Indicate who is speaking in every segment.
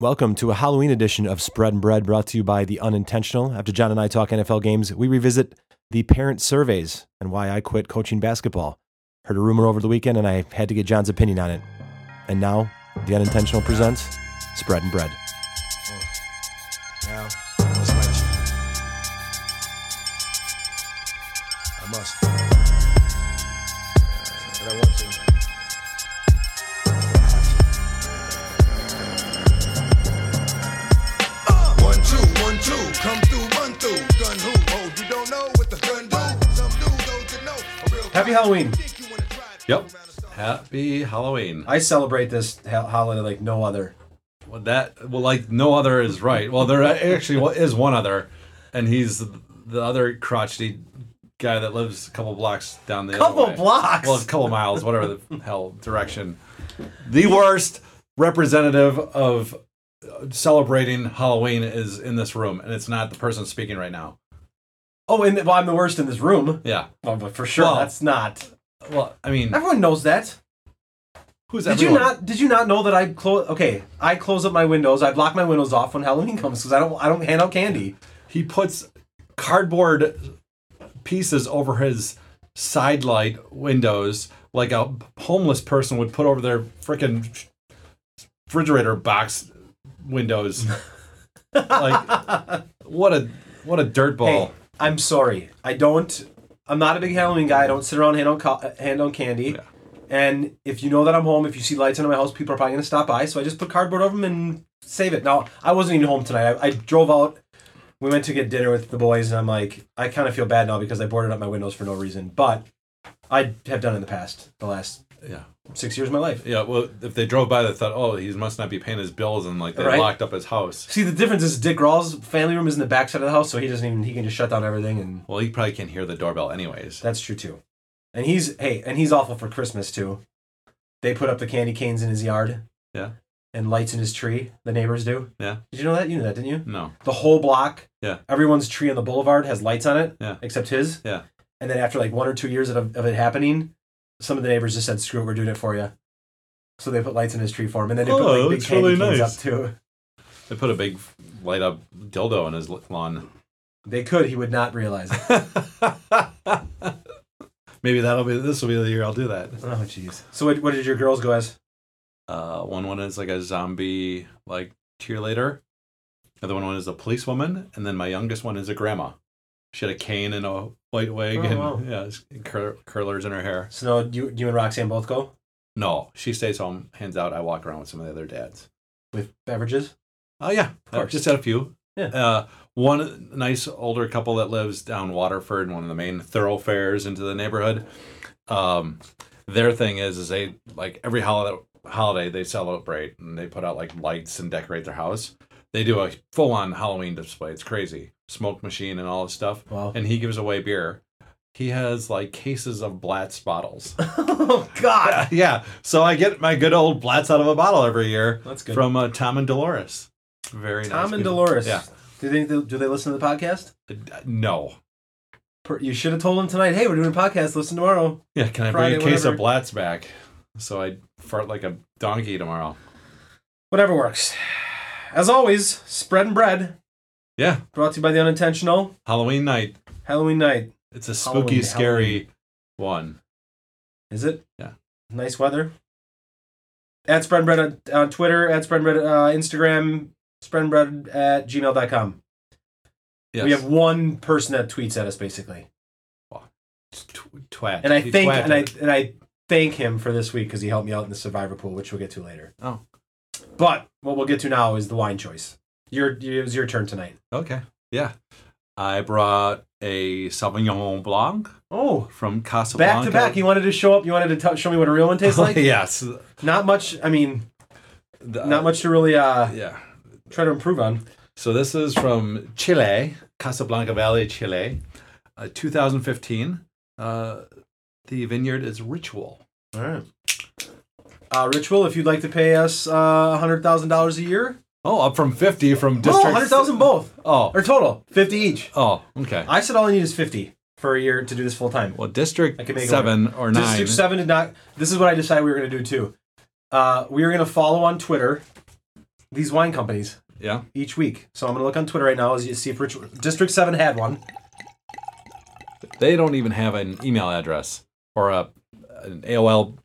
Speaker 1: Welcome to a Halloween edition of Spread and Bread brought to you by The Unintentional. After John and I talk NFL games, we revisit the parent surveys and why I quit coaching basketball. Heard a rumor over the weekend and I had to get John's opinion on it. And now, The Unintentional presents Spread and Bread.
Speaker 2: Now, I must let you. I must. But I want to. But I have to. Uh, one, two, one, two. Come through, run through. Gun who? Oh, you don't know what the gun do? Some do, those that know. A real
Speaker 1: Happy Halloween.
Speaker 2: dick you wanna try to
Speaker 3: Yep.
Speaker 2: throw around a star.
Speaker 3: Happy Halloween.
Speaker 1: I celebrate this holiday like no other.
Speaker 3: Well, that well, like no other is right. Well, there actually is one other, and he's the other crotchety guy that lives a couple blocks down the.
Speaker 1: Couple
Speaker 3: other way.
Speaker 1: blocks?
Speaker 3: Well, a couple miles, whatever the hell direction. The worst representative of celebrating Halloween is in this room, and it's not the person speaking right now.
Speaker 1: Oh, and well, I'm the worst in this room.
Speaker 3: Yeah.
Speaker 1: Oh, but for sure,
Speaker 3: Well-
Speaker 1: that's not.
Speaker 3: Well, I mean,
Speaker 1: Everyone knows that.
Speaker 3: who's
Speaker 1: Did
Speaker 3: everyone?
Speaker 1: you not? Did you not know that I close? Okay, I close up my windows. I block my windows off when Halloween comes because I don't. I don't hand out candy.
Speaker 3: he puts cardboard pieces over his side light windows like a homeless person would put over their freaking refrigerator box windows like what a what a dirtball!
Speaker 1: Hey, I'm sorry. I don't. I'm not a big Halloween guy. I don't sit around hand on co- hand on candy. And if you know that I'm home, if you see lights under my house, people are probably gonna stop by. So I just put cardboard over them and save it. Now I wasn't even home tonight. I, I drove out. We went to get dinner with the boys, and I'm like, I kind of feel bad now because I boarded up my windows for no reason. But I have done in the past, the last
Speaker 3: yeah
Speaker 1: six years of my life.
Speaker 3: yeah well if they drove by they thought oh he must not be paying his bills and like they
Speaker 1: Right.
Speaker 3: locked up his house
Speaker 1: See, the difference is Dick Rawls' family room is in the back side of the house, so he doesn't even he can just shut down everything, and
Speaker 3: well he probably can't hear the doorbell anyways
Speaker 1: that's true too. And he's hey, and he's awful for Christmas too. They put up the candy canes in his yard.
Speaker 3: Yeah.
Speaker 1: And lights in his tree. The neighbors do.
Speaker 3: Yeah.
Speaker 1: Did you know that? You knew that, didn't you?
Speaker 3: no
Speaker 1: The whole block.
Speaker 3: Yeah.
Speaker 1: Everyone's tree on the boulevard has lights on it.
Speaker 3: Yeah.
Speaker 1: Except his.
Speaker 3: Yeah.
Speaker 1: And then after like one or two years of, of it happening, some of the neighbors just said, "Screw it, we're doing it for you." So they put lights in his tree for him, and then they put
Speaker 3: Oh,
Speaker 1: like big
Speaker 3: that's
Speaker 1: candy
Speaker 3: really
Speaker 1: canes
Speaker 3: nice.
Speaker 1: up too.
Speaker 3: they put a big light up dildo on his lawn
Speaker 1: They could. He would not realize it.
Speaker 3: Maybe that'll be this will be the year I'll do that.
Speaker 1: Oh, jeez. So what, what did your girls go as?
Speaker 3: Uh, one one is like a zombie like cheerleader. Another one is a policewoman, and then my youngest one is a grandma. She had a cane and a white wig
Speaker 1: Oh,
Speaker 3: and
Speaker 1: wow.
Speaker 3: yeah, it's- and cur- curlers in her hair.
Speaker 1: So no, you, you and Roxanne both go
Speaker 3: No, she stays home, hands out. I walk around with some of the other dads.
Speaker 1: with beverages?
Speaker 3: Oh yeah,
Speaker 1: course.
Speaker 3: just had a few.
Speaker 1: Yeah.
Speaker 3: Uh, one nice older couple that lives down Waterford, one of the main thoroughfares into the neighborhood. Um, their thing is, is they like every holiday holiday they celebrate and they put out like lights and decorate their house. They do a full on Halloween display. It's crazy, smoke machine and all this stuff.
Speaker 1: Wow.
Speaker 3: And he gives away beer. He has like cases of Blatz bottles.
Speaker 1: oh, God.
Speaker 3: yeah, so I get my good old Blatz out of a bottle every year
Speaker 1: That's good.
Speaker 3: from uh, Tom and Dolores. Very nice.
Speaker 1: Tom and
Speaker 3: people.
Speaker 1: Dolores.
Speaker 3: Yeah.
Speaker 1: Do they, do they listen to the podcast?
Speaker 3: Uh, No.
Speaker 1: Per- You should have told them tonight, hey, we're doing a podcast. Listen tomorrow.
Speaker 3: Yeah, can I
Speaker 1: Friday,
Speaker 3: bring a case
Speaker 1: whatever.
Speaker 3: of Blatz back? So I fart like a donkey tomorrow.
Speaker 1: Whatever works. As always, spread and bread
Speaker 3: Yeah,
Speaker 1: brought to you by the unintentional
Speaker 3: Halloween night.
Speaker 1: Halloween night.
Speaker 3: It's a spooky,
Speaker 1: Halloween,
Speaker 3: scary
Speaker 1: Halloween.
Speaker 3: one.
Speaker 1: Is it?
Speaker 3: Yeah.
Speaker 1: Nice weather. At spread and bread on, on Twitter, at spread and bread uh, Instagram, spread and bread at gmail.com.
Speaker 3: Yes.
Speaker 1: We have one person that tweets at us basically,
Speaker 3: Tw- twat.
Speaker 1: and I
Speaker 3: You
Speaker 1: thank
Speaker 3: twat.
Speaker 1: and I and I thank him for this week because he helped me out in the survivor pool, which we'll get to later.
Speaker 3: Oh.
Speaker 1: but what we'll get to now is the wine choice. Your it was your turn tonight.
Speaker 3: Okay. Yeah. I brought a Sauvignon Blanc
Speaker 1: Oh,
Speaker 3: from
Speaker 1: back
Speaker 3: Casablanca. Oh,
Speaker 1: to back. You wanted to show up. You wanted to tell show me what a real one tastes like.
Speaker 3: yes.
Speaker 1: Not much. I mean,
Speaker 3: The-
Speaker 1: not much to really uh
Speaker 3: Yeah.
Speaker 1: try to improve on.
Speaker 3: So this is from Chile, Casablanca Valley, Chile, uh, 2015. Uh, the vineyard is Ritual.
Speaker 1: All right. Uh, Ritual, if you'd like to pay us uh, hundred thousand dollars a year,
Speaker 3: Oh, up from 50 from
Speaker 1: no,
Speaker 3: district.
Speaker 1: hundred thousand both
Speaker 3: Oh,
Speaker 1: or total fifty each.
Speaker 3: oh, okay.
Speaker 1: I said all I need is fifty for a year to do this full time.
Speaker 3: Well,
Speaker 1: I
Speaker 3: district
Speaker 1: can make it
Speaker 3: seven or nine.
Speaker 1: District Seven did not. This is what I decided we were going to do too. Uh, we were going to follow on Twitter these wine companies
Speaker 3: Yeah.
Speaker 1: each week. So I'm gonna look on Twitter right now as you see if Rich, District Seven had one.
Speaker 3: They don't even have an email address or a an AOL.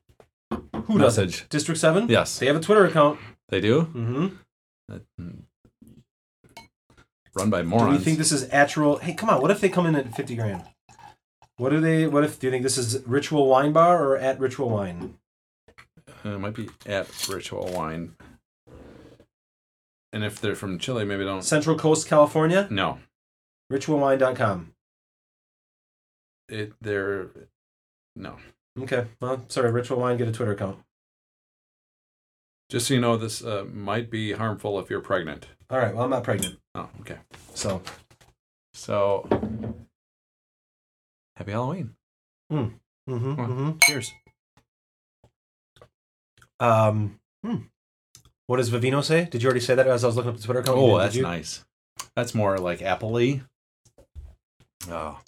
Speaker 1: Who does
Speaker 3: Message.
Speaker 1: it? District Seven.
Speaker 3: Yes.
Speaker 1: They have a Twitter account.
Speaker 3: They do?
Speaker 1: Mm-hmm.
Speaker 3: Run by
Speaker 1: Do we
Speaker 3: morons.
Speaker 1: think this is actual? Hey, come on! What if they come in at fifty grand? What do they? What if? Do you think this is Ritual Wine Bar or at Ritual Wine?
Speaker 3: Uh, it might be at Ritual Wine. And if they're from Chile, maybe don't.
Speaker 1: Central Coast, California.
Speaker 3: No.
Speaker 1: Ritualwine.com.
Speaker 3: It, they're. No.
Speaker 1: Okay. Well, sorry. Ritual Wine get a Twitter account.
Speaker 3: Just so you know, this uh, might be harmful if you're pregnant.
Speaker 1: All right. Well, I'm not pregnant,
Speaker 3: Oh, okay.
Speaker 1: so
Speaker 3: So. Happy Halloween.
Speaker 1: mm-hmm,
Speaker 3: Well.
Speaker 1: mm-hmm.
Speaker 3: Cheers.
Speaker 1: Um, hmm. What does Vivino say? Did you already say that as I was looking up the Twitter account? You
Speaker 3: Oh,
Speaker 1: didn't, did
Speaker 3: that's
Speaker 1: you?
Speaker 3: nice. That's more like appley. Oh,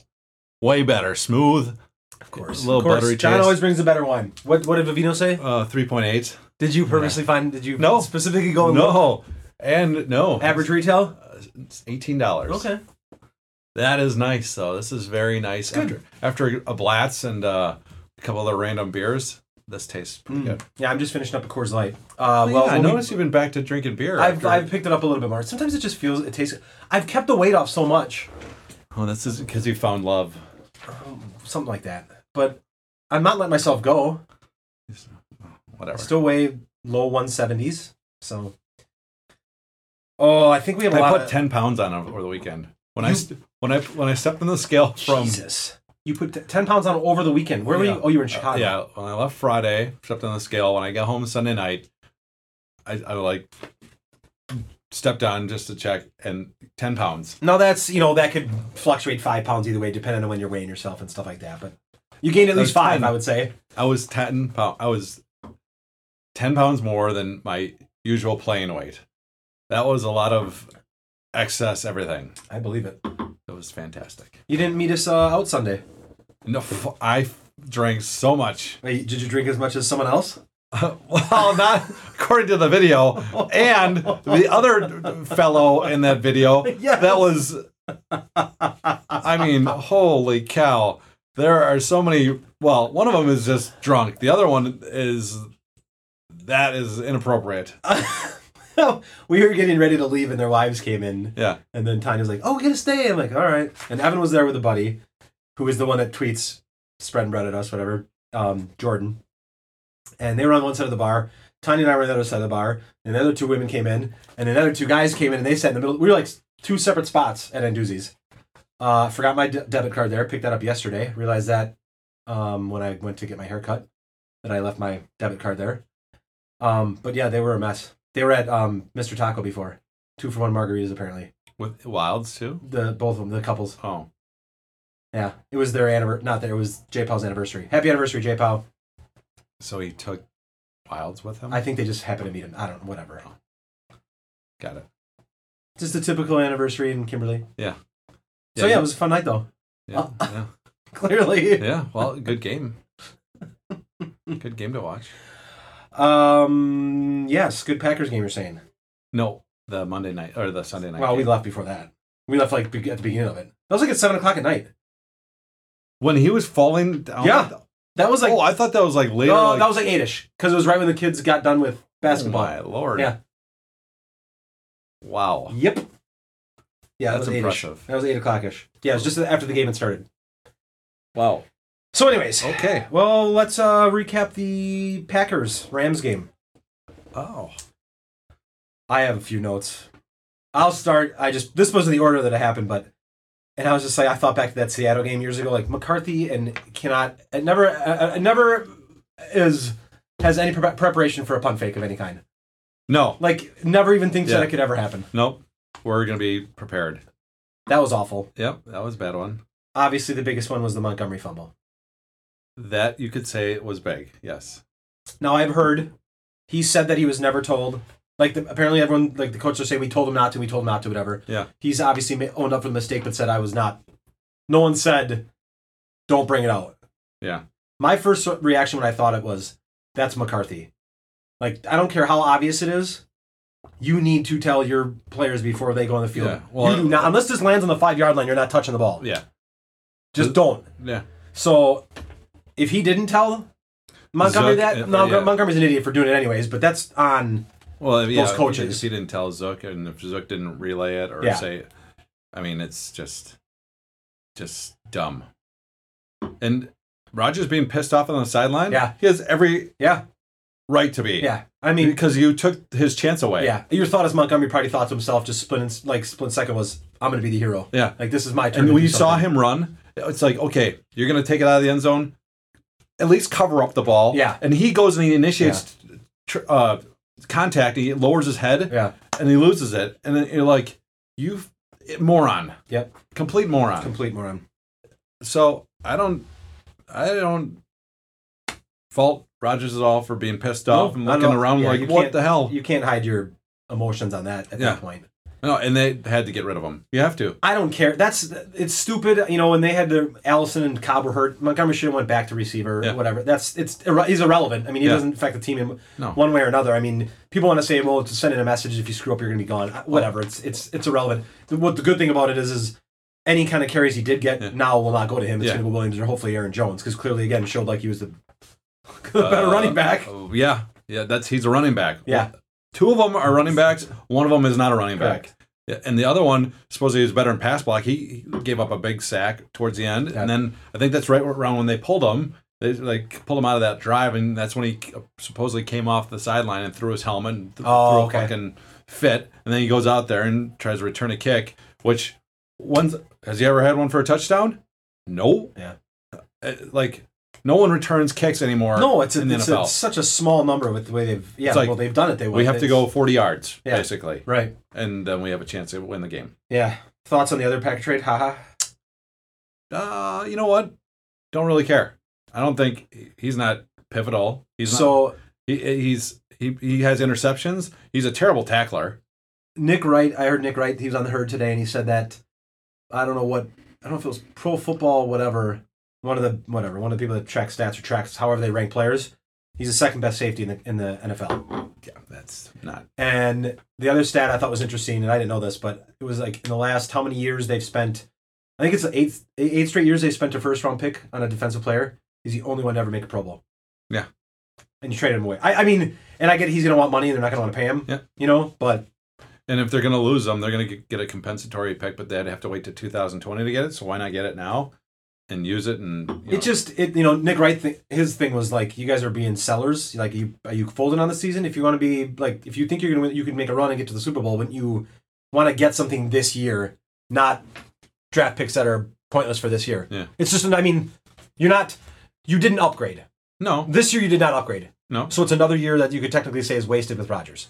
Speaker 3: way better. Smooth.
Speaker 1: Of course,
Speaker 3: A little
Speaker 1: of course.
Speaker 3: buttery
Speaker 1: John
Speaker 3: taste.
Speaker 1: always brings a better wine. What What did Vivino say?
Speaker 3: Uh, three point eight.
Speaker 1: Did you purposely find? Did you
Speaker 3: No.
Speaker 1: specifically go and look?
Speaker 3: no, and no.
Speaker 1: average retail?
Speaker 3: It's eighteen dollars.
Speaker 1: Okay.
Speaker 3: That is nice though. This is very nice.
Speaker 1: Good.
Speaker 3: After after a Blatz and uh, a couple other random beers, this tastes pretty good.
Speaker 1: Hmm. Yeah, I'm just finishing up a Coors Light. Uh,
Speaker 3: Mm. Well,
Speaker 1: well,
Speaker 3: yeah, I
Speaker 1: when we-
Speaker 3: noticed you've been back to drinking beer.
Speaker 1: I've,
Speaker 3: after-
Speaker 1: I've picked it up a little bit more. Sometimes it just feels it tastes. I've kept the weight off so much,
Speaker 3: oh, this is because you found love.
Speaker 1: something like that. But I'm not letting myself go. I
Speaker 3: Whatever.
Speaker 1: still weigh low 170s. So, oh, I think we have a
Speaker 3: I
Speaker 1: lot.
Speaker 3: put
Speaker 1: of,
Speaker 3: ten pounds on over the weekend when I
Speaker 1: You-
Speaker 3: st- when I when I stepped on the scale from.
Speaker 1: Jesus. You put t- 10 pounds on over the weekend. Where were
Speaker 3: Yeah.
Speaker 1: you? Oh, you were in Chicago.
Speaker 3: Yeah, when I left Friday, stepped on the scale. When I got home Sunday night, I, I like stepped on just to check, and ten pounds.
Speaker 1: Now that's, you know, that could fluctuate five pounds either way, depending on when you're weighing yourself and stuff like that. But you gained at
Speaker 3: That
Speaker 1: least
Speaker 3: was
Speaker 1: five,
Speaker 3: 10.
Speaker 1: I would say.
Speaker 3: I was ten pound. I was ten pounds more than my usual playing weight. That was a lot of excess everything.
Speaker 1: I believe it.
Speaker 3: It was fantastic.
Speaker 1: You didn't meet us uh, out Sunday.
Speaker 3: No, f- I f- drank so much.
Speaker 1: Wait, did you drink as much as someone else?
Speaker 3: well, not according to the video, and the other fellow in that video.
Speaker 1: Yes.
Speaker 3: That was. I mean, holy cow! There are so many. Well, one of them is just drunk. The other one is that is inappropriate.
Speaker 1: we were getting ready to leave and their wives came in.
Speaker 3: Yeah,
Speaker 1: And then Tanya's like, oh, we gotta stay. I'm like, all right. And Evan was there with a buddy who is the one that tweets spread bread at us, whatever, um, Jordan. And they were on one side of the bar. Tanya and I were on the other side of the bar. And the other two women came in. And then the other two guys came in and they sat in the middle. We were like two separate spots at Anduzzi's. Uh, forgot my de- debit card there. Picked that up yesterday. Realized that um, when I went to get my hair cut, that I left my debit card there. Um, but yeah, they were a mess. They were at um, Mr. Taco before. Two for one margaritas, apparently
Speaker 3: with wilds too.
Speaker 1: the both of them, the couples.
Speaker 3: Oh,
Speaker 1: Yeah, it was their anniversary. Not that it was J Powell's anniversary. Happy anniversary, J Powell.
Speaker 3: so he took wilds with him.
Speaker 1: I think they just happened to meet him. I don't know, whatever.
Speaker 3: Got it.
Speaker 1: Just a typical anniversary in Kimberly.
Speaker 3: Yeah.
Speaker 1: so yeah,
Speaker 3: you-
Speaker 1: it was a fun night though.
Speaker 3: yeah,
Speaker 1: Oh.
Speaker 3: yeah,
Speaker 1: Clearly.
Speaker 3: yeah. Well, good game. Good game to watch.
Speaker 1: Um. Yes, good Packers game. You're saying.
Speaker 3: No, the Monday night or the Sunday night.
Speaker 1: Well, we
Speaker 3: game.
Speaker 1: left before that. We left like be- at the beginning of it. That was like at seven o'clock at night.
Speaker 3: when he was falling down.
Speaker 1: Yeah. That was like.
Speaker 3: oh, I thought that was like later.
Speaker 1: no,
Speaker 3: like,
Speaker 1: that was like eightish because it was right when the kids got done with basketball.
Speaker 3: Oh my lord.
Speaker 1: Yeah.
Speaker 3: Wow.
Speaker 1: Yep. Yeah,
Speaker 3: That's
Speaker 1: that was 8-ish.
Speaker 3: impressive.
Speaker 1: That was eight o'clock ish. Yeah, it was just after the game had started.
Speaker 3: Wow.
Speaker 1: So, anyways,
Speaker 3: Okay.
Speaker 1: Well, let's uh, recap the Packers Rams game.
Speaker 3: Oh.
Speaker 1: I have a few notes. I'll start. I just this wasn't the order that it happened, but and I was just like I thought back to that Seattle game years ago. Like McCarthy and cannot it never uh, it never is has any pre- preparation for a punt fake of any kind.
Speaker 3: No.
Speaker 1: Like never even thinks that
Speaker 3: Yeah.
Speaker 1: it could ever happen.
Speaker 3: Nope. We're gonna be prepared.
Speaker 1: That was awful.
Speaker 3: Yep. That was a bad one.
Speaker 1: Obviously, the biggest one was the Montgomery fumble.
Speaker 3: That you could say was big. Yes.
Speaker 1: Now I've heard he said that he was never told. Like the, apparently everyone, like the coaches say, we told him not to, we told him not to, whatever.
Speaker 3: Yeah.
Speaker 1: He's obviously ma- owned up for the mistake, but said I was not. No one said, don't bring it out.
Speaker 3: Yeah.
Speaker 1: My first re- reaction when I thought it was, that's McCarthy. Like I don't care how obvious it is, you need to tell your players before they go on the field.
Speaker 3: Yeah, well,
Speaker 1: you do not, unless this lands on the five yard line, you're not touching the ball.
Speaker 3: Yeah.
Speaker 1: Just don't.
Speaker 3: Yeah.
Speaker 1: So if he didn't tell Montgomery
Speaker 3: Zuck,
Speaker 1: that,
Speaker 3: uh,
Speaker 1: Mon-
Speaker 3: yeah.
Speaker 1: Montgomery's an idiot for doing it anyways, but that's on.
Speaker 3: Well, yeah,
Speaker 1: Those
Speaker 3: if-
Speaker 1: coaches.
Speaker 3: If he didn't tell Zook, and if Zook didn't relay it or
Speaker 1: Yeah.
Speaker 3: say it, I mean, it's just, just dumb. And Rogers being pissed off on the sideline.
Speaker 1: Yeah.
Speaker 3: he has every
Speaker 1: Yeah.
Speaker 3: right to be.
Speaker 1: Yeah. I mean,
Speaker 3: because you took his chance away.
Speaker 1: yeah. Your thought is Montgomery probably thought to himself just split, like split second was, I'm going to be the hero.
Speaker 3: yeah.
Speaker 1: Like this is my turn.
Speaker 3: And
Speaker 1: to
Speaker 3: when
Speaker 1: do
Speaker 3: you saw
Speaker 1: something.
Speaker 3: him run, it's like, okay, you're gonna take it out of the end zone. At least cover up the ball.
Speaker 1: Yeah.
Speaker 3: And he goes and he initiates tr- uh, contact. He lowers his head.
Speaker 1: Yeah.
Speaker 3: And he loses it. And then you're like, you f- moron,
Speaker 1: Yep.
Speaker 3: complete moron.
Speaker 1: Complete moron.
Speaker 3: So I don't, I don't fault Rogers at all for being pissed off and
Speaker 1: not at
Speaker 3: looking
Speaker 1: all.
Speaker 3: around
Speaker 1: Yeah, you
Speaker 3: like, what
Speaker 1: can't-
Speaker 3: the hell?
Speaker 1: You can't hide your emotions on that at
Speaker 3: Yeah.
Speaker 1: that point.
Speaker 3: no, and they had to get rid of him. You have to.
Speaker 1: I don't care. That's it's stupid. You know when they had their Allison and Cobb were hurt, Montgomery should have went back to receiver.
Speaker 3: Yeah.
Speaker 1: Whatever. That's it's irre- he's irrelevant. I mean, he
Speaker 3: Yeah.
Speaker 1: doesn't affect the team in
Speaker 3: No.
Speaker 1: one way or another. I mean, people want to say, well, it's sending a message. If you screw up, you're going to be gone.
Speaker 3: Oh.
Speaker 1: Uh, Whatever. It's it's it's irrelevant. The- What the good thing about it is is any kind of carries he did get
Speaker 3: Yeah.
Speaker 1: now will not go to him. It's
Speaker 3: Yeah.
Speaker 1: going to go Williams or hopefully Aaron Jones because clearly again showed like he was the the better
Speaker 3: Uh,
Speaker 1: running back.
Speaker 3: oh, yeah, yeah. That's he's a running back.
Speaker 1: Yeah.
Speaker 3: Two of them are running backs. One of them is not a running back.
Speaker 1: Correct.
Speaker 3: Yeah, And the other one, supposedly, was better in pass block. He he gave up a big sack towards the end,
Speaker 1: Yeah.
Speaker 3: and then I think that's right around when they pulled him. They like pulled him out of that drive, and that's when he supposedly came off the sideline and threw his helmet, and th-
Speaker 1: Oh,
Speaker 3: threw a
Speaker 1: okay.
Speaker 3: fucking fit, and then he goes out there and tries to return a kick. Which one's has he ever had one for a touchdown? No.
Speaker 1: Yeah.
Speaker 3: Uh, Like no one returns kicks anymore.
Speaker 1: No, it's, a,
Speaker 3: in the
Speaker 1: it's, a-
Speaker 3: NFL.
Speaker 1: it's such a small number with the way they've yeah
Speaker 3: It's like,
Speaker 1: well they've done it. They
Speaker 3: we have to
Speaker 1: it's-
Speaker 3: go 40 yards
Speaker 1: Yeah.
Speaker 3: basically
Speaker 1: right.
Speaker 3: and then we have a chance to win the game
Speaker 1: Yeah. Thoughts on the other pack trade? Haha.
Speaker 3: uh you know what don't really care i don't think he's not pivotal he's not,
Speaker 1: So
Speaker 3: he, he's he, he has interceptions he's a terrible tackler
Speaker 1: Nick Wright, I heard Nick Wright. He was on the herd today, and he said that I don't know what I don't know if it was Pro Football, whatever. One of the whatever one of the people that track stats or tracks however they rank players. He's the second best safety in the in the NFL.
Speaker 3: yeah that's not
Speaker 1: And the other stat I thought was interesting, and I didn't know this, but it was like in the last how many years they've spent. I think it's the eighth eight straight years they spent a first round pick on a defensive player. He's the only one to ever make a Pro Bowl.
Speaker 3: Yeah.
Speaker 1: And you trade him away. I, I mean, and I get he's gonna want money, and they're not gonna want to pay him.
Speaker 3: Yeah.
Speaker 1: You know, but
Speaker 3: and if they're going to lose them they're going to get a compensatory pick but they'd have to wait to 2020 to get it so why not get it now and use it and you know,
Speaker 1: It just it you know Nick Wright th- his thing was like you guys are being sellers like you are you folding on the season if you want to be like if you think you're gonna win, you can make a run and get to the Super Bowl but you want to get something this year not draft picks that are pointless for this year
Speaker 3: Yeah.
Speaker 1: it's just I mean you're not you didn't upgrade
Speaker 3: no
Speaker 1: this year you did not upgrade
Speaker 3: no
Speaker 1: so it's another year that you could technically say is wasted with Rodgers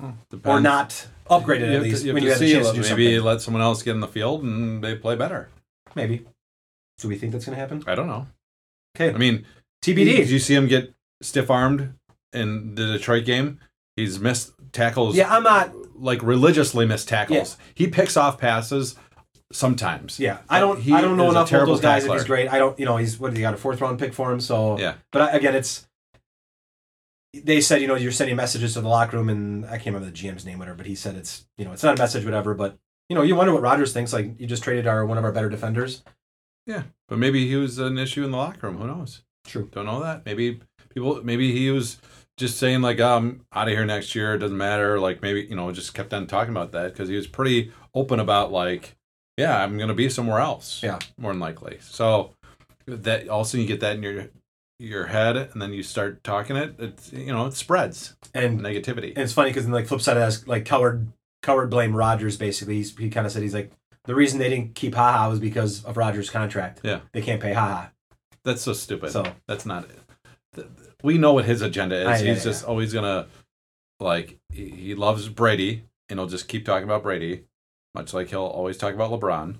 Speaker 1: or
Speaker 3: depends.
Speaker 1: not upgraded
Speaker 3: You
Speaker 1: at
Speaker 3: have to-
Speaker 1: least
Speaker 3: you have
Speaker 1: when
Speaker 3: to
Speaker 1: you had a
Speaker 3: see,
Speaker 1: chance to
Speaker 3: let-
Speaker 1: do
Speaker 3: maybe
Speaker 1: something
Speaker 3: let someone else get in the field and they play better
Speaker 1: maybe do we think that's gonna happen
Speaker 3: i don't know
Speaker 1: okay
Speaker 3: i mean Did
Speaker 1: TBD
Speaker 3: you see him get stiff armed in the Detroit game? He's missed tackles.
Speaker 1: yeah I'm not
Speaker 3: like religiously missed tackles. He picks off passes sometimes.
Speaker 1: Yeah, I don't.
Speaker 3: He
Speaker 1: I don't know
Speaker 3: is a
Speaker 1: enough about
Speaker 3: terrible
Speaker 1: those guys. If he's
Speaker 3: tackler.
Speaker 1: great, I don't. You know, he's what? He got a fourth round pick for him. So
Speaker 3: Yeah.
Speaker 1: But I, again, it's they said you know you're sending messages to the locker room, and I can't remember the GM's name, whatever. But he said it's you know it's not a message, whatever. But you know you wonder what Rogers thinks. Like you just traded our one of our better defenders.
Speaker 3: Yeah, but maybe he was an issue in the locker room. Who knows?
Speaker 1: True.
Speaker 3: Don't know that. Maybe people. Maybe he was just saying like, oh, "I'm out of here next year. It doesn't matter." Like maybe you know, just kept on talking about that because he was pretty open about like, "Yeah, I'm gonna be somewhere else."
Speaker 1: Yeah.
Speaker 3: more than likely. So that also you get that in your your head, and then you start talking it. It's you know, it spreads
Speaker 1: And, and
Speaker 3: negativity.
Speaker 1: it's funny because like flip side of that is like coward coward blame Rogers basically. He's, he kind of said he's like the reason they didn't keep Haha was because of Rogers' contract.
Speaker 3: Yeah.
Speaker 1: They can't pay Haha.
Speaker 3: That's so stupid.
Speaker 1: So-
Speaker 3: that's not it. Th- th- We know what his agenda is.
Speaker 1: Ah, yeah,
Speaker 3: He's
Speaker 1: yeah,
Speaker 3: just always gonna like he, he loves Brady, and he'll just keep talking about Brady, much like he'll always talk about LeBron.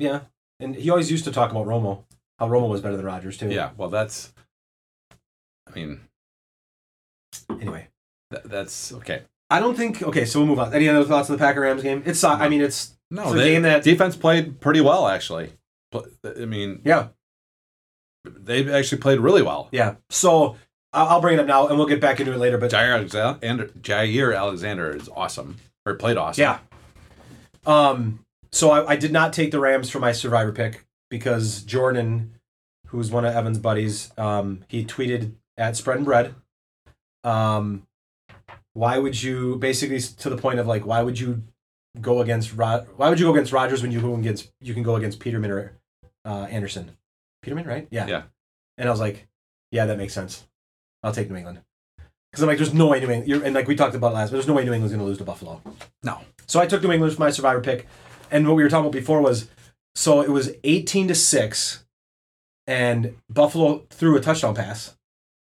Speaker 1: Yeah. And he always used to talk about Romo, how Romo was better than Rogers too.
Speaker 3: Yeah, well, that's. I mean,
Speaker 1: Anyway.
Speaker 3: th- that's okay.
Speaker 1: I don't think. Okay, so we'll move on. Any other thoughts on the Packer Rams game? It's. so- I mean, it's.
Speaker 3: No,
Speaker 1: It's a
Speaker 3: the
Speaker 1: game that-
Speaker 3: defense played pretty well actually. Pl- I mean,
Speaker 1: Yeah,
Speaker 3: they actually played really well.
Speaker 1: yeah. So I'll, I'll bring it up now, and we'll get back into it later. But
Speaker 3: Jair Alexander, Jair Alexander is awesome or played awesome.
Speaker 1: yeah, um, so I, I did not take the Rams for my survivor pick because Jordan, who's one of Evan's buddies, um, he tweeted at Spread and Bread, um, why would you basically s- to the point of like why would you go against Rod? Why would you go against Rogers when you go against you can go against Peterman or uh, Anderson? Peterman, right? Yeah.
Speaker 3: Yeah.
Speaker 1: And I was like, yeah, that makes sense. I'll take New England because I'm like, there's no way New England. You're, and like we talked about it last, but there's no way New England's going to lose to Buffalo.
Speaker 3: No.
Speaker 1: So I took New England for my survivor pick, and what we were talking about before was so it was 18 to six, and Buffalo threw a touchdown pass.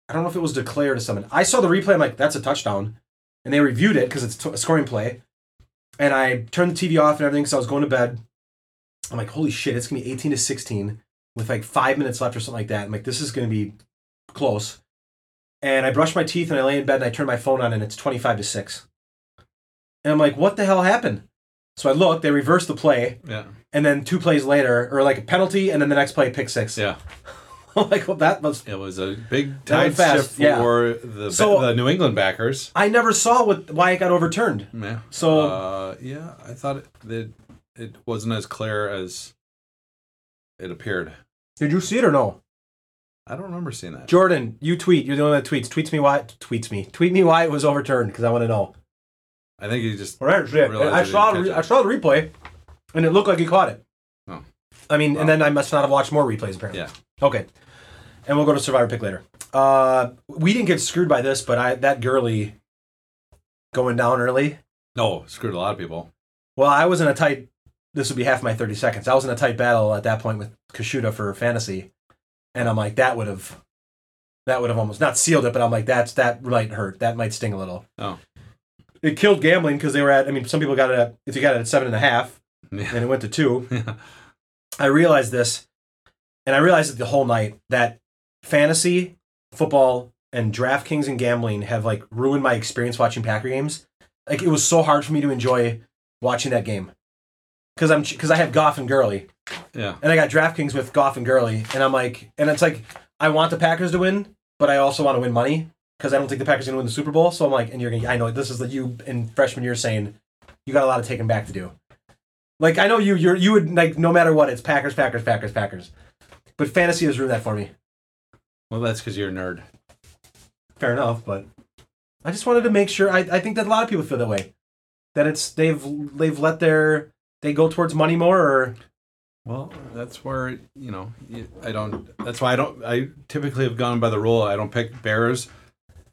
Speaker 1: I don't know if it was declared to someone. I saw the replay. I'm like, that's a touchdown, and they reviewed it because it's t- a scoring play. And I turned the TV off and everything because I was going to bed. I'm like, holy shit, it's gonna be 18 to 16 with like five minutes left or something like that. I'm like, this is gonna be close. And I brush my teeth and I lay in bed and I turn my phone on and it's 25 to six. And I'm like, what the hell happened? So I look, they reverse the play,
Speaker 3: Yeah.
Speaker 1: and then two plays later, or like a penalty, and then the next play, pick six.
Speaker 3: Yeah.
Speaker 1: I'm like, well, that was
Speaker 3: It was a big
Speaker 1: That
Speaker 3: time
Speaker 1: went fast,
Speaker 3: shift for
Speaker 1: yeah.
Speaker 3: the,
Speaker 1: So-
Speaker 3: the New England backers.
Speaker 1: I never saw what why it got overturned.
Speaker 3: Yeah.
Speaker 1: So
Speaker 3: uh, yeah, I thought it, that it wasn't as clear as it appeared.
Speaker 1: did you see it or no?
Speaker 3: I don't remember seeing that.
Speaker 1: Jordan, you tweet. You're the one that tweets. Tweets me why. Tweets me. Tweet me why it was overturned because I want to know.
Speaker 3: I think he just
Speaker 1: All right, shit.
Speaker 3: Realized
Speaker 1: I
Speaker 3: they
Speaker 1: saw
Speaker 3: didn't
Speaker 1: re-
Speaker 3: catch
Speaker 1: I
Speaker 3: it.
Speaker 1: saw the replay, and it looked like he caught it.
Speaker 3: Oh.
Speaker 1: I mean,
Speaker 3: Wow.
Speaker 1: and then I must not have watched more replays apparently.
Speaker 3: yeah.
Speaker 1: Okay, and we'll go to Survivor pick later. Uh, we didn't get screwed by this, but I that girly going down early.
Speaker 3: No, oh, screwed a lot of people.
Speaker 1: Well, I was in a tight. This would be half my thirty seconds. I was in a tight battle at that point with Kashuda for fantasy, and I'm like, that would have, that would have almost not sealed it, but I'm like, that's that might hurt. That might sting a little.
Speaker 3: Oh.
Speaker 1: It killed gambling because they were at. I mean, some people got it at if you got it at seven and a half,
Speaker 3: Yeah.
Speaker 1: and it went to two. I realized this, and I realized it the whole night that fantasy football and DraftKings and gambling have like ruined my experience watching Packer games. Like it was so hard for me to enjoy watching that game because I'm because I have Goff and Gurley,
Speaker 3: Yeah.
Speaker 1: and I got DraftKings with Goff and Gurley, and I'm like, and it's like I want the Packers to win, but I also want to win money because I don't think the Packers are gonna win the Super Bowl. So I'm like, and you're gonna, I know this is like you in freshman year saying you got a lot of taking back to do. Like I know you, you're you would like no matter what, it's Packers, Packers, Packers, Packers. But fantasy has ruined that for me.
Speaker 3: Well, that's because you're a nerd.
Speaker 1: Fair enough, but I just wanted to make sure. I, I think that a lot of people feel that way. That it's they've they've let their they go towards money more or
Speaker 3: Well, that's where you know you- I don't. That's why I don't. I typically have gone by the rule. I don't pick Bears,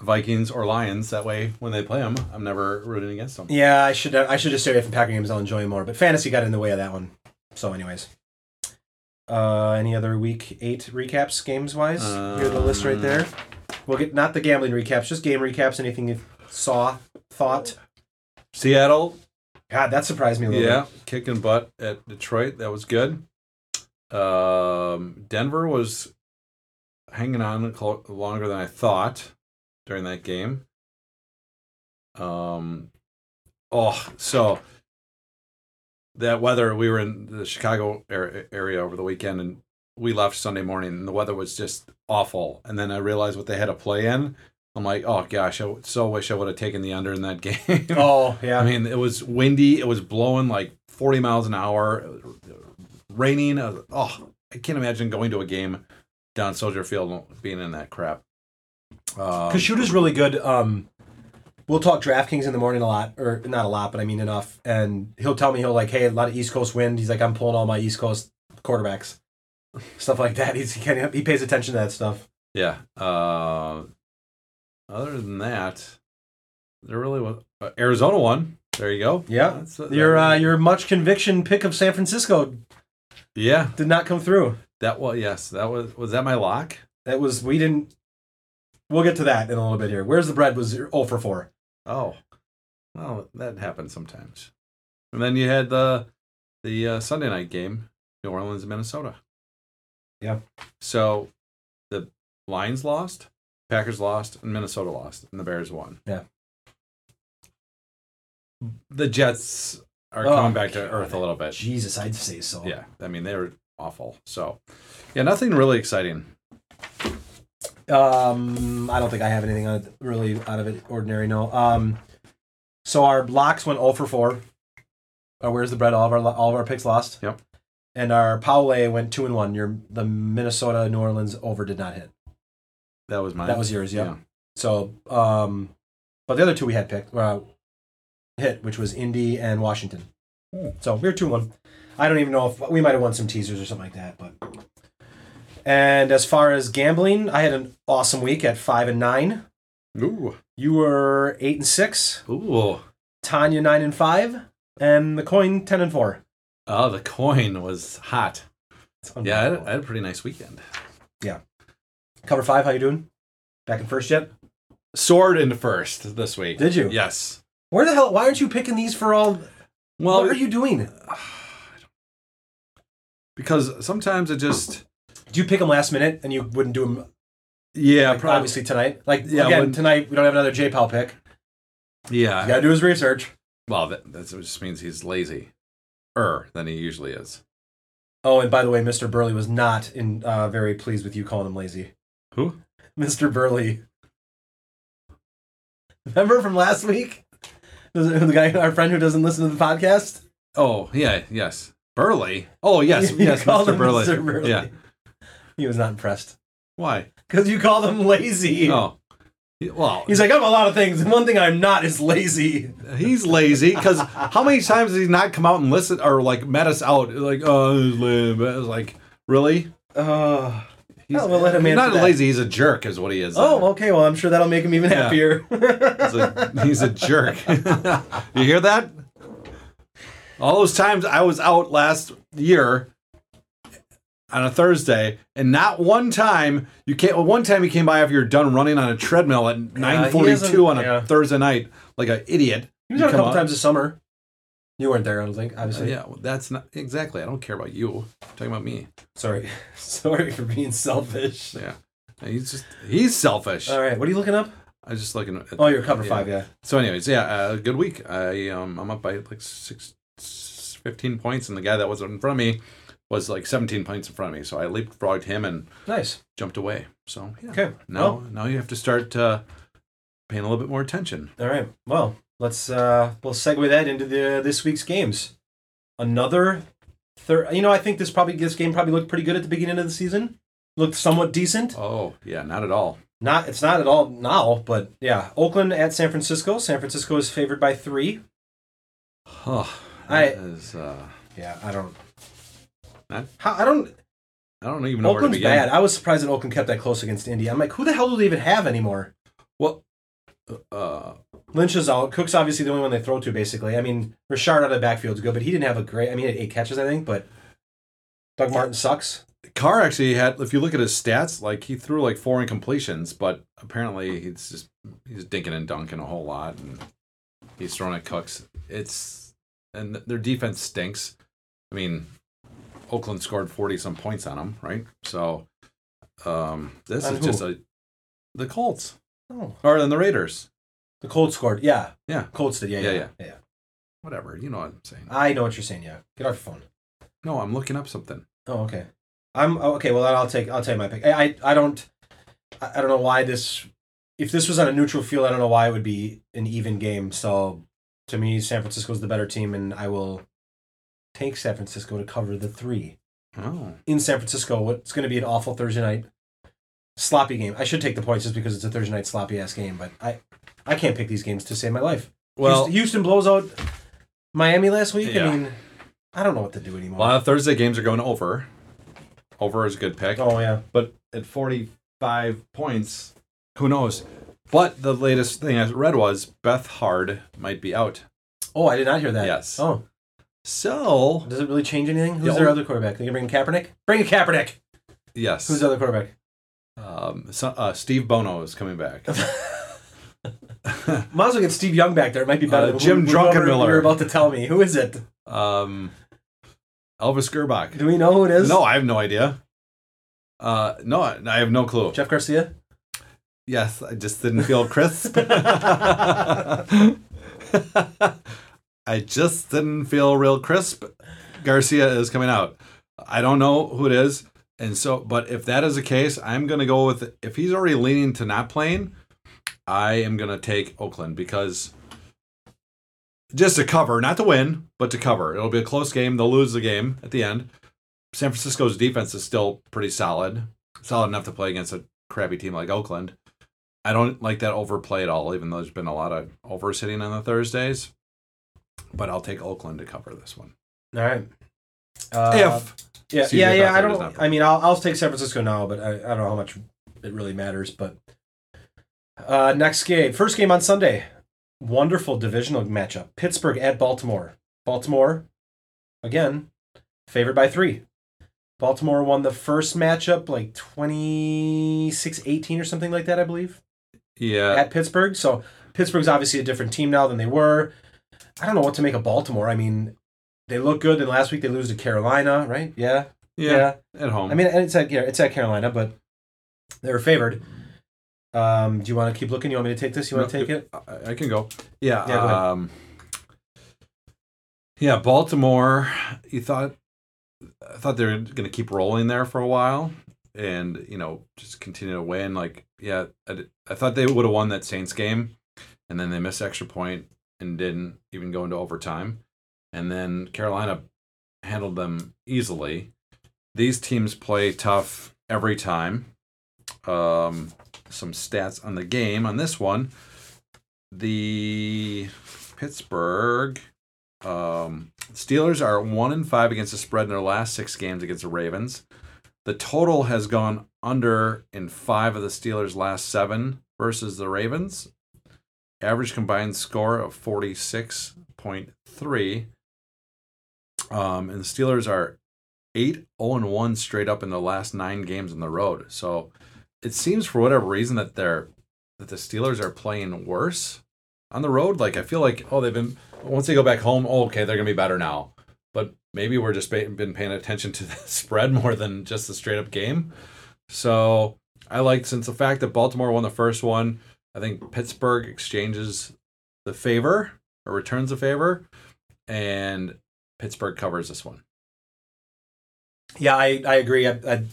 Speaker 3: Vikings, or Lions. That way, when they play them, I'm never rooting against them.
Speaker 1: yeah. I should I should just stay away from Packer games. I'll enjoy more. But fantasy got in the way of that one. So, anyways, uh, any other week eight recaps games wise? Here's the list right
Speaker 3: Um,
Speaker 1: there. We'll get not the gambling recaps, just game recaps. Anything you saw, thought.
Speaker 3: Seattle,
Speaker 1: God, that surprised me a little.
Speaker 3: yeah, kicking butt at Detroit. That was good. Um, Denver was hanging on clo- longer than I thought during that game. Um, oh, so that weather. We were in the Chicago ar- area over the weekend, and we left Sunday morning, and the weather was just awful. And then I realized what they had to play in. I'm like, oh gosh, I w- so wish I would have taken the under in that game.
Speaker 1: bit. Oh yeah.
Speaker 3: I mean, it was windy. It was blowing like 40 miles an hour, it was raining. I was- Oh, I can't imagine going to a game down at Soldier Field and being in that crap. Um,
Speaker 1: Kashuda's really good. Um, we'll talk DraftKings in the morning a lot, or not a lot, but I mean enough. And he'll tell me he'll like, hey, a lot of East Coast wind. He's like, I'm pulling all my East Coast quarterbacks, stuff like that. He's he, can, he pays attention to that stuff.
Speaker 3: yeah. Uh, other than that, there really was uh, Arizona won. There you go.
Speaker 1: Yeah.
Speaker 3: That's- that-
Speaker 1: Your uh, your much conviction pick of San Francisco
Speaker 3: yeah.
Speaker 1: did not come through.
Speaker 3: That was yes. That was was that my lock?
Speaker 1: That was we didn't. We'll get to that in a little bit here. Where's the bread? Was oh for four.
Speaker 3: Oh, well, that happens sometimes. And then you had the the uh, Sunday night game, New Orleans, Minnesota.
Speaker 1: Yeah.
Speaker 3: So the Lions lost, Packers lost, and Minnesota lost, and the Bears won.
Speaker 1: Yeah.
Speaker 3: The Jets are
Speaker 1: Oh,
Speaker 3: coming back to
Speaker 1: God.
Speaker 3: earth a little bit.
Speaker 1: Jesus, I'd say so.
Speaker 3: Yeah, I mean they were awful. So, yeah, nothing really exciting.
Speaker 1: Um, I don't think I have anything on it really out of it ordinary. No. Um, so our blocks went 0 for four. Our where's the bread? All of our all of our picks lost.
Speaker 3: Yep.
Speaker 1: And our Poway went two and one. Your the Minnesota New Orleans over did not hit.
Speaker 3: That was mine.
Speaker 1: That was yours. Yep. So, um, but the other two we had picked uh, hit, which was Indy and Washington.
Speaker 3: Hmm.
Speaker 1: So we were two one. I don't even know if we might have won some teasers or something like that, but. And as far as gambling, I had an awesome week at five and nine.
Speaker 3: Ooh.
Speaker 1: You were eight and six.
Speaker 3: Ooh.
Speaker 1: Tanya nine and five, and the coin ten and four.
Speaker 3: Oh, the coin was hot.
Speaker 1: It's
Speaker 3: Yeah, I had,
Speaker 1: unbelievable.
Speaker 3: I had a pretty nice weekend.
Speaker 1: Cover five. How you doing? Back in first yet?
Speaker 3: Sword into first this week.
Speaker 1: Did you?
Speaker 3: Yes.
Speaker 1: Where the hell? Why aren't you picking these for all?
Speaker 3: Well,
Speaker 1: what are you doing?
Speaker 3: because sometimes it just
Speaker 1: Do you pick them last minute and you wouldn't do them
Speaker 3: yeah,
Speaker 1: like,
Speaker 3: probably
Speaker 1: obviously tonight? Like
Speaker 3: Yeah,
Speaker 1: again
Speaker 3: when-
Speaker 1: tonight we don't have another J Pal pick.
Speaker 3: yeah.
Speaker 1: You gotta do his research.
Speaker 3: Well, that that's, it just means he's lazy, er than he usually is.
Speaker 1: Oh, and by the way, Mr. Burley was not in uh, very pleased with you calling him lazy.
Speaker 3: Who?
Speaker 1: Mr. Burley. Remember from last week? The guy, our friend who doesn't listen to the podcast.
Speaker 3: Oh yeah, yes, Burley. Oh yes,
Speaker 1: You
Speaker 3: yes,
Speaker 1: called
Speaker 3: Mr.
Speaker 1: him
Speaker 3: Burley.
Speaker 1: Mr. Burley.
Speaker 3: Yeah.
Speaker 1: He was not impressed
Speaker 3: Why?
Speaker 1: because you called him lazy.
Speaker 3: Oh, He- well,
Speaker 1: He's
Speaker 3: he's,
Speaker 1: like, I'm a lot of things. and One thing I'm not is lazy.
Speaker 3: lazy because how many times has he not come out and listen or like met us out? Like, oh, he's la- I was like really?
Speaker 1: Uh,
Speaker 3: He's
Speaker 1: Oh, we'll let him
Speaker 3: he's not
Speaker 1: answer that.
Speaker 3: lazy. He's a jerk, is what he is.
Speaker 1: oh, okay. Well, I'm sure that'll make him even
Speaker 3: Yeah.
Speaker 1: happier.
Speaker 3: He's a, he's a jerk. you hear that? All those times I was out last year on a Thursday, and not one time you came. Well, one time you came by after you're done running on a treadmill at nine forty-two on a
Speaker 1: yeah.
Speaker 3: Thursday night, like an idiot.
Speaker 1: He was out a
Speaker 3: come
Speaker 1: couple
Speaker 3: up-
Speaker 1: times this summer. You weren't there, I don't think.
Speaker 3: Uh,
Speaker 1: Obviously.
Speaker 3: yeah, well, that's not exactly. I don't care about you. I'm talking about me.
Speaker 1: Sorry. Sorry for being selfish.
Speaker 3: Yeah, he's just he's selfish.
Speaker 1: All right. What are you looking up?
Speaker 3: I was just looking. At,
Speaker 1: Uh, Oh, you're cover five. Yeah.
Speaker 3: So, anyways, yeah, uh, good week. I um, I'm up by like six, s- 15 points, and the guy that was in front of me was like seventeen points in front of me. So I leapfrogged him and
Speaker 1: Nice.
Speaker 3: jumped away. So yeah.
Speaker 1: Okay.
Speaker 3: Now, now you have to start uh, paying a little bit more attention.
Speaker 1: All right. Well, let's uh we'll segue that into the this week's games. Another third. You know, I think this probably this game probably looked pretty good at the beginning of the season. Looked somewhat decent.
Speaker 3: Oh yeah, not at all.
Speaker 1: Not it's not at all now, but yeah. Oakland at San Francisco. San Francisco is favored by three.
Speaker 3: Huh.
Speaker 1: I-
Speaker 3: That is, uh,
Speaker 1: Yeah, I don't.
Speaker 3: Huh?
Speaker 1: How, I don't.
Speaker 3: I don't even know
Speaker 1: Oakland's
Speaker 3: where to
Speaker 1: bad.
Speaker 3: begin.
Speaker 1: I was surprised that Oakland kept that close against Indy. I'm like, who the hell do they even have anymore?
Speaker 3: Well, uh,
Speaker 1: Lynch is out. Cook's obviously the only one they throw to, basically. I mean, Richard out of the backfield's good, but he didn't have a great. I mean, he had eight catches, I think, but Doug Martin sucks.
Speaker 3: Carr actually had. If you look at his stats, like he threw like four incompletions, but apparently he's just he's dinking and dunking a whole lot, and he's throwing at Cooks. It's and their defense stinks. I mean, Oakland scored forty some points on him, right? So um, this
Speaker 1: On
Speaker 3: is
Speaker 1: who?
Speaker 3: just a the Colts
Speaker 1: Oh.
Speaker 3: or and the Raiders.
Speaker 1: The Colts scored. Yeah.
Speaker 3: Yeah.
Speaker 1: Colts did. Yeah yeah,
Speaker 3: Yeah,
Speaker 1: yeah.
Speaker 3: Whatever, you know what I'm saying.
Speaker 1: I know what you're saying. Yeah. Get off your phone.
Speaker 3: No, I'm looking up something.
Speaker 1: Oh, okay. I'm oh, okay. Well, then I'll take. I'll tell you my pick. I, I, I don't. I I don't know why this. If this was on a neutral field, I don't know why it would be an even game. So, to me, San Francisco's the better team, and I will take San Francisco to cover the three.
Speaker 3: Oh,
Speaker 1: in San Francisco. what- It's going to be an awful Thursday night sloppy game. I should take the points just because it's a Thursday night sloppy ass game, but I I can't pick these games to save my life.
Speaker 3: well,
Speaker 1: Houston, Houston blows out Miami last week. I
Speaker 3: Yeah.
Speaker 1: mean, I don't know what to do anymore.
Speaker 3: a lot of Thursday games are going over. Over is a good pick.
Speaker 1: Oh yeah,
Speaker 3: but at 45 points, who knows? But the latest thing I read was Beth Hard might be out.
Speaker 1: oh I did not hear that.
Speaker 3: Yes.
Speaker 1: Oh,
Speaker 3: So,
Speaker 1: does it really change anything? Who's
Speaker 3: Yeah,
Speaker 1: their
Speaker 3: oh.
Speaker 1: other quarterback? They can bring in Kaepernick. Bring in Kaepernick.
Speaker 3: yes.
Speaker 1: Who's the other quarterback?
Speaker 3: um, so, uh, Steve Bono is coming back.
Speaker 1: Might as well get Steve Young back there. It might be better.
Speaker 3: Uh,
Speaker 1: than
Speaker 3: Jim
Speaker 1: whoever
Speaker 3: Druckenmiller.
Speaker 1: You're about to tell me who is it?
Speaker 3: um, Elvis Gerbach.
Speaker 1: Do we know who it is?
Speaker 3: No, I have no idea. Uh, no, I I have no clue.
Speaker 1: Jeff Garcia.
Speaker 3: Yes, I just didn't feel crisp. I just didn't feel real crisp. Garcia is coming out. I don't know who it is. And so, but if that is the case, I'm going to go with if he's already leaning to not playing, I am going to take Oakland because just to cover, not to win, but to cover. It'll be a close game. They'll lose the game at the end. San Francisco's defense is still pretty solid, solid enough to play against a crappy team like Oakland. I don't like that overplay at all, even though there's been a lot of overs hitting on the Thursdays. But I'll take Oakland to cover this one.
Speaker 1: All right. Uh,
Speaker 3: if
Speaker 1: yeah,
Speaker 3: CJ
Speaker 1: yeah, yeah.
Speaker 3: Beathard
Speaker 1: I
Speaker 3: does not
Speaker 1: don't.
Speaker 3: play.
Speaker 1: I mean, I'll, I'll take San Francisco now, but I, I don't know how much it really matters. But uh, next game, first game on Sunday, wonderful divisional matchup: Pittsburgh at Baltimore. Baltimore, again, favored by three. Baltimore won the first matchup like 26-18 or something like that, I believe
Speaker 3: yeah,
Speaker 1: at Pittsburgh. So Pittsburgh's obviously a different team now than they were. I don't know what to make of Baltimore. I mean, they look good, and last week they lose to Carolina, right? Yeah,
Speaker 3: yeah, at home.
Speaker 1: I mean, and it's at yeah, it's at Carolina, but they were favored. Um, do you want to keep looking? You want me to take this? You want
Speaker 3: No,
Speaker 1: to take it?
Speaker 3: I, I can go. Yeah.
Speaker 1: Yeah, go ahead.
Speaker 3: um, yeah. Baltimore. You thought I thought they were going to keep rolling there for a while, and you know just continue to win. Like yeah, I, did- I thought they would have won that Saints game, and then they missed extra point and didn't even go into overtime, and then Carolina handled them easily. These teams play tough every time. Um, some stats on the game on this one the Pittsburgh um, Steelers are one and five against the spread in their last six games against the Ravens. The total has gone under in five of the Steelers' last seven versus the Ravens. Average combined score of forty six point three. Um, and the Steelers are eight zero and one straight up in the last nine games on the road. So it seems for whatever reason that they're that the Steelers are playing worse on the road. Like I feel like oh they've been once they go back home oh, okay they're gonna be better now. But maybe we're just ba- been paying attention to the spread more than just the straight up game. So I like since the fact that Baltimore won the first one, I think Pittsburgh exchanges the favor or returns the favor, and Pittsburgh covers this one.
Speaker 1: Yeah, I, I agree. I, I,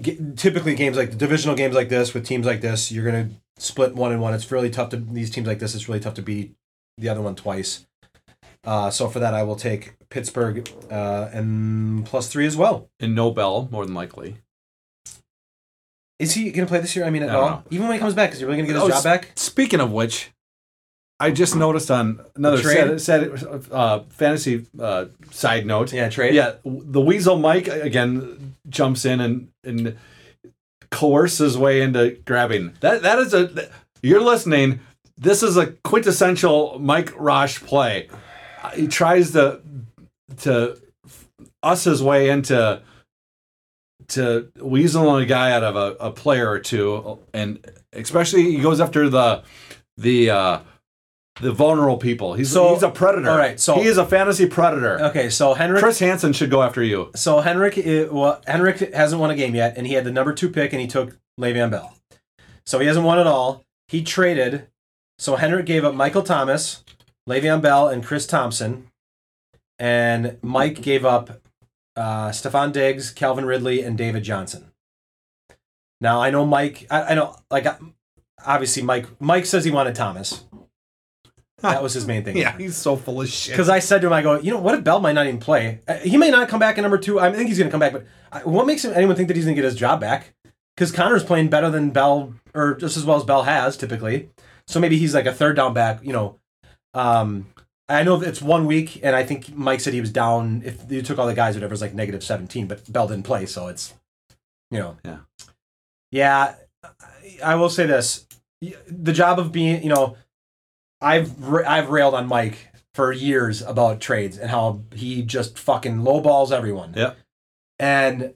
Speaker 1: g- typically, games like divisional games like this with teams like this, you're gonna split one and one. It's really tough to these teams like this. It's really tough to beat the other one twice. Uh, so for that, I will take Pittsburgh uh, and plus three as well.
Speaker 3: And no Bell more than likely.
Speaker 1: Is he gonna play this year? I mean, at
Speaker 3: I don't
Speaker 1: all?
Speaker 3: know.
Speaker 1: Even when he comes back, is he really gonna get his
Speaker 3: Oh,
Speaker 1: job
Speaker 3: s-
Speaker 1: back?
Speaker 3: Speaking of which, I just noticed on another
Speaker 1: Trade?
Speaker 3: sad, sad, uh, fantasy uh, side note.
Speaker 1: Yeah, trade.
Speaker 3: Yeah, the Weasel Mike again jumps in and and coerces his way into grabbing. That that is a th- you're listening. This is a quintessential Mike Rosh play. Uh, He tries to to us his way into to weasel a guy out of a, a player or two, and especially he goes after the the uh, the vulnerable people. He's
Speaker 1: So-
Speaker 3: he's a predator.
Speaker 1: all right, so-
Speaker 3: he is a fantasy predator.
Speaker 1: Okay, so Henrik.
Speaker 3: Chris Hansen should go after you.
Speaker 1: So Henrik, i- well, Henrik hasn't won a game yet, and he had the number two pick, and he took Le'Veon Bell. So he hasn't won at all. He traded. So Henrik gave up Michael Thomas, Le'Veon Bell, and Chris Thompson, and Mike gave up uh, Stephon Diggs, Calvin Ridley, and David Johnson. Now I know Mike. I, I know like obviously Mike. Mike says he wanted Thomas. That was his main thing.
Speaker 3: he's so full of shit.
Speaker 1: Because I said to him, I go, you know, what if Bell might not even play? Uh, He may not come back at number two. I think he's going to come back, but I- what makes him, anyone think that he's going to get his job back? Because Connor's playing better than Bell, or just as well as Bell has typically. So maybe he's like a third down back, you know. Um, I know that it's one week, and I think Mike said he was down. If you took all the guys, whatever, it's like negative 17, but Bell didn't play, so it's, you know.
Speaker 3: Yeah.
Speaker 1: Yeah, I- I will say this. Y- The job of being, you know, I've ra- I've railed on Mike for years about trades and how he just fucking lowballs everyone.
Speaker 3: Yep.
Speaker 1: And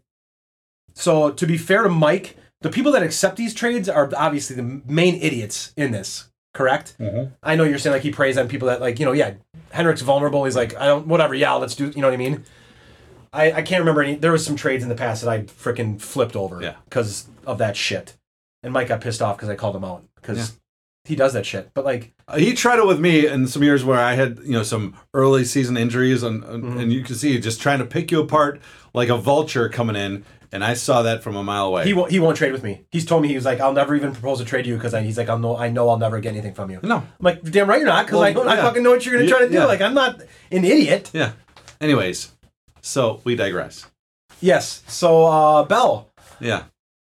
Speaker 1: so to be fair to Mike, the people that accept these trades are obviously the main idiots in this. Correct. I know you're saying like he preys on people that like you know yeah Henrik's vulnerable. He's like I don't whatever yeah let's do you know what I mean. I, I can't remember any. There was some trades in the past that I freaking flipped over
Speaker 3: Yeah.
Speaker 1: because of that shit, and Mike got pissed off because I called him out because he does that shit. But like
Speaker 3: He tried it with me in some years where I had you know some Mm-hmm. early season injuries, and and- and you can see just trying to pick you apart like a vulture coming in and I saw that from a mile away.
Speaker 1: He won't. He won't trade with me. He's told me he was like, I'll never even propose a trade to you because he's like, I'll know. I know I'll never get anything from you.
Speaker 3: No.
Speaker 1: I'm like, damn right you're not because
Speaker 3: Well,
Speaker 1: I don't. I
Speaker 3: yeah.
Speaker 1: fucking know what you're gonna
Speaker 3: Yeah,
Speaker 1: try to do.
Speaker 3: yeah.
Speaker 1: Like I'm not an idiot.
Speaker 3: yeah. Anyways, so we digress.
Speaker 1: Yes. So uh, Bell.
Speaker 3: Yeah.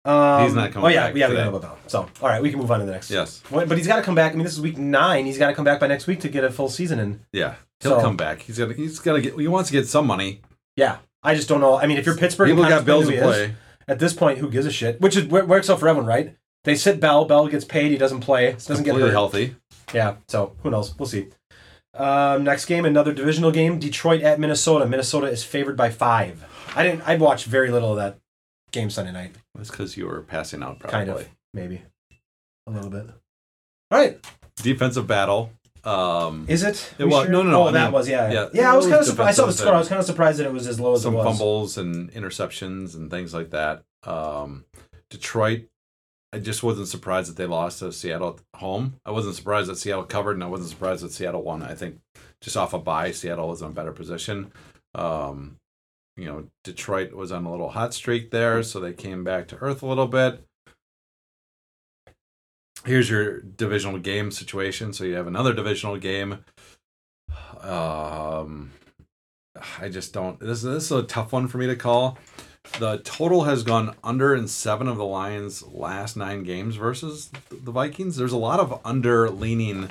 Speaker 1: Um,
Speaker 3: He's not coming
Speaker 1: Oh yeah,
Speaker 3: back
Speaker 1: yeah, we
Speaker 3: today.
Speaker 1: know about Bell. So all right, we can move on to the next.
Speaker 3: Yes.
Speaker 1: Well, But he's got to come back. I mean, this is week nine. He's got to come back by next week to get a full season in.
Speaker 3: Yeah.
Speaker 1: So-
Speaker 3: He'll come back. He's gonna. He's gonna get. He wants to get some money.
Speaker 1: Yeah. I just don't know. I mean, if you're Pittsburgh, and
Speaker 3: People got
Speaker 1: contemplate
Speaker 3: bills
Speaker 1: who
Speaker 3: to
Speaker 1: he is,
Speaker 3: play.
Speaker 1: at this point, who gives a shit? Which is wor- works out for everyone, right? They sit Bell. Bell gets paid. He doesn't play. Doesn't get
Speaker 3: completely
Speaker 1: hurt.
Speaker 3: healthy.
Speaker 1: Yeah, so who knows? We'll see. Um, next game, another divisional game: Detroit at Minnesota. Minnesota is favored by five. I didn't. I watched very little of that game Sunday night.
Speaker 3: That's because you were passing out. Probably.
Speaker 1: Kind of, maybe a little bit. All right,
Speaker 3: Defensive battle. Um.
Speaker 1: is it?
Speaker 3: It
Speaker 1: We
Speaker 3: was- no, no, no,
Speaker 1: Oh,
Speaker 3: I
Speaker 1: that
Speaker 3: mean,
Speaker 1: was yeah.
Speaker 3: yeah,
Speaker 1: Yeah, I was
Speaker 3: it
Speaker 1: kind of.
Speaker 3: was
Speaker 1: Surprised. I saw the
Speaker 3: defensive
Speaker 1: score. I
Speaker 3: and
Speaker 1: was kind of surprised that it was as low as
Speaker 3: some
Speaker 1: it was.
Speaker 3: fumbles and interceptions and things like that. Um, Detroit, I just wasn't surprised that they lost to Seattle at home. I wasn't surprised that Seattle covered, and I wasn't surprised that Seattle won. I think just off a bye, Seattle was in a better position. Um, you know, Detroit was on a little hot streak there, so they came back to earth a little bit. Here's your divisional game situation. So you have another divisional game. Um, I just don't. This this is a tough one for me to call. The total has gone under in seven of the Lions' last nine games versus the Vikings. There's a lot of under leaning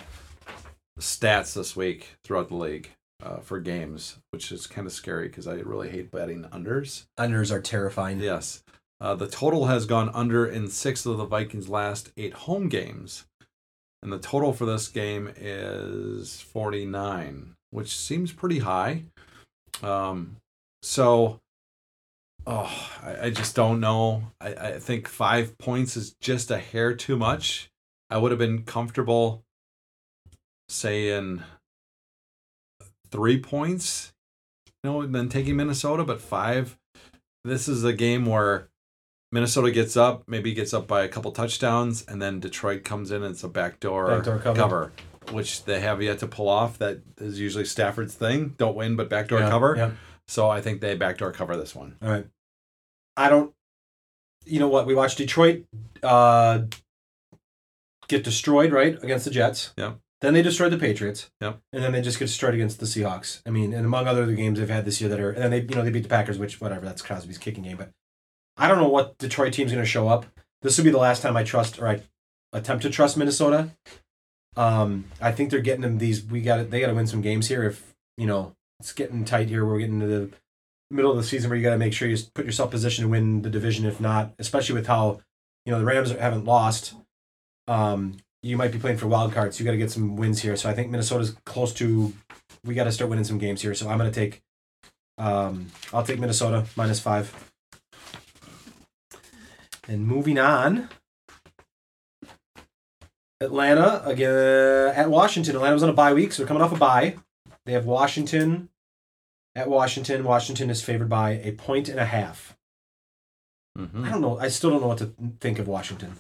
Speaker 3: stats this week throughout the league uh, for games, which is kind of scary because I really hate betting unders.
Speaker 1: Unders are terrifying.
Speaker 3: Yes. Uh, the total has gone under in six of the Vikings' last eight home games. And the total for this game is 49, which seems pretty high. Um, so, oh, I, I just don't know. I, I think five points is just a hair too much. I would have been comfortable saying three points, you know, and then taking Minnesota, but five this is a game where Minnesota gets up, maybe gets up by a couple touchdowns, and then Detroit comes in and it's a backdoor,
Speaker 1: Backdoor cover.
Speaker 3: which they have yet to pull off. That is usually Stafford's thing. Don't win, but backdoor
Speaker 1: Yeah,
Speaker 3: cover.
Speaker 1: Yeah.
Speaker 3: So I think they backdoor cover this one.
Speaker 1: All right. I don't. You know what? We watched Detroit uh, get destroyed, right, against the Jets.
Speaker 3: Yeah.
Speaker 1: Then they destroyed the Patriots.
Speaker 3: Yeah.
Speaker 1: And then they just get destroyed against the Seahawks. I mean, and among other the games they've had this year that are, and then they, you know, they beat the Packers, which whatever, that's Crosby's kicking game. But I don't know what Detroit team's going to show up. This will be the last time I trust or I attempt to trust Minnesota. Um, I think they're getting them these. We got to They got to win some games here. If you know, it's getting tight here. We're getting to the middle of the season where you got to make sure you s- put yourself in position to win the division. If not, especially with how you know the Rams haven't lost, um, you might be playing for wild cards. You got to get some wins here. So I think Minnesota's close to. We got to start winning some games here. So I'm gonna take. Um, I'll take Minnesota minus five. And moving on. Atlanta again at Washington. Atlanta was on a bye week, so they're coming off a bye. They have Washington at Washington. Washington is favored by a point and a half. I don't know. I still don't know what to think of Washington.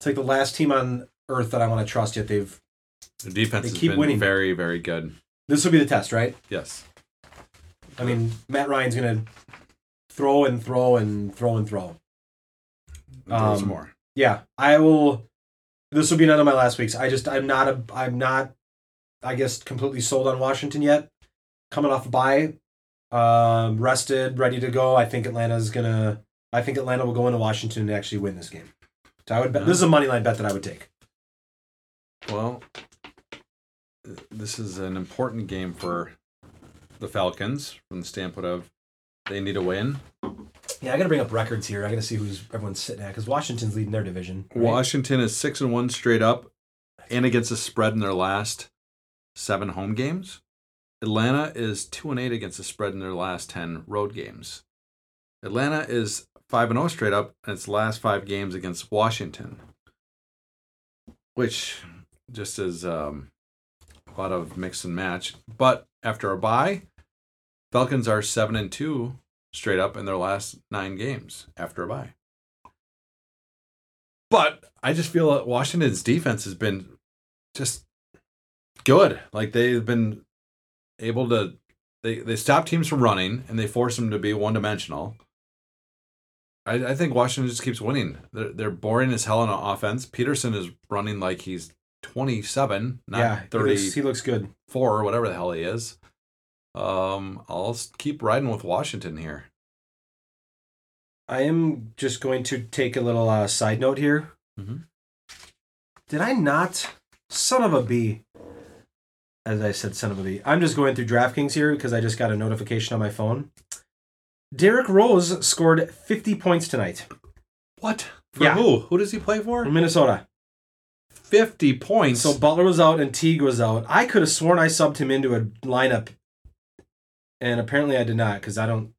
Speaker 1: It's like the last team on earth that I want to trust. Yet they've
Speaker 3: The defense
Speaker 1: They
Speaker 3: has
Speaker 1: keep
Speaker 3: been
Speaker 1: winning.
Speaker 3: very, very good.
Speaker 1: this will be the test, right?
Speaker 3: Yes.
Speaker 1: I mean, Matt Ryan's gonna throw and throw and throw and throw.
Speaker 3: Throw
Speaker 1: Um,
Speaker 3: some more.
Speaker 1: Yeah, I will. This will be none of my last weeks. I just I'm not a I'm not I guess completely sold on Washington yet. Coming off a bye, um, rested, ready to go. I think Atlanta's gonna. I think Atlanta will go into Washington and actually win this game. So I would bet. This is a money line bet that I would take.
Speaker 3: Well, th- this is an important game for the Falcons from the standpoint of they need a win.
Speaker 1: Yeah, I gotta bring up records here. I gotta see who's everyone's sitting at because Washington's leading their division. right?
Speaker 3: Washington is six and one straight up, and against the spread in their last seven home games. Atlanta is two and eight against the spread in their last ten road games. Atlanta is five and zero straight up in its last five games against Washington, which just is um, a lot of mix and match. But after a bye, Falcons are seven and two straight up in their last nine games after a bye. But I just feel that Washington's defense has been just good. Like they've been able to they they stop teams from running and they force them to be one dimensional. I, I think Washington just keeps winning. They're, they're boring as hell on offense. Peterson is running like he's 27, not
Speaker 1: yeah, he
Speaker 3: 30
Speaker 1: looks, he looks good.
Speaker 3: four or whatever the hell he is. Um, I'll s- keep riding with Washington here.
Speaker 1: I am just going to take a little uh, side note here.
Speaker 3: Mhm.
Speaker 1: Did I not? Son of a bee. As I said, son of a bee. I'm just going through DraftKings here because I just got a notification on my phone. Derek Rose scored 50 points tonight
Speaker 3: What? For
Speaker 1: Yeah.
Speaker 3: who? Who does he play for?
Speaker 1: for Minnesota.
Speaker 3: 50 points.
Speaker 1: So Butler was out and Teague was out. I could have sworn I subbed him into a lineup, and apparently I did not because I don't.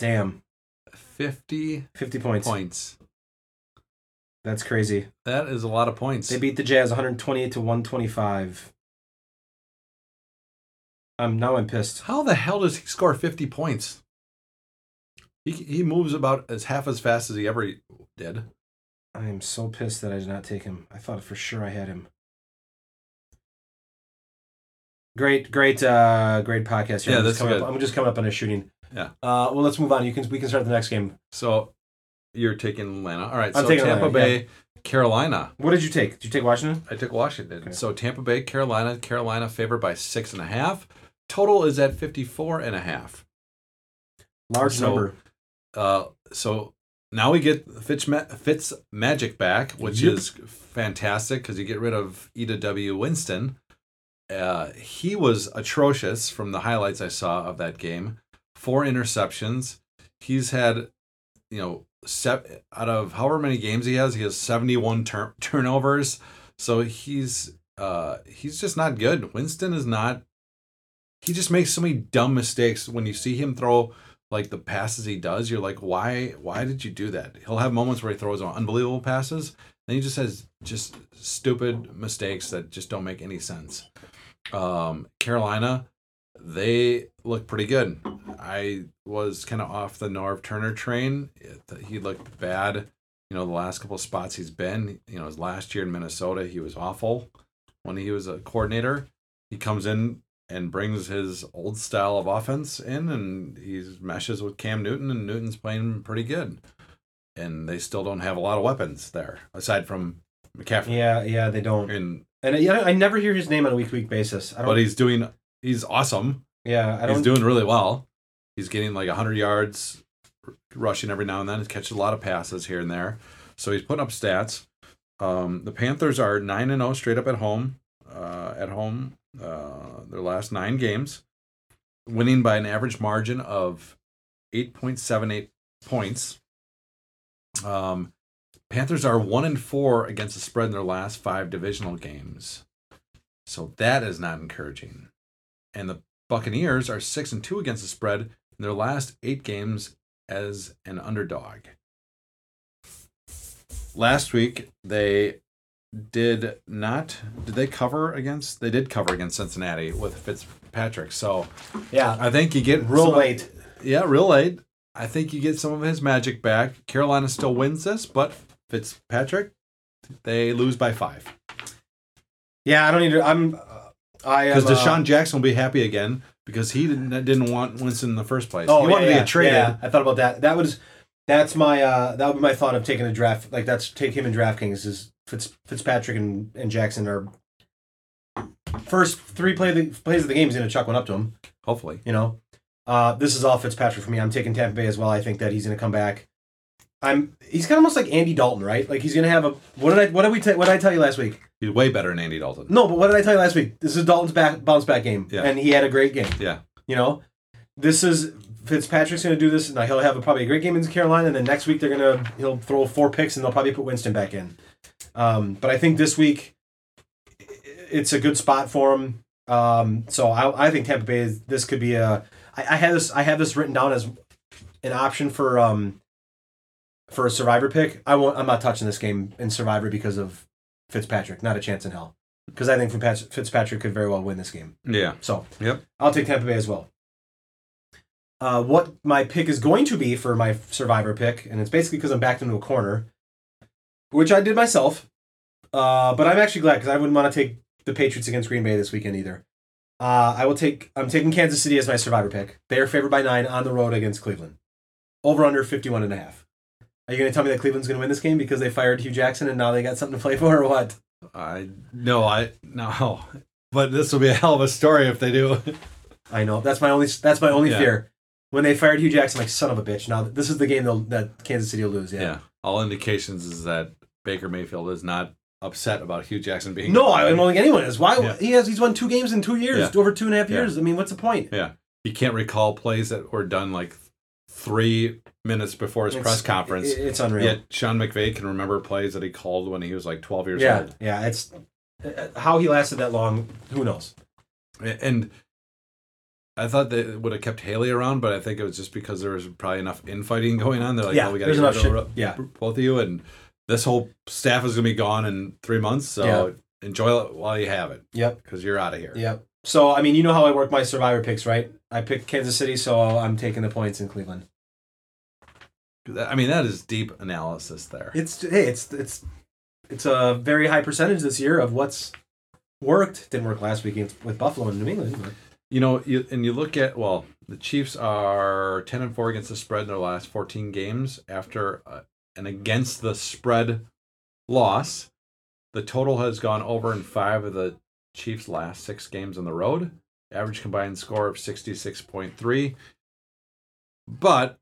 Speaker 1: Damn,
Speaker 3: 50
Speaker 1: 50 points.
Speaker 3: points.
Speaker 1: That's crazy.
Speaker 3: That is a lot of points.
Speaker 1: They beat the Jazz 128 to 125. I'm now I'm pissed.
Speaker 3: How the hell does he score 50 points? He, he moves about as half as fast as he ever did.
Speaker 1: I am so pissed that I did not take him. I thought for sure I had him. Great, great, uh, great podcast. here.
Speaker 3: Yeah,
Speaker 1: I'm just
Speaker 3: that's
Speaker 1: coming
Speaker 3: good.
Speaker 1: Up, I'm just coming up on a shooting.
Speaker 3: Yeah.
Speaker 1: Uh, well, let's move on. You can we can start the next game.
Speaker 3: So you're taking Atlanta. All right,
Speaker 1: I'm
Speaker 3: so
Speaker 1: taking
Speaker 3: Tampa
Speaker 1: Atlanta,
Speaker 3: Bay, Carolina.
Speaker 1: What did you take? Did you take Washington?
Speaker 3: I took Washington.
Speaker 1: Okay.
Speaker 3: So Tampa Bay, Carolina, Carolina favored by six and a half. Total is at 54 and a half.
Speaker 1: Large
Speaker 3: So-
Speaker 1: number.
Speaker 3: Uh, so now we get Fitz, Ma- Fitz Magic back, which
Speaker 1: Yep.
Speaker 3: is fantastic because you get rid of Ida W. Winston. Uh, he was atrocious from the highlights I saw of that game. Four interceptions. He's had, you know, se- out of however many games he has, he has 71 tur- turnovers. So he's uh, he's just not good. Winston is not. He just makes so many dumb mistakes. When you see him throw like the passes he does, you're like, why? Why did you do that? He'll have moments where he throws on unbelievable passes, then he just has just stupid mistakes that just don't make any sense. Um, Carolina, they look pretty good. I was kind of off the Norv Turner train. It- He looked bad. You know, the last couple spots he's been. You know, his last year in Minnesota, he was awful when he was a coordinator. He comes in and brings his old style of offense in and he meshes with Cam Newton and Newton's playing pretty good. And they still don't have a lot of weapons there aside from McCaffrey.
Speaker 1: Yeah, yeah, they don't.
Speaker 3: And
Speaker 1: And I, I never hear his name on a week to week basis. I don't.
Speaker 3: but he's doing he's awesome.
Speaker 1: yeah, I don't.
Speaker 3: He's doing really well. He's getting like 100 yards r- rushing every now and then. He's catching a lot of passes here and there. So he's putting up stats. Um, the Panthers are 9 and 0 straight up at home. Uh, at home, uh, their last nine games, winning by an average margin of 8.78 points. Um, Panthers are 1 and 4 against the spread in their last five divisional games. So that is not encouraging. And the Buccaneers are six and two against the spread in their last eight games as an underdog. Last week they did not did they cover against they did cover against Cincinnati with Fitzpatrick. So
Speaker 1: yeah,
Speaker 3: I think you get
Speaker 1: real
Speaker 3: some of-
Speaker 1: late.
Speaker 3: yeah, real late. I think you get some of his magic back. Carolina still wins this, but Fitzpatrick they lose by five.
Speaker 1: Yeah, I don't need to. I'm. Uh, I am.
Speaker 3: Because
Speaker 1: uh,
Speaker 3: Deshaun Jackson will be happy again because he didn't didn't want Winston in the first place.
Speaker 1: Oh,
Speaker 3: he wanted
Speaker 1: yeah,
Speaker 3: to
Speaker 1: yeah,
Speaker 3: get traded.
Speaker 1: yeah, I thought about that. That was. That's my. uh That would be my thought of taking a draft. Like that's take him in DraftKings is Fitz, Fitzpatrick and, and Jackson are. First three play the, plays of the game, he's going to chuck one up to him.
Speaker 3: Hopefully.
Speaker 1: You know, uh, this is all Fitzpatrick for me. I'm taking Tampa Bay as well. I think that he's going to come back. I'm. He's kind of almost like Andy Dalton, right? Like he's going to have a. What did I? What did we? ta- what did I tell you last week?
Speaker 3: He's way better than Andy Dalton.
Speaker 1: No, but what did I tell you last week? This is Dalton's back bounce back game,
Speaker 3: Yeah.
Speaker 1: and he had a great game.
Speaker 3: Yeah.
Speaker 1: You know, this is Fitzpatrick's going to do this, and he'll have a, probably a great game in Carolina. And then next week they're going to he'll throw four picks, and they'll probably put Winston back in. Um, but I think this week i- it's a good spot for him. Um, so I, I think Tampa Bay is, this could be a. I, I had this I have this written down as an option for um for a survivor pick. I won't. I'm not touching this game in survivor because of Fitzpatrick. Not a chance in hell. Because I think Fitzpat- Fitzpatrick could very well win this game.
Speaker 3: Yeah.
Speaker 1: So
Speaker 3: Yep.
Speaker 1: I'll take Tampa Bay as well. Uh, what my pick is going to be for my survivor pick, and it's basically because I'm backed into a corner, which I did myself. Uh, but I'm actually glad because I wouldn't want to take the Patriots against Green Bay this weekend either. Uh, I will take. I'm taking Kansas City as my survivor pick. They are favored by nine on the road against Cleveland. Over under 51 and a half. Are you going to tell me that Cleveland's going to win this game because they fired Hugh Jackson and now they got something to play for or what?
Speaker 3: I no, I no, but this will be a hell of a story if they do.
Speaker 1: I know. That's my only that's my only
Speaker 3: Yeah.
Speaker 1: fear. When they fired Hugh Jackson, like son of a bitch. Now this is the game they'll, that Kansas City will lose.
Speaker 3: Yeah.
Speaker 1: Yeah.
Speaker 3: All indications is that Baker Mayfield is not upset about Hugh Jackson being.
Speaker 1: No, I don't think anyone is. Why
Speaker 3: Yeah.
Speaker 1: he has he's won two games in two years,
Speaker 3: Yeah.
Speaker 1: over two and a half
Speaker 3: Yeah.
Speaker 1: years. I mean, what's the point?
Speaker 3: Yeah. He can't recall plays that were done like three minutes before his
Speaker 1: It's-
Speaker 3: press conference.
Speaker 1: it- it's unreal.
Speaker 3: Yet Sean McVay can remember plays that he called when he was like 12 years
Speaker 1: yeah,
Speaker 3: old.
Speaker 1: yeah. It's uh, how he lasted that long. Who knows?
Speaker 3: And I thought they would have kept Haley around, but I think it was just because there was probably enough infighting going on. They're like,
Speaker 1: yeah,
Speaker 3: oh, we got to
Speaker 1: there's
Speaker 3: get
Speaker 1: enough
Speaker 3: rid
Speaker 1: shit.
Speaker 3: of
Speaker 1: Yeah,
Speaker 3: both of you. And this whole staff is going to be gone in three months. So
Speaker 1: Yeah.
Speaker 3: enjoy it while you have it
Speaker 1: yep,
Speaker 3: because you're out of here.
Speaker 1: yep. So I mean, you know how I work my survivor picks, right? I picked Kansas City, so I'm taking the points in Cleveland.
Speaker 3: I mean, that is deep analysis there.
Speaker 1: It's hey, it's it's it's a very high percentage this year of what's worked. Didn't work last week against- with Buffalo and New England. but-
Speaker 3: You know, you, and you look at well, the Chiefs are ten and four against the spread in their last fourteen games after uh, an against the spread loss. The total has gone over in five of the Chiefs' last six games on the road. Average combined score of sixty-six point three, but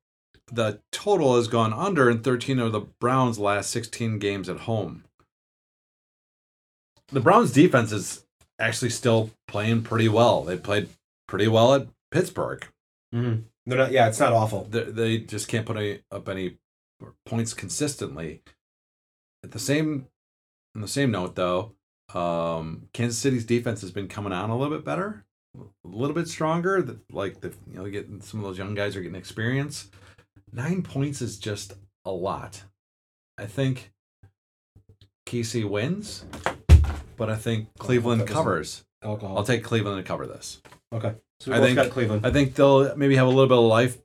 Speaker 3: the total has gone under in thirteen of the Browns' last sixteen games at home. The Browns' defense is actually still playing pretty well. They played pretty well at Pittsburgh.
Speaker 1: They're not. Yeah, it's not awful.
Speaker 3: They, they just can't put any, up any points consistently. At the same, on the same note though, um, Kansas City's defense has been coming on a little bit better, a little bit stronger. The, like the you know getting some of those young guys are getting experience. Nine points is just a lot. I think KC wins, but I think Cleveland
Speaker 1: that wasn't-
Speaker 3: covers.
Speaker 1: Alcohol.
Speaker 3: I'll take Cleveland to cover this.
Speaker 1: okay. So we
Speaker 3: I
Speaker 1: both
Speaker 3: think-
Speaker 1: got Cleveland.
Speaker 3: I think they'll maybe have a little bit of life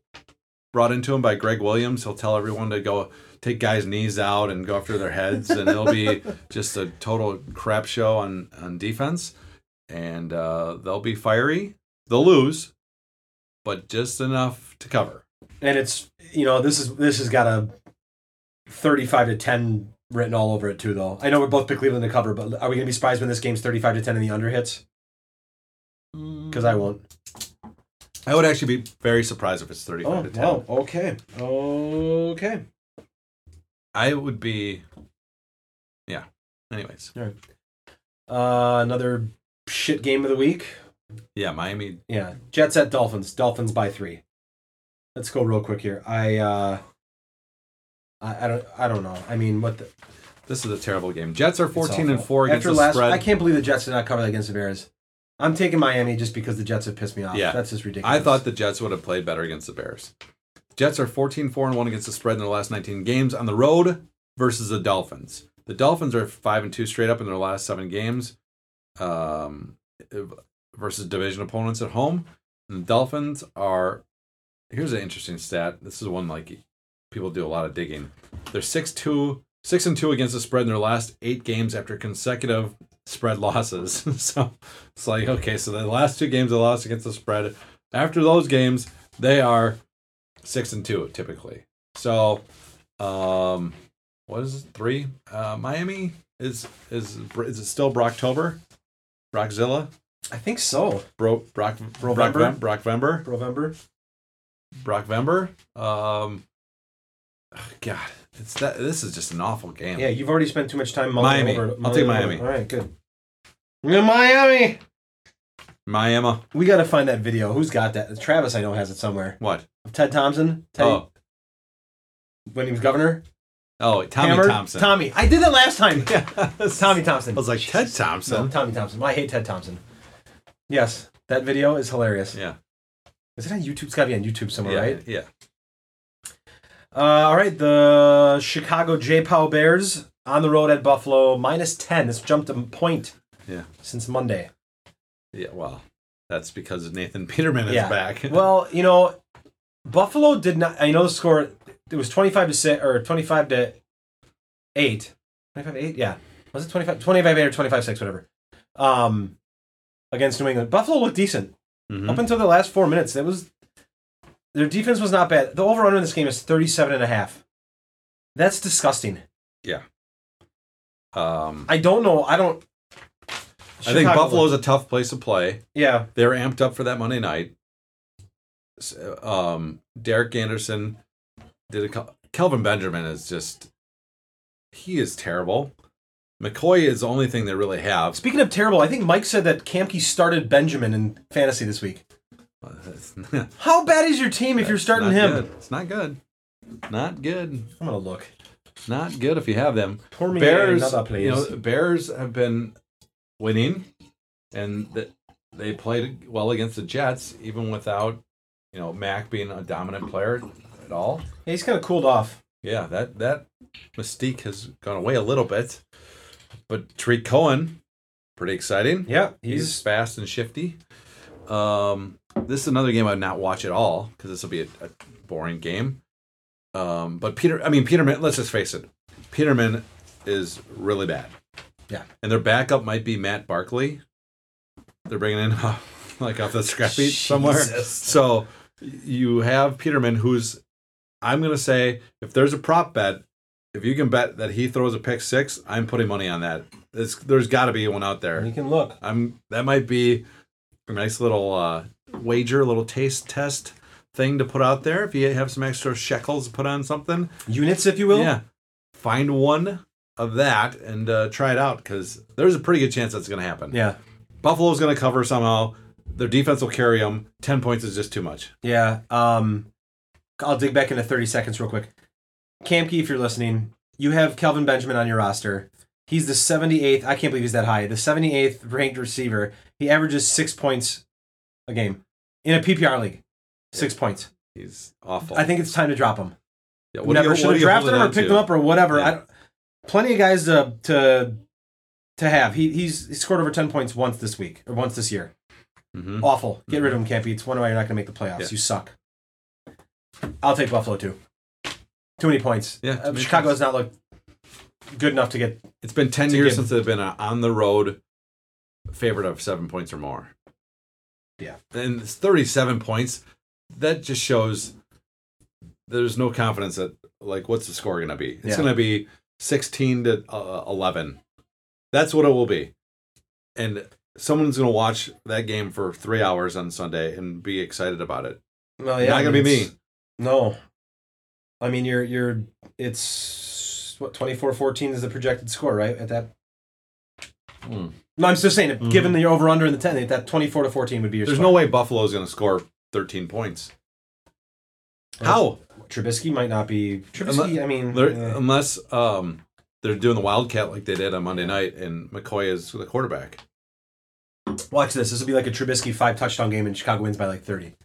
Speaker 3: brought into them by Greg Williams. He'll tell everyone to go take guys' knees out and go after their heads, and it'll be just a total crap show on on defense. And uh, they'll be fiery. They'll lose, but just enough to cover.
Speaker 1: and it's you know this is this has got a thirty-five to ten written all over it too. Though I know we're both pick Cleveland to cover, but are we gonna be surprised when this game's thirty-five to ten and the under hits?
Speaker 3: Mm.
Speaker 1: Because I won't.
Speaker 3: I would actually be very surprised if it's thirty-five
Speaker 1: Oh,
Speaker 3: to ten.
Speaker 1: okay, okay.
Speaker 3: I would be, yeah. Anyways,
Speaker 1: Uh, another shit game of the week.
Speaker 3: yeah, Miami.
Speaker 1: Yeah, Jets at Dolphins. Dolphins by three. Let's go real quick here. I uh, I, I don't I don't know. I mean, what the
Speaker 3: This is a terrible game. Jets are
Speaker 1: It's
Speaker 3: fourteen and
Speaker 1: awful.
Speaker 3: four against
Speaker 1: After
Speaker 3: the
Speaker 1: last,
Speaker 3: spread.
Speaker 1: I can't believe the Jets did not cover that against the Bears. I'm taking Miami just because the Jets have pissed me off.
Speaker 3: Yeah.
Speaker 1: that's just ridiculous.
Speaker 3: I thought the Jets would have played better against the Bears. Jets are 14 4 and 1 against the spread in their last 19 games on the road versus the Dolphins. The Dolphins are 5 and 2 straight up in their last 7 games um, versus division opponents at home. And the Dolphins are here's an interesting stat. This is one like people do a lot of digging. They're 6 2 6 and 2 against the spread in their last 8 games after consecutive spread losses. so it's like okay, so the last two games they lost against the spread after those games, they are six and two typically. So, um, what is it, three? Uh, Miami is is is it still Brocktober? Brockzilla,
Speaker 1: I think so.
Speaker 3: Bro, Brock, Brock,
Speaker 1: Brockvember?
Speaker 3: Brockvember,
Speaker 1: November.
Speaker 3: Brockvember. Um, ugh, God, it's that. This is just an awful game.
Speaker 1: Yeah, you've already spent too much time. mulling
Speaker 3: Miami.
Speaker 1: Over,
Speaker 3: I'll
Speaker 1: mulling
Speaker 3: take
Speaker 1: over.
Speaker 3: Miami.
Speaker 1: All right, good. Yeah, Miami.
Speaker 3: Miami.
Speaker 1: We got to find that video. Who's got that? Travis, I know, has it somewhere.
Speaker 3: What?
Speaker 1: Of Ted Thompson. Ted,
Speaker 3: Oh,
Speaker 1: when he was governor.
Speaker 3: oh, Tommy
Speaker 1: Hammered?
Speaker 3: Thompson.
Speaker 1: Tommy. I did that last time.
Speaker 3: yeah,
Speaker 1: It's Tommy Thompson.
Speaker 3: I was like Ted
Speaker 1: no,
Speaker 3: Thompson.
Speaker 1: Tommy Thompson. I hate Ted Thompson. Yes, that video is hilarious.
Speaker 3: Yeah,
Speaker 1: Is it on YouTube? It's got to be on YouTube somewhere,
Speaker 3: yeah,
Speaker 1: right?
Speaker 3: yeah.
Speaker 1: Uh, all right, the Chicago J. Powell Bears on the road at Buffalo, minus 10. This jumped a point
Speaker 3: Yeah.
Speaker 1: since Monday.
Speaker 3: Yeah, well, that's because Nathan Peterman is
Speaker 1: Yeah.
Speaker 3: back.
Speaker 1: Well, you know, Buffalo did not. I know the score, it was 25 to 6, or 25 to 8. 25 to 8? Yeah. Was it 25? 25 8 or 25 6, whatever. Um, against New England. Buffalo looked decent.
Speaker 3: Mhm.
Speaker 1: Up until the last four minutes, it was. Their defense was not bad. The over under in this game is 37 and a half. That's disgusting.
Speaker 3: Um,
Speaker 1: I don't know. I don't.
Speaker 3: I think
Speaker 1: Chicago-
Speaker 3: Buffalo's a tough place to play.
Speaker 1: Yeah.
Speaker 3: They're amped up for that Monday night. S- Um, Derek Anderson did a. cou- Kelvin Benjamin is just. He is terrible. McCoy is the only thing they really have.
Speaker 1: Speaking of terrible, I think Mike said that Kamke started Benjamin in fantasy this week.
Speaker 3: It's
Speaker 1: How bad is your team if you're starting
Speaker 3: not
Speaker 1: him?
Speaker 3: good. It's not good. Not good.
Speaker 1: I'm gonna look.
Speaker 3: Not good if you have them.
Speaker 1: Pour me
Speaker 3: Bears,
Speaker 1: another, please.
Speaker 3: you know, Bears have been winning, and th- they played well against the Jets, even without you know Mac being a dominant player at all.
Speaker 1: Yeah, he's kind of cooled off.
Speaker 3: Yeah, that that mystique has gone away a little bit, but Tariq Cohen, pretty exciting.
Speaker 1: Yeah,
Speaker 3: He's, fast and shifty. Um, this is another game I'd not watch at all because this will be a, a boring game. Um, but Peter, I mean Peterman. Let's just face it, Peterman is really bad.
Speaker 1: Yeah.
Speaker 3: and their backup might be Matt Barkley. They're bringing in like off the scrap heap somewhere.
Speaker 1: Jesus.
Speaker 3: So you have Peterman, who's I'm gonna say if there's a prop bet, if you can bet that he throws a pick six, I'm putting money on that. There's, there's got to be one out there.
Speaker 1: You can look.
Speaker 3: I'm that might be a nice little uh, wager, little taste test thing to put out there. If you have some extra shekels to put on something,
Speaker 1: Units, if you will.
Speaker 3: yeah, find one of that and uh, try it out because there's a pretty good chance that's going to happen.
Speaker 1: Yeah.
Speaker 3: Buffalo's going to cover somehow. Their defense will carry them. Ten points is just too much.
Speaker 1: Yeah. Um, I'll dig back into 30 seconds real quick. Kamke, if you're listening, you have Kelvin Benjamin on your roster. He's the 78th. I can't believe he's that high. The 78th ranked receiver. He averages six points a game in a PPR league. Six points.
Speaker 3: He's awful.
Speaker 1: I think it's time to drop him.
Speaker 3: Yeah, do
Speaker 1: Never
Speaker 3: you-
Speaker 1: should have
Speaker 3: do you hold
Speaker 1: drafted him
Speaker 3: it
Speaker 1: or
Speaker 3: on
Speaker 1: picked
Speaker 3: to?
Speaker 1: him up or whatever.
Speaker 3: Yeah.
Speaker 1: I don't, plenty of guys to to to have. He he's he scored over ten points once this week or once this year.
Speaker 3: Mhm.
Speaker 1: Awful. Get rid of him, Campy. It's one way you're not going to make the playoffs.
Speaker 3: Yeah.
Speaker 1: You suck. I'll take Buffalo too. Too many points.
Speaker 3: Yeah,
Speaker 1: Uh,
Speaker 3: too many
Speaker 1: Chicago
Speaker 3: points.
Speaker 1: has not looked good enough to get.
Speaker 3: It's been ten
Speaker 1: It's a
Speaker 3: years
Speaker 1: given.
Speaker 3: since they've been a on the road favorite of seven points or more.
Speaker 1: Yeah.
Speaker 3: and it's thirty-seven points. That just shows there's no confidence that like what's the score going to be? It's
Speaker 1: Yeah.
Speaker 3: going to be sixteen to uh, eleven. That's what it will be, and someone's going to watch that game for three hours on Sunday and be excited about it.
Speaker 1: Well,
Speaker 3: Not
Speaker 1: Oh, I
Speaker 3: gonna
Speaker 1: mean,
Speaker 3: be
Speaker 1: it's- No, I mean you're you're. It's what 24-14 is the projected score, right? At that. No, I'm just saying.
Speaker 3: Mhm.
Speaker 1: Given the over under and the ten, that twenty four to fourteen would be your.
Speaker 3: There's
Speaker 1: score.
Speaker 3: no way Buffalo's going to score thirteen points. How?
Speaker 1: Trubisky might not be Trubisky. I mean,
Speaker 3: They're-
Speaker 1: eh.
Speaker 3: Unless um, they're doing the Wildcat like they did on Monday night, and McCoy is the quarterback.
Speaker 1: watch this. This will be like a Trubisky five touchdown game, and Chicago wins by like thirty.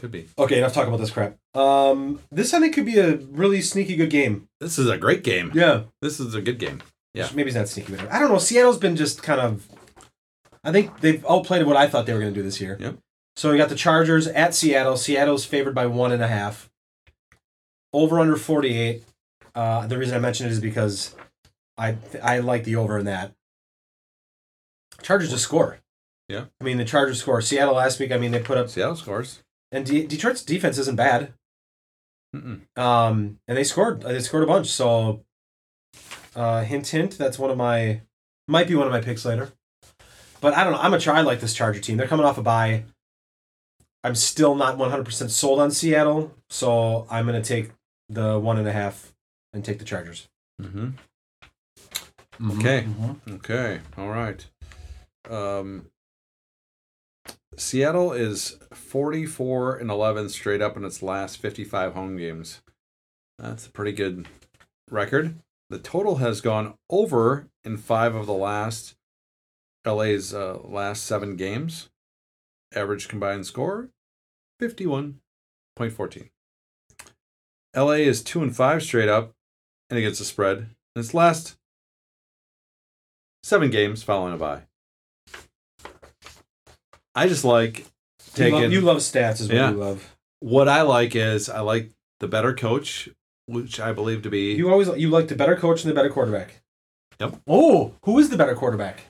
Speaker 3: Could be.
Speaker 1: Okay, enough talk about this crap. Um, this I think could be a really sneaky good game.
Speaker 3: This is a great game.
Speaker 1: Yeah,
Speaker 3: This is a good game. Yeah.
Speaker 1: maybe it's not sneaky. But I don't know. Seattle's been just kind of. I think they've outplayed what I thought they were going to do this year.
Speaker 3: Yep.
Speaker 1: So we got the Chargers at Seattle. Seattle's favored by one and a half. Over under forty eight. Uh, the reason I mentioned it is because I I like the over in that. Chargers to score.
Speaker 3: Yeah.
Speaker 1: I mean the Chargers score. Seattle last week. I mean they put up
Speaker 3: Seattle scores.
Speaker 1: and De- Detroit's defense isn't bad.
Speaker 3: Mm-mm.
Speaker 1: Um, and they scored. They scored a bunch. So, uh, hint, hint. That's one of my, might be one of my picks later. But I don't know. I'm a try. I like this Charger team. They're coming off a bye. I'm still not 100% sold on Seattle, so I'm gonna take the one and a half and take the Chargers.
Speaker 3: Mm-hmm. Okay.
Speaker 1: Mm-hmm.
Speaker 3: Okay. All right. Um, Seattle is 44 and 11 straight up in its last 55 home games. That's a pretty good record. The total has gone over in five of the last LA's uh, last seven games. Average combined score 51.14. LA is two and five straight up and against the spread in its last seven games following a bye. I just like
Speaker 1: You
Speaker 3: taking
Speaker 1: love, you love stats, is what
Speaker 3: Yeah.
Speaker 1: you love.
Speaker 3: what I like is I like the better coach, which I believe to be
Speaker 1: You always you like the better coach and the better quarterback.
Speaker 3: Yep.
Speaker 1: Oh, who is the better quarterback?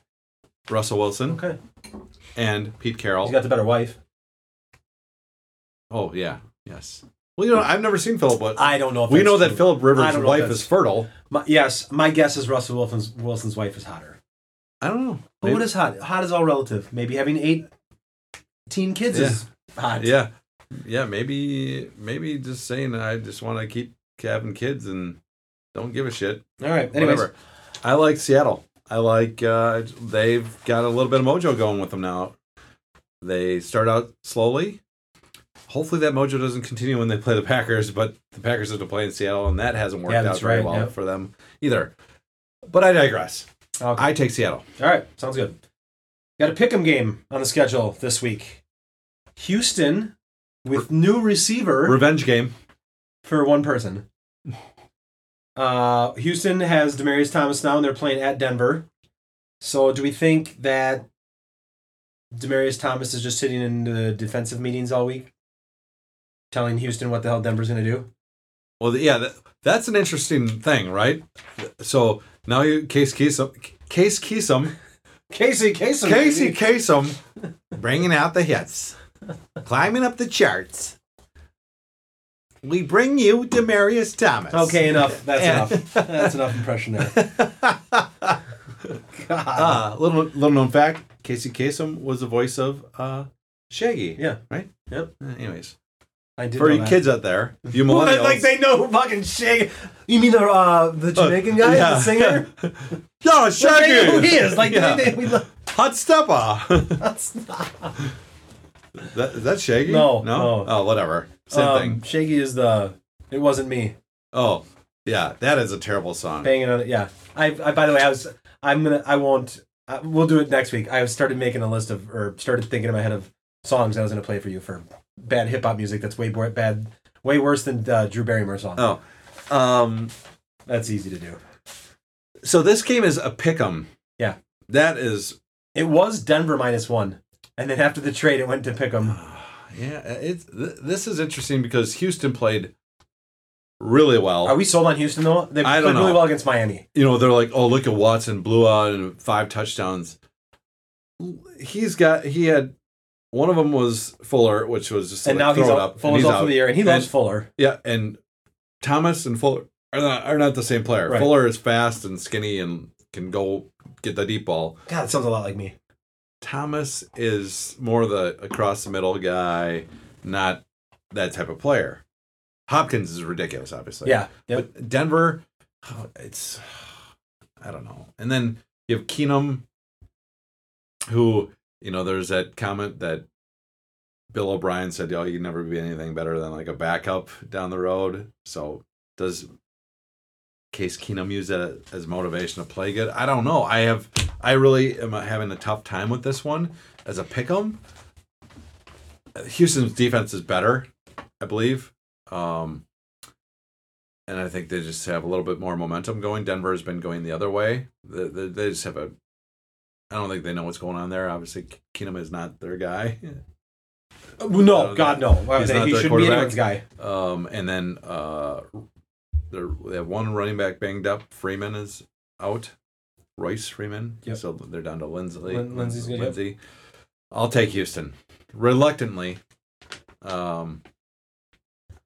Speaker 3: Russell Wilson
Speaker 1: Okay.
Speaker 3: and Pete
Speaker 1: He's
Speaker 3: Carroll.
Speaker 1: got the better wife.
Speaker 3: Oh yeah, yes. Well, you know, I've never seen Philip. But
Speaker 1: I don't know. If
Speaker 3: we
Speaker 1: that's
Speaker 3: know that
Speaker 1: true.
Speaker 3: Philip
Speaker 1: I
Speaker 3: Rivers'
Speaker 1: don't know if
Speaker 3: wife
Speaker 1: that's-
Speaker 3: is fertile.
Speaker 1: My, yes, my guess is Russell Wilson's Wilson's wife is hotter.
Speaker 3: I don't know.
Speaker 1: But
Speaker 3: Maybe-
Speaker 1: what is hot? Hot is all relative. Maybe having eighteen kids is hot.
Speaker 3: yeah, yeah. Maybe, maybe just saying I just want to keep having kids and don't give a shit.
Speaker 1: All right. Anyways,
Speaker 3: Whatever. I like Seattle. I like uh, they've got a little bit of mojo going with them now. They start out slowly. Hopefully that mojo doesn't continue when they play the Packers, but the Packers have to play in Seattle, and that hasn't worked
Speaker 1: Yeah,
Speaker 3: out
Speaker 1: that's
Speaker 3: very
Speaker 1: right,
Speaker 3: well
Speaker 1: yep.
Speaker 3: for them either. But I digress.
Speaker 1: Okay.
Speaker 3: I take Seattle.
Speaker 1: all right. Sounds good. Got a pick 'em game on the schedule this week. Houston with new receiver.
Speaker 3: Revenge game.
Speaker 1: for one person. Uh, Houston has Demarius Thomas now, and they're playing at Denver. So, do we think that Demarius Thomas is just sitting in the defensive meetings all week, telling Houston what the hell Denver's going to do?
Speaker 3: Well, yeah, that, that's an interesting thing, right? So now you Case Keesum, Case Keesum,
Speaker 1: Casey, Casey,
Speaker 3: Casey Kasem, bringing out the hits, climbing up the charts. We bring you Demarius Thomas.
Speaker 1: Okay, enough. That's enough. That's enough impression there. God.
Speaker 3: Uh, little little known fact: Casey Kasem was the voice of uh, Shaggy.
Speaker 1: Yeah.
Speaker 3: Right.
Speaker 1: Yep.
Speaker 3: Uh, anyways,
Speaker 1: I did
Speaker 3: for
Speaker 1: know
Speaker 3: you
Speaker 1: that.
Speaker 3: kids out there, you
Speaker 1: Well,
Speaker 3: millennials,
Speaker 1: like they know who fucking Shaggy. You mean the uh, the Jamaican guy,
Speaker 3: yeah.
Speaker 1: the singer?
Speaker 3: yeah,
Speaker 1: They
Speaker 3: Shaggy.
Speaker 1: know who he is. Like
Speaker 3: Yeah.
Speaker 1: they, they, we love,
Speaker 3: Hot stepper.
Speaker 1: that's not.
Speaker 3: that, is that Shaggy?
Speaker 1: No, no.
Speaker 3: no. Oh, whatever. Same
Speaker 1: Um,
Speaker 3: thing.
Speaker 1: Shaggy is the. It wasn't me
Speaker 3: Oh, yeah. That is a terrible song.
Speaker 1: banging on it. Yeah. I, I. By the way, I was. I'm gonna. I won't. I, we'll do it next week. I started making a list of, or started thinking in my head of songs I was gonna play for you for bad hip hop music. That's way more bad, way worse than uh, Drew Barrymore song.
Speaker 3: Oh. Um.
Speaker 1: That's easy to do.
Speaker 3: So this game is a pick'em.
Speaker 1: Yeah.
Speaker 3: That is
Speaker 1: It was Denver minus one, and then after the trade, it went to pick 'em.
Speaker 3: yeah. It's th- this is interesting because Houston played really well.
Speaker 1: Are we sold on Houston though? They
Speaker 3: Oh. I
Speaker 1: played
Speaker 3: don't
Speaker 1: really
Speaker 3: know.
Speaker 1: well against Miami.
Speaker 3: you know they're like, oh look at Watson blew out and five touchdowns. He's got he had one of them was Fuller, which was just
Speaker 1: And
Speaker 3: like,
Speaker 1: now he's
Speaker 3: thrown
Speaker 1: out.
Speaker 3: up,
Speaker 1: Fuller's
Speaker 3: and he's
Speaker 1: out for the year, and he loves Fuller.
Speaker 3: Yeah, and Thomas and Fuller are not, are not the same player.
Speaker 1: Right.
Speaker 3: Fuller is fast and skinny and can go get the deep ball.
Speaker 1: God, that sounds a lot like me.
Speaker 3: Thomas is more the across the middle guy, not that type of player. Hopkins is ridiculous, obviously.
Speaker 1: Yeah. Yep.
Speaker 3: But Denver, oh, it's I don't know. And then you have Keenum, who you know, there's that comment that Bill O'Brien said, "Yo, you can never be anything better than like a backup down the road." So does Case Keenum use that as motivation to play good? I don't know. I have I really am having a tough time with this one as a pick'em. Houston's defense is better, I believe. Um, and I think they just have a little bit more momentum going. Denver has been going the other way. They, they, they just have a. I don't think they know what's going on there. Obviously, Keenum is not their guy.
Speaker 1: Uh,
Speaker 3: I
Speaker 1: No,
Speaker 3: don't
Speaker 1: God, no. Why would
Speaker 3: He's
Speaker 1: they-
Speaker 3: not
Speaker 1: He
Speaker 3: their
Speaker 1: shouldn't be
Speaker 3: quarterback.
Speaker 1: anyone's guy.
Speaker 3: Um, and then uh, they're, they have one running back banged up. Freeman is out. Royce Freeman.
Speaker 1: Yep.
Speaker 3: So they're down to Lindsey.
Speaker 1: Lin- Lindsey's good, yep.
Speaker 3: Lindsey. I'll take Houston reluctantly. Um,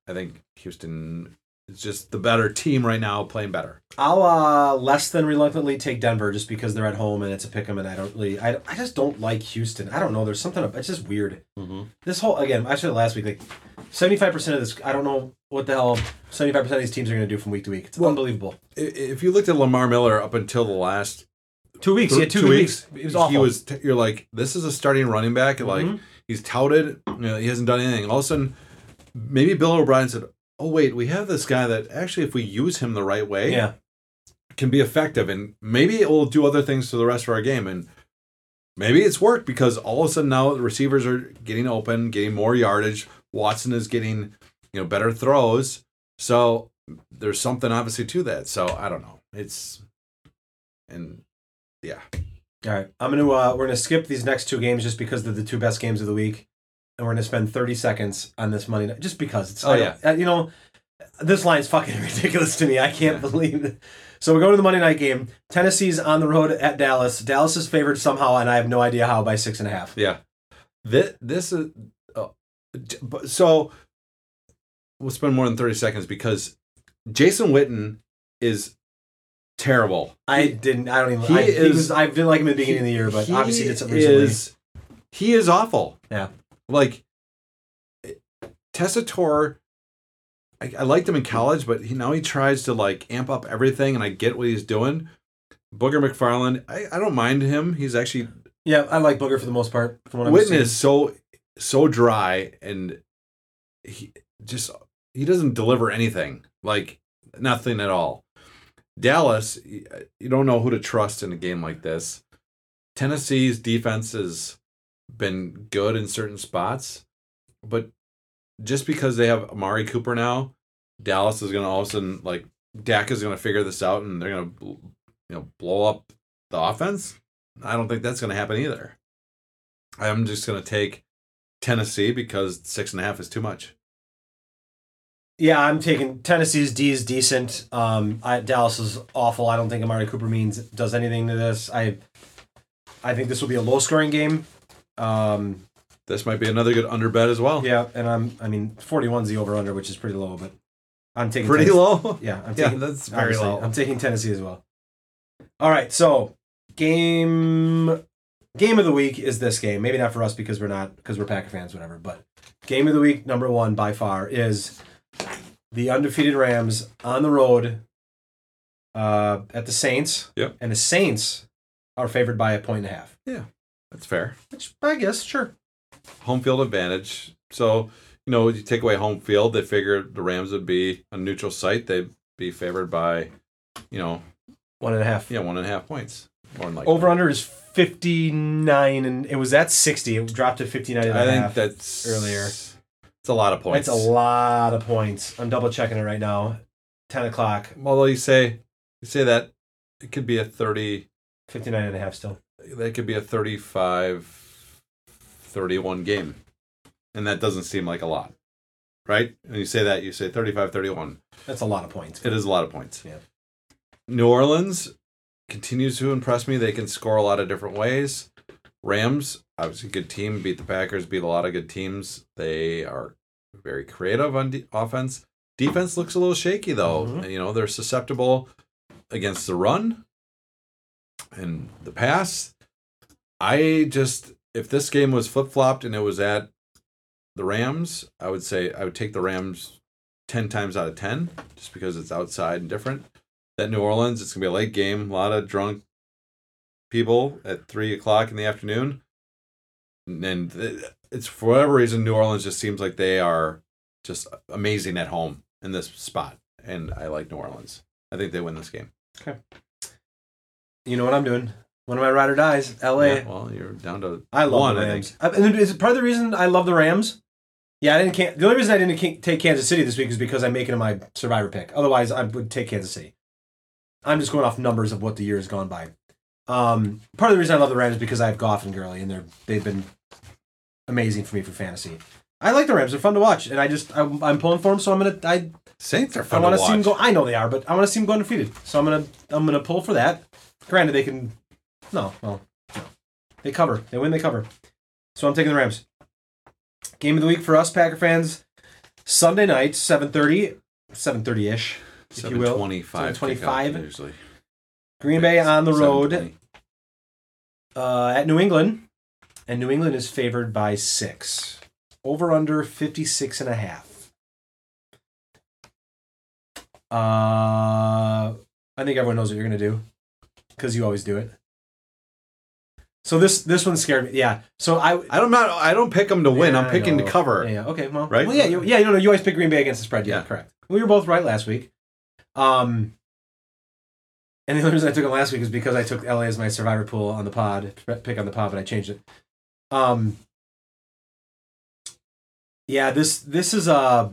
Speaker 3: I think Houston is just the better team right now, playing better.
Speaker 1: I'll uh, less than reluctantly take Denver just because they're at home and it's a pick 'em, and I don't really, I, I just don't like Houston. I don't know. There's something. It's just weird.
Speaker 3: Mhm.
Speaker 1: This whole again, I said it last week. Like, seventy five percent of this, I don't know what the hell seventy five percent of these teams are going to do from week to week. It's unbelievable.
Speaker 3: I- If you looked at Lamar Miller up until the last
Speaker 1: Two weeks,
Speaker 3: Th-
Speaker 1: yeah, two, weeks. It was awful.
Speaker 3: He was. T- you're like, this is a starting running back. Like
Speaker 1: Mhm.
Speaker 3: he's touted. You know, he hasn't done anything. All of a sudden, maybe Bill O'Brien said, "Oh wait, we have this guy that actually, if we use him the right way,
Speaker 1: yeah,
Speaker 3: can be effective, and maybe it will do other things to the rest of our game." And maybe it's worked because all of a sudden now the receivers are getting open, getting more yardage. Watson is getting, you know, better throws. So there's something obviously to that. So I don't know. It's and
Speaker 1: All right, I'm gonna uh, we're gonna skip these next two games just because they're the two best games of the week, and we're gonna spend 30 seconds on this Monday night just because it's
Speaker 3: Oh,
Speaker 1: I don't- uh, you know this line's fucking ridiculous to me. I can't believe it. So we go to the Monday night game. Tennessee's on the road at Dallas. Dallas is favored somehow, and I have no idea how by six and a half.
Speaker 3: Yeah. This, this is uh, D- but- So we'll spend more than 30 seconds because Jason Witten is terrible.
Speaker 1: I didn't. I don't even.
Speaker 3: He
Speaker 1: I, he
Speaker 3: is-
Speaker 1: was, I didn't like him at the beginning of the year, but obviously did some recently.
Speaker 3: Is, he is awful.
Speaker 1: Yeah.
Speaker 3: Like Tessitore, I, I liked him in college, but he, now he tries to like amp up everything, and I get what he's doing. Booger McFarland, I, I don't mind him. He's actually
Speaker 1: yeah, I like Booger for the most part. From what I'm
Speaker 3: Witten
Speaker 1: seeing.
Speaker 3: is so so dry, and he just he doesn't deliver anything, like nothing at all. Dallas, y- uh, you don't know who to trust in a game like this. Tennessee's defense has been good in certain spots, but just because they have Amari Cooper now, Dallas is going to all of a sudden like Dak is going to figure this out, and they're going to you know blow up the offense. I don't think that's going to happen either. I'm just going to take Tennessee because six and a half is too much.
Speaker 1: Yeah, I'm taking Tennessee's D is decent. Um, I, Dallas is awful. I don't think Amari Cooper means does anything to this. I, I think this will be a low scoring game. Um,
Speaker 3: This might be another good under bet as well.
Speaker 1: yeah, and I'm I mean 41's the over under, which is pretty low, but I'm taking
Speaker 3: Pretty
Speaker 1: Tennessee-
Speaker 3: low.
Speaker 1: Yeah, I'm
Speaker 3: Yeah,
Speaker 1: taking
Speaker 3: that's very
Speaker 1: obviously,
Speaker 3: low.
Speaker 1: I'm taking Tennessee as well. All right, so game game of the week is this game. Maybe not for us because we're not because we're Packer fans, whatever. But game of the week number one by far is the undefeated Rams on the road uh, at the Saints.
Speaker 3: Yep.
Speaker 1: And the Saints are favored by a point and a half,
Speaker 3: That's fair.
Speaker 1: which I guess sure.
Speaker 3: Home field advantage. So, you know, you take away home field, they figure the Rams would be a neutral site. They'd be favored by, you know,
Speaker 1: One and a half.
Speaker 3: yeah, one and a half points. More than likely.
Speaker 1: Over under is 59 and it was at 60. It dropped to 59 and a
Speaker 3: I think
Speaker 1: half.
Speaker 3: that's
Speaker 1: earlier.
Speaker 3: It's a lot of points.
Speaker 1: That's a lot of points. I'm double checking it right now. 10 o'clock,
Speaker 3: Although you say, you say that it could be a 30-
Speaker 1: 59 and a half still.
Speaker 3: that could be a 35 31 game and that doesn't seem like a lot right when you say that you say 35 31
Speaker 1: That's a lot of points.
Speaker 3: it is a lot of points
Speaker 1: Yeah.
Speaker 3: new orleans continues to impress me they can score a lot of different ways rams obviously good team beat the packers beat a lot of good teams they are very creative on de- offense defense looks a little shaky though
Speaker 1: Mhm.
Speaker 3: you know they're susceptible against the run and the pass I just if this game was flip flopped and it was at the Rams, I would say I would take the Rams ten times out of ten, just because it's outside and different. That New Orleans, it's gonna be a late game, a lot of drunk people at three o'clock in the afternoon, and then th- it's for whatever reason New Orleans just seems like they are just amazing at home in this spot, and I like New Orleans. I think they win this game.
Speaker 1: You know what I'm doing? One of my rider dies, LA.
Speaker 3: Yeah, well, you're down to
Speaker 1: I love
Speaker 3: one,
Speaker 1: the
Speaker 3: I
Speaker 1: Rams. I and it's part of the reason I love the Rams. Yeah, I didn't. Can- the only reason I didn't can- take Kansas City this week is because I'm making it my survivor pick. Otherwise, I would take Kansas City. I'm just going off numbers of what the year has gone by. Um, part of the reason I love the Rams is because I have Goff and Gurley, and they're they've been amazing for me for fantasy. I like the Rams; they're fun to watch, and I just I'm, I'm pulling for them, so I'm gonna I
Speaker 3: Saints are
Speaker 1: I
Speaker 3: fun
Speaker 1: want
Speaker 3: to
Speaker 1: to see them
Speaker 3: watch.
Speaker 1: go. I know they are, but I want to see them go undefeated. So I'm gonna I'm gonna pull for that. Granted, they can. No, well, no. They cover. They win. They cover. So I'm taking the Rams. Game of the week for us Packer fans. Sunday night, 7:30, 7:30 ish, if you will.
Speaker 3: 25
Speaker 1: 725.
Speaker 3: kickoff usually.
Speaker 1: Green Bay on the road
Speaker 3: 720.
Speaker 1: uh, at New England, and New England is favored by six. Over under 56 and a half. Uh, I think everyone knows what you're gonna do, because you always do it. So this this one scared me. Yeah. So I
Speaker 3: I don't not, I don't pick them to win.
Speaker 1: Yeah,
Speaker 3: I'm picking to
Speaker 1: no.
Speaker 3: cover.
Speaker 1: Yeah, yeah, okay. Well,
Speaker 3: Right?
Speaker 1: Well, yeah, you, yeah. You know, you always pick Green Bay against the spread. Yeah,
Speaker 3: Yeah.
Speaker 1: correct. We were both right last week. Um, and the only reason I took them last week is because I took LA as my survivor pool on the pod pick on the pod, but I changed it. Um, yeah this this is a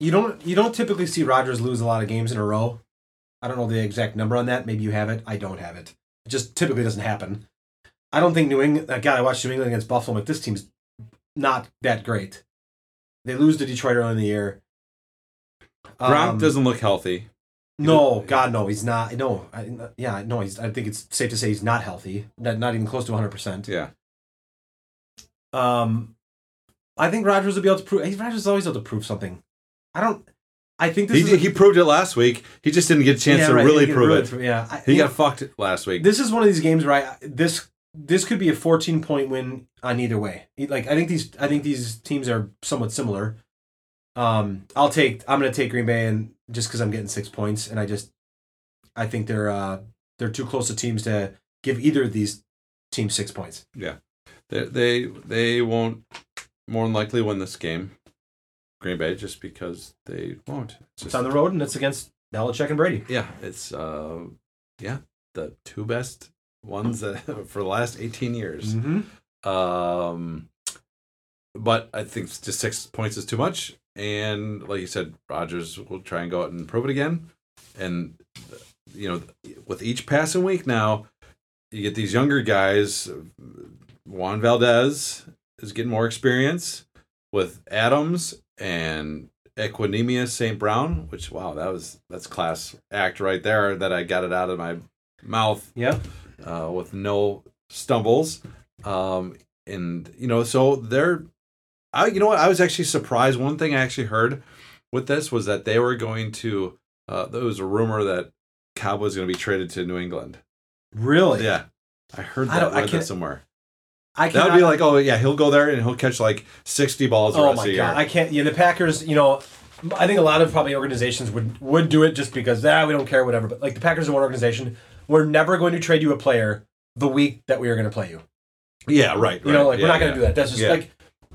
Speaker 1: you don't you don't typically see Rodgers lose a lot of games in a row. I don't know the exact number on that. Maybe you have it. I don't have it. It just typically doesn't happen. I don't think New England. uh, God, I watched New England against Buffalo. I'm like this team's not that great. They lose to Detroit early in the year.
Speaker 3: Gronk
Speaker 1: Um,
Speaker 3: doesn't look healthy.
Speaker 1: No, God, no, he's not. No, I, yeah, no, he's. I think it's safe to say he's not healthy. Not, not even close to 100. percent
Speaker 3: Yeah.
Speaker 1: Um, I think Rogers will be able to prove. He's Rogers is always able to prove something. I don't. I think this
Speaker 3: He,
Speaker 1: is
Speaker 3: did- he proved it last week. He just didn't get a chance
Speaker 1: yeah,
Speaker 3: to
Speaker 1: right,
Speaker 3: really
Speaker 1: he
Speaker 3: prove
Speaker 1: really
Speaker 3: it.
Speaker 1: threw- Yeah, I-
Speaker 3: He
Speaker 1: you
Speaker 3: got fucked last week.
Speaker 1: this is one of these games where I this this could be a 14 point win on either way. E, Like I think these I think these teams are somewhat similar. Um, I'll take I'm gonna take Green Bay and just because I'm getting six points and I just I think they're uh they're too close to teams to give either of these teams six points.
Speaker 3: They, they they won't more than likely win this game, Green Bay, just because they won't. It's,
Speaker 1: It's
Speaker 3: just-
Speaker 1: on the road and it's against Belichick and Brady.
Speaker 3: Yeah, it's uh, yeah, the two best ones that, for the last eighteen years.
Speaker 1: Mm-hmm.
Speaker 3: Um, but I think just six points is too much. And like you said, Rogers will try and go out and prove it again. And you know, with each passing week now, you get these younger guys. Juan Valdez is getting more experience with Adams and Equinemia St. Brown, which wow, that was that's class act right there. That I got it out of my mouth
Speaker 1: Yeah.
Speaker 3: uh, with no stumbles. Um, and you know, so they're, I you know what I was actually surprised. One thing I actually heard with this was that they were going to. Uh, there was a rumor that Cobb was going to be traded to New England.
Speaker 1: Really?
Speaker 3: Yeah, I heard
Speaker 1: I
Speaker 3: that.
Speaker 1: don't- I
Speaker 3: read that
Speaker 1: can't-
Speaker 3: somewhere.
Speaker 1: I
Speaker 3: That would
Speaker 1: cannot-
Speaker 3: be like, oh yeah, he'll go there and he'll catch like sixty balls. the
Speaker 1: Oh
Speaker 3: rest of
Speaker 1: my
Speaker 3: the
Speaker 1: god,
Speaker 3: year.
Speaker 1: I can't. Yeah, the Packers. You know, I think a lot of probably organizations would would do it just because ah, we don't care, whatever. But like the Packers are one organization. We're never going to trade you a player the week that we are going to play you.
Speaker 3: yeah, right.
Speaker 1: You
Speaker 3: right,
Speaker 1: know, like
Speaker 3: yeah,
Speaker 1: we're not going
Speaker 3: yeah.
Speaker 1: to do that. That's just
Speaker 3: Yeah.
Speaker 1: like,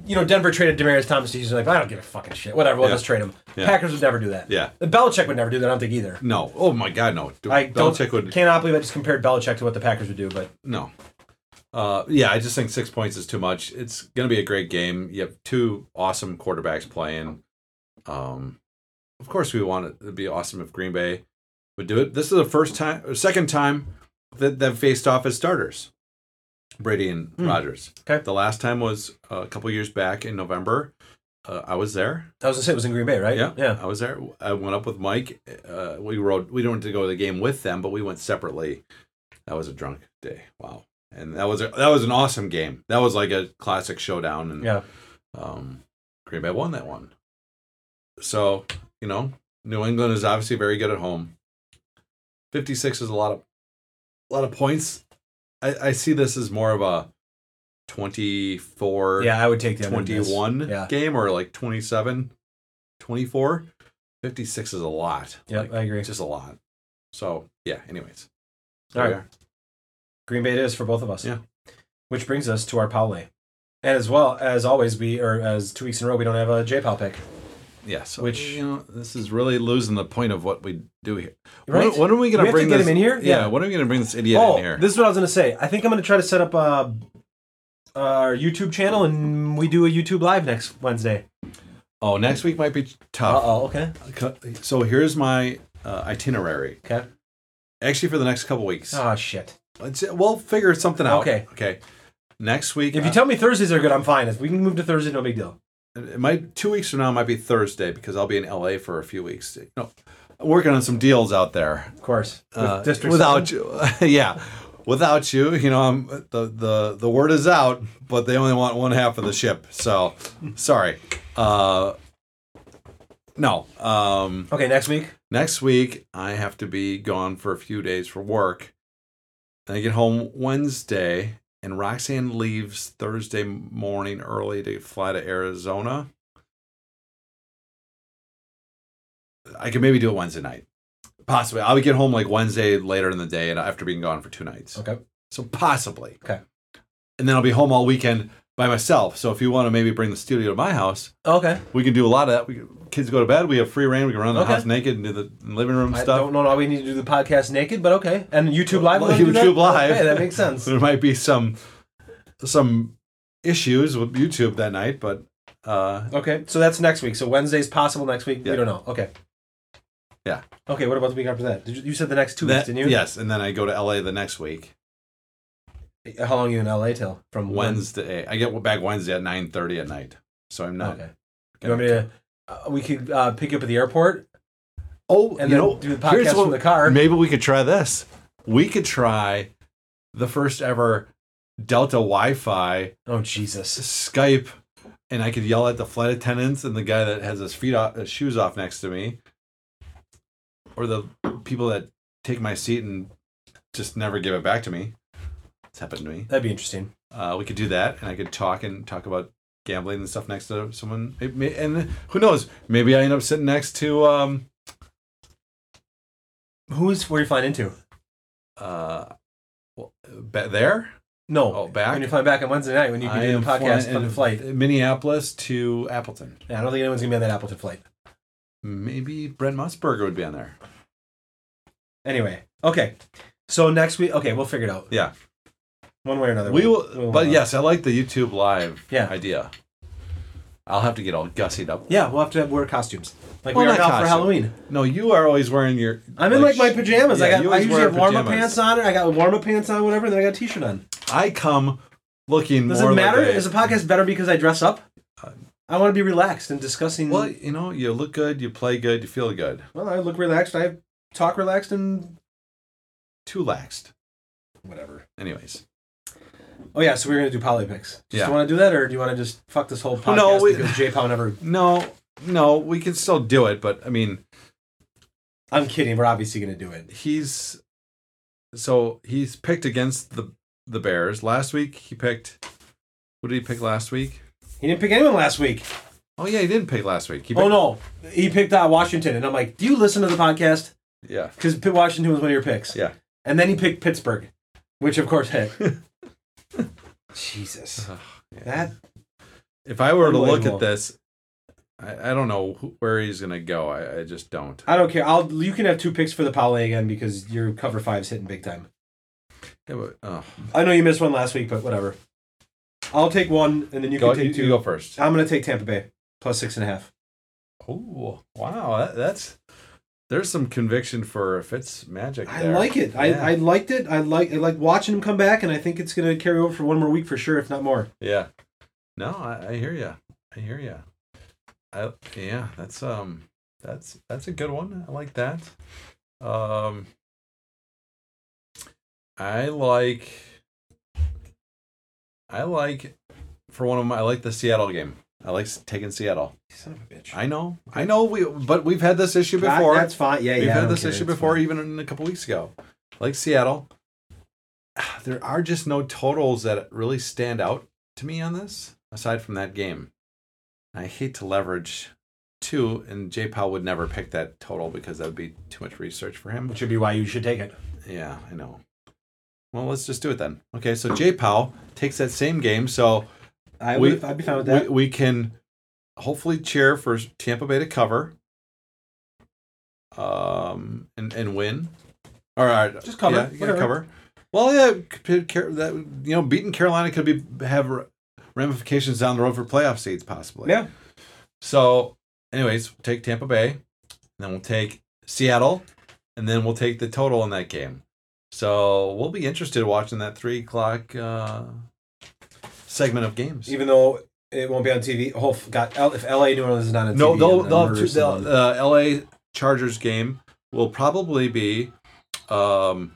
Speaker 1: you know, Denver traded Demarius Thomas. He's like, I don't give a fucking shit. Whatever, we'll
Speaker 3: Yeah.
Speaker 1: just trade him.
Speaker 3: Yeah.
Speaker 1: Packers would never do that.
Speaker 3: Yeah.
Speaker 1: The Belichick would never do that. I don't think either.
Speaker 3: No. Oh my god, no.
Speaker 1: I don't.
Speaker 3: Belichick would
Speaker 1: Cannot believe I just compared Belichick to what the Packers would do. But
Speaker 3: No. Uh, yeah, I just think six points is too much. It's going to be a great game. You have two awesome quarterbacks playing. Um, of course, we want it. It'd be awesome if Green Bay would do it. This is the first time, or second time that they've faced off as starters, Brady and
Speaker 1: Hmm.
Speaker 3: Rogers.
Speaker 1: Okay.
Speaker 3: The last time was a couple years back in November. Uh, I was there.
Speaker 1: I was going to say it was in Green Bay, right?
Speaker 3: Yeah,
Speaker 1: Yeah.
Speaker 3: I was there. I went up with Mike. Uh, we rode. We didn't go to the game with them, but we went separately. That was a drunk day. Wow, and that was a, that was an awesome game. That was like a classic showdown, and
Speaker 1: Yeah.
Speaker 3: um, Green Bay won that one. So you know, New England is obviously very good at home. Fifty six is a lot of a lot of points. I, I see this as more of a twenty four.
Speaker 1: Yeah, I would take the under in this.
Speaker 3: 21
Speaker 1: Yeah.
Speaker 3: game or like 27 24 56 is a lot
Speaker 1: Yeah,
Speaker 3: Like,
Speaker 1: I agree.
Speaker 3: it's just a lot so yeah anyways
Speaker 1: All right.
Speaker 3: There
Speaker 1: Green Bay it is for both of us.
Speaker 3: Yeah.
Speaker 1: Which brings us to our Powley. And as well as always, we or as two weeks in a row, we don't have a J Powell pick.
Speaker 3: we are. yeah so
Speaker 1: Which-
Speaker 3: which you know this is really losing the point of what we do here
Speaker 1: Right?
Speaker 3: when, when are we gonna
Speaker 1: We have to
Speaker 3: bring
Speaker 1: get
Speaker 3: this
Speaker 1: him in here?
Speaker 3: yeah,
Speaker 1: Yeah.
Speaker 3: when are we gonna bring this idiot
Speaker 1: oh,
Speaker 3: in here
Speaker 1: this is what I was gonna say. I think I'm gonna try to set up uh, our YouTube channel, and we do a YouTube live next Wednesday.
Speaker 3: oh next week might be tough
Speaker 1: oh, okay,
Speaker 3: so here's my uh, itinerary
Speaker 1: okay.
Speaker 3: actually for the next couple weeks
Speaker 1: Oh shit!
Speaker 3: Let's, we'll figure something out
Speaker 1: Okay.
Speaker 3: okay next week
Speaker 1: If you
Speaker 3: uh,
Speaker 1: tell me Thursdays are good, I'm fine. If we can move to Thursday, no big deal.
Speaker 3: it might two weeks from now might be Thursday because I'll be in LA for a few weeks. No, I'm working on some deals out there.
Speaker 1: Of course, with
Speaker 3: Uh,
Speaker 1: district
Speaker 3: without
Speaker 1: seven.
Speaker 3: you, yeah, without you, you know, I'm the the the word is out, but they only want one half of the ship. So sorry. Uh, no, um,
Speaker 1: Okay, next week.
Speaker 3: next week I have to be gone for a few days for work. And I get home Wednesday, and Roxanne leaves Thursday morning early to fly to Arizona. I could maybe do it Wednesday night. Possibly. I would get home like Wednesday later in the day and after being gone for two nights.
Speaker 1: Okay,
Speaker 3: So possibly.
Speaker 1: Okay.
Speaker 3: And then I'll be home all weekend by myself. So if you want to maybe bring the studio to my house,
Speaker 1: okay.
Speaker 3: we can do a lot of that. We can, kids go to bed. We have free reign. We can run the
Speaker 1: Okay.
Speaker 3: house naked and do the living room
Speaker 1: I
Speaker 3: stuff.
Speaker 1: don't know. why we need to do the podcast naked, but okay. And YouTube live. we'll do
Speaker 3: YouTube
Speaker 1: that?
Speaker 3: live.
Speaker 1: Okay, that makes sense.
Speaker 3: There might be some some issues with YouTube that night, but uh,
Speaker 1: Okay, so that's next week. So Wednesday's possible next week.
Speaker 3: Yeah.
Speaker 1: We don't know. Okay.
Speaker 3: Yeah.
Speaker 1: Okay, what about the week after that? Did you, you said the next two
Speaker 3: that-
Speaker 1: weeks, didn't you?
Speaker 3: yes. And then I go to LA the next week,
Speaker 1: Uh, How long are you in LA till? From when?
Speaker 3: Wednesday. I get back Wednesday at nine thirty at night, so I'm not.
Speaker 1: Okay. You want me to? Uh, we could uh, pick you up at the airport
Speaker 3: oh,
Speaker 1: and then
Speaker 3: you know,
Speaker 1: do the
Speaker 3: here's
Speaker 1: podcast
Speaker 3: what-
Speaker 1: from the car.
Speaker 3: Maybe we could try this. We could try the first ever Delta Wi-Fi
Speaker 1: Oh Jesus!
Speaker 3: Skype and I could yell at the flight attendants and the guy that has his feet off, his shoes off next to me, or the people that take my seat and just never give it back to me. It's happened to me.
Speaker 1: That'd be interesting.
Speaker 3: Uh, we could do that, and I could talk and talk about gambling and stuff next to someone. It may- And who knows? Maybe I end up sitting next to um,
Speaker 1: Who's where you flying into?
Speaker 3: uh, well, ba- there.
Speaker 1: No.
Speaker 3: Oh, back?
Speaker 1: When you're flying back on Wednesday night when you can
Speaker 3: I
Speaker 1: do
Speaker 3: am
Speaker 1: the podcast
Speaker 3: flying
Speaker 1: from the
Speaker 3: in
Speaker 1: flight.
Speaker 3: Minneapolis to Appleton.
Speaker 1: Yeah, I don't think anyone's gonna be on that Appleton flight.
Speaker 3: Maybe Brent Musburger would be on there.
Speaker 1: Anyway, okay. So next week, okay, we'll figure it out.
Speaker 3: Yeah.
Speaker 1: One way or another.
Speaker 3: We
Speaker 1: we'll-
Speaker 3: will,
Speaker 1: we'll,
Speaker 3: but
Speaker 1: uh,
Speaker 3: yes, I like the YouTube live
Speaker 1: Yeah.
Speaker 3: idea. I'll have to get all gussied up.
Speaker 1: Yeah, we'll have to wear costumes like
Speaker 3: Well,
Speaker 1: we are
Speaker 3: not
Speaker 1: now
Speaker 3: costume.
Speaker 1: for Halloween.
Speaker 3: No, you are always wearing your.
Speaker 1: I'm in like my pajamas.
Speaker 3: Yeah,
Speaker 1: I got.
Speaker 3: you
Speaker 1: I
Speaker 3: always
Speaker 1: usually
Speaker 3: wear
Speaker 1: have warm up
Speaker 3: pajamas.
Speaker 1: pants on, and I got warm up pants on, whatever. And then I got a t-shirt on.
Speaker 3: I come looking
Speaker 1: Does
Speaker 3: more
Speaker 1: it matter?
Speaker 3: like a-
Speaker 1: Is the podcast better because I dress up? I want to be relaxed and discussing.
Speaker 3: well,
Speaker 1: Well,
Speaker 3: you know, you look good, you play good, you feel good.
Speaker 1: I look relaxed. I talk relaxed and
Speaker 3: Too laxed.
Speaker 1: whatever.
Speaker 3: Anyways.
Speaker 1: Oh yeah, so we're gonna do poly picks. Just
Speaker 3: Yeah.
Speaker 1: want to do that, or do you want to just fuck this whole podcast
Speaker 3: no, we-
Speaker 1: because J Pow never?
Speaker 3: No, no, we can still do it, but I mean,
Speaker 1: I'm kidding. We're obviously gonna do it.
Speaker 3: he's so he's picked against the the Bears last week. He picked. What did he pick last week?
Speaker 1: He didn't pick anyone last week.
Speaker 3: Oh yeah, he didn't pick last week. He picked,
Speaker 1: Oh no, he picked uh, Washington, and I'm like, do you listen to the podcast?
Speaker 3: Yeah,
Speaker 1: Because Washington was one of your picks.
Speaker 3: yeah.
Speaker 1: And then he picked Pittsburgh, which of course hit. Jesus. That
Speaker 3: If I were to look
Speaker 1: Unbelievable.
Speaker 3: at this, I, I don't know who, where he's gonna go. I, I just don't.
Speaker 1: I don't care. I'll you can have two picks for the parlay again because your cover five's hitting big time.
Speaker 3: Yeah, but, uh,
Speaker 1: I know you missed one last week, but whatever. I'll take one, and then you
Speaker 3: go,
Speaker 1: can
Speaker 3: you,
Speaker 1: take
Speaker 3: you
Speaker 1: two.
Speaker 3: go first.
Speaker 1: I'm gonna take Tampa Bay plus six and a half.
Speaker 3: Oh wow, that, that's there's some conviction for Fitz magic.
Speaker 1: I
Speaker 3: there.
Speaker 1: like it. I,
Speaker 3: Yeah.
Speaker 1: I liked it. I like I like watching him come back, and I think it's gonna carry over for one more week for sure, if not more.
Speaker 3: Yeah. No, I, I hear you. I hear you. I yeah, that's um, that's that's a good one. I like that. Um, I like. I like, for one of my, I like the Seattle game. I like s- taking Seattle.
Speaker 1: Son of a bitch.
Speaker 3: I know, I know. We but we've had this issue before.
Speaker 1: That- that's fine. Yeah,
Speaker 3: We've
Speaker 1: yeah. I
Speaker 3: had
Speaker 1: don't
Speaker 3: this
Speaker 1: care.
Speaker 3: issue
Speaker 1: It's
Speaker 3: before,
Speaker 1: fine.
Speaker 3: even in a couple weeks ago. Like Seattle, there are just no totals that really stand out to me on this, aside from that game. I hate to leverage two, and J Powell would never pick that total because that would be too much research for him.
Speaker 1: Which would be why you should take it.
Speaker 3: Yeah, I know. Well, let's just do it then. Okay, so J Powell takes that same game, so
Speaker 1: I
Speaker 3: We-
Speaker 1: would. I'd be fine with
Speaker 3: we,
Speaker 1: that.
Speaker 3: we can hopefully cheer for Tampa Bay to cover um and and win all right
Speaker 1: Just cover,
Speaker 3: yeah, yeah,
Speaker 1: whatever.
Speaker 3: cover well yeah could- Car- that you know beating Carolina could be have ra- ramifications down the road for playoff seeds possibly
Speaker 1: Yeah.
Speaker 3: so anyways we'll take Tampa Bay and then we'll take Seattle and then we'll take the total in that game so we'll be interested watching that three o'clock uh segment of games
Speaker 1: even though it won't be on TV. Oh, f- God, L- if LA New Orleans is not on
Speaker 3: No,
Speaker 1: TV,
Speaker 3: they'll,
Speaker 1: then
Speaker 3: they'll have
Speaker 1: murder
Speaker 3: two,
Speaker 1: someone.
Speaker 3: they'll, uh, LA Chargers game will probably be um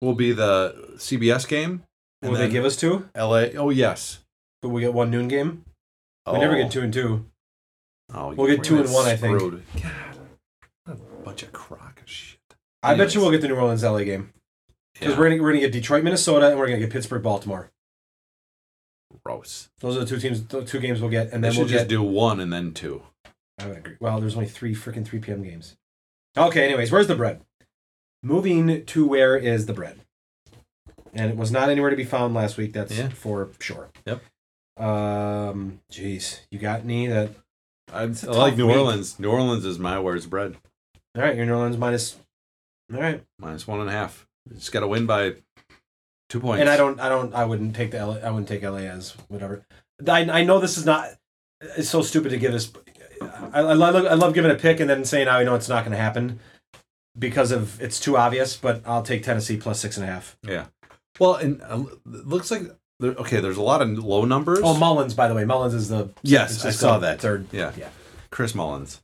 Speaker 3: will be the CBS game.
Speaker 1: will they
Speaker 3: then
Speaker 1: give us two?
Speaker 3: LA? Oh yes,
Speaker 1: But we get one noon game. We
Speaker 3: oh.
Speaker 1: never get two and two.
Speaker 3: Oh,
Speaker 1: we'll get
Speaker 3: we're
Speaker 1: two and
Speaker 3: gonna
Speaker 1: one, I think.
Speaker 3: screwed. God, what a bunch of crock of shit.
Speaker 1: I bet you
Speaker 3: Anyways.
Speaker 1: we'll get the New Orleans LA game because
Speaker 3: Yeah,
Speaker 1: we're gonna we're gonna get Detroit Minnesota and we're gonna get Pittsburgh Baltimore.
Speaker 3: gross.
Speaker 1: Those are the two teams, the two games we'll get, and
Speaker 3: They
Speaker 1: then
Speaker 3: should
Speaker 1: we'll
Speaker 3: just
Speaker 1: get.
Speaker 3: do one and then two.
Speaker 1: I would agree. Well, there's only three freaking three p.m. games. Okay. Anyways, where's the bread? Moving to where is the bread? And it was not anywhere to be found last week. That's
Speaker 3: Yeah.
Speaker 1: for sure.
Speaker 3: Yep.
Speaker 1: Um. Jeez, you got any that
Speaker 3: I, I
Speaker 1: a
Speaker 3: like
Speaker 1: tough
Speaker 3: New
Speaker 1: week.
Speaker 3: Orleans. New Orleans is my where's bread
Speaker 1: All right, your New Orleans minus. All right,
Speaker 3: minus one and a half. Just got to win by two points.
Speaker 1: and I don't, I don't, I wouldn't take the LA, I wouldn't take LA as whatever. I, I know this is not. It's so stupid to give this. I, I love, I love giving a pick and then saying I know it's not going to happen because of it's too obvious. But I'll take Tennessee plus six and a half.
Speaker 3: Yeah. Well, and uh, l- it looks like there, okay. There's a lot of low numbers.
Speaker 1: Oh, Mullins, by the way, Mullins is the
Speaker 3: yes, I
Speaker 1: Francisco
Speaker 3: saw that.
Speaker 1: third.
Speaker 3: Yeah.
Speaker 1: yeah.
Speaker 3: Chris Mullins.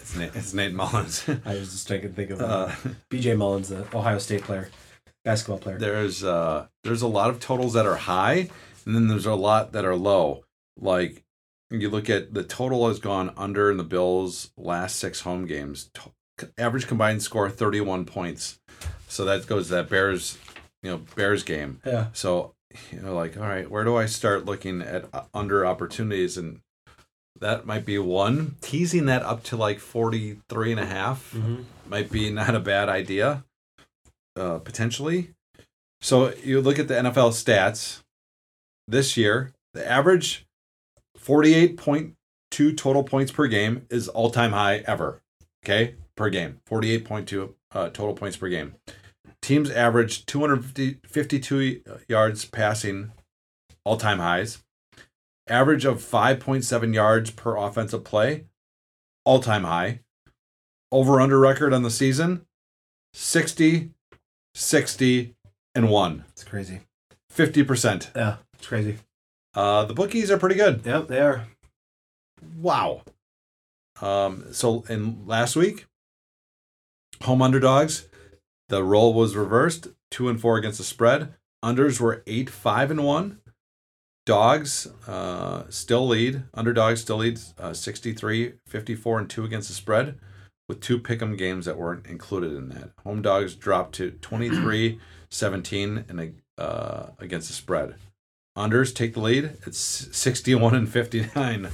Speaker 3: It's Nate, it's Nate Mullins.
Speaker 1: I was just thinking, think of uh,
Speaker 3: uh,
Speaker 1: B.J. Mullins, the Ohio State player, basketball player.
Speaker 3: there's uh, there's a lot of totals that are high, and And then there's a lot that are low. Like you look at the total has gone under in the Bills' last six home games. To- average combined score 31 points. So that goes to that Bears, you know, Bears game.
Speaker 1: Yeah.
Speaker 3: So, you know, like, all right, where do I start looking at uh, under opportunities? And that might be one. Teasing that up to like 43 and a half
Speaker 1: Mhm.
Speaker 3: might be not a bad idea, uh, potentially. So you look at the NFL stats this year, the average 48.2 total points per game is all time high ever. Okay. Per game, 48.2 uh, total points per game. Teams average 252 yards passing, all time highs. Average of 5.7 yards per offensive play, all time high over under record on the season 60 60 and 1
Speaker 1: It's crazy.
Speaker 3: 50%
Speaker 1: Yeah. It's crazy.
Speaker 3: uh the bookies are pretty good
Speaker 1: Yep. They are.
Speaker 3: wow um so in last week home underdogs the role was reversed 2 and 4 against the spread unders were 8 5 and 1 dogs uh still lead underdogs still leads uh, 63 54 and 2 against the spread with two pick'em games that weren't included in that. Home dogs dropped to 23 17 and uh, against the spread. Unders take the lead. It's 61 and 59.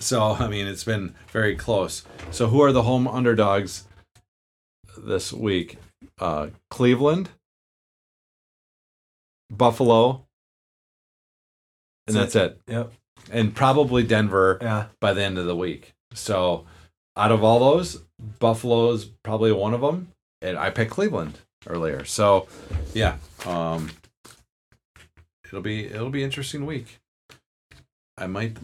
Speaker 3: So, I mean, it's been very close. So, who are the home underdogs this week? Uh, Cleveland, Buffalo, and
Speaker 1: That's
Speaker 3: that's it.
Speaker 1: Yep.
Speaker 3: And probably Denver
Speaker 1: Yeah.
Speaker 3: by the end of the week. So, out of all those, Buffalo's probably one of them, and I picked Cleveland earlier. So, yeah, um, it'll be it'll be interesting week. I might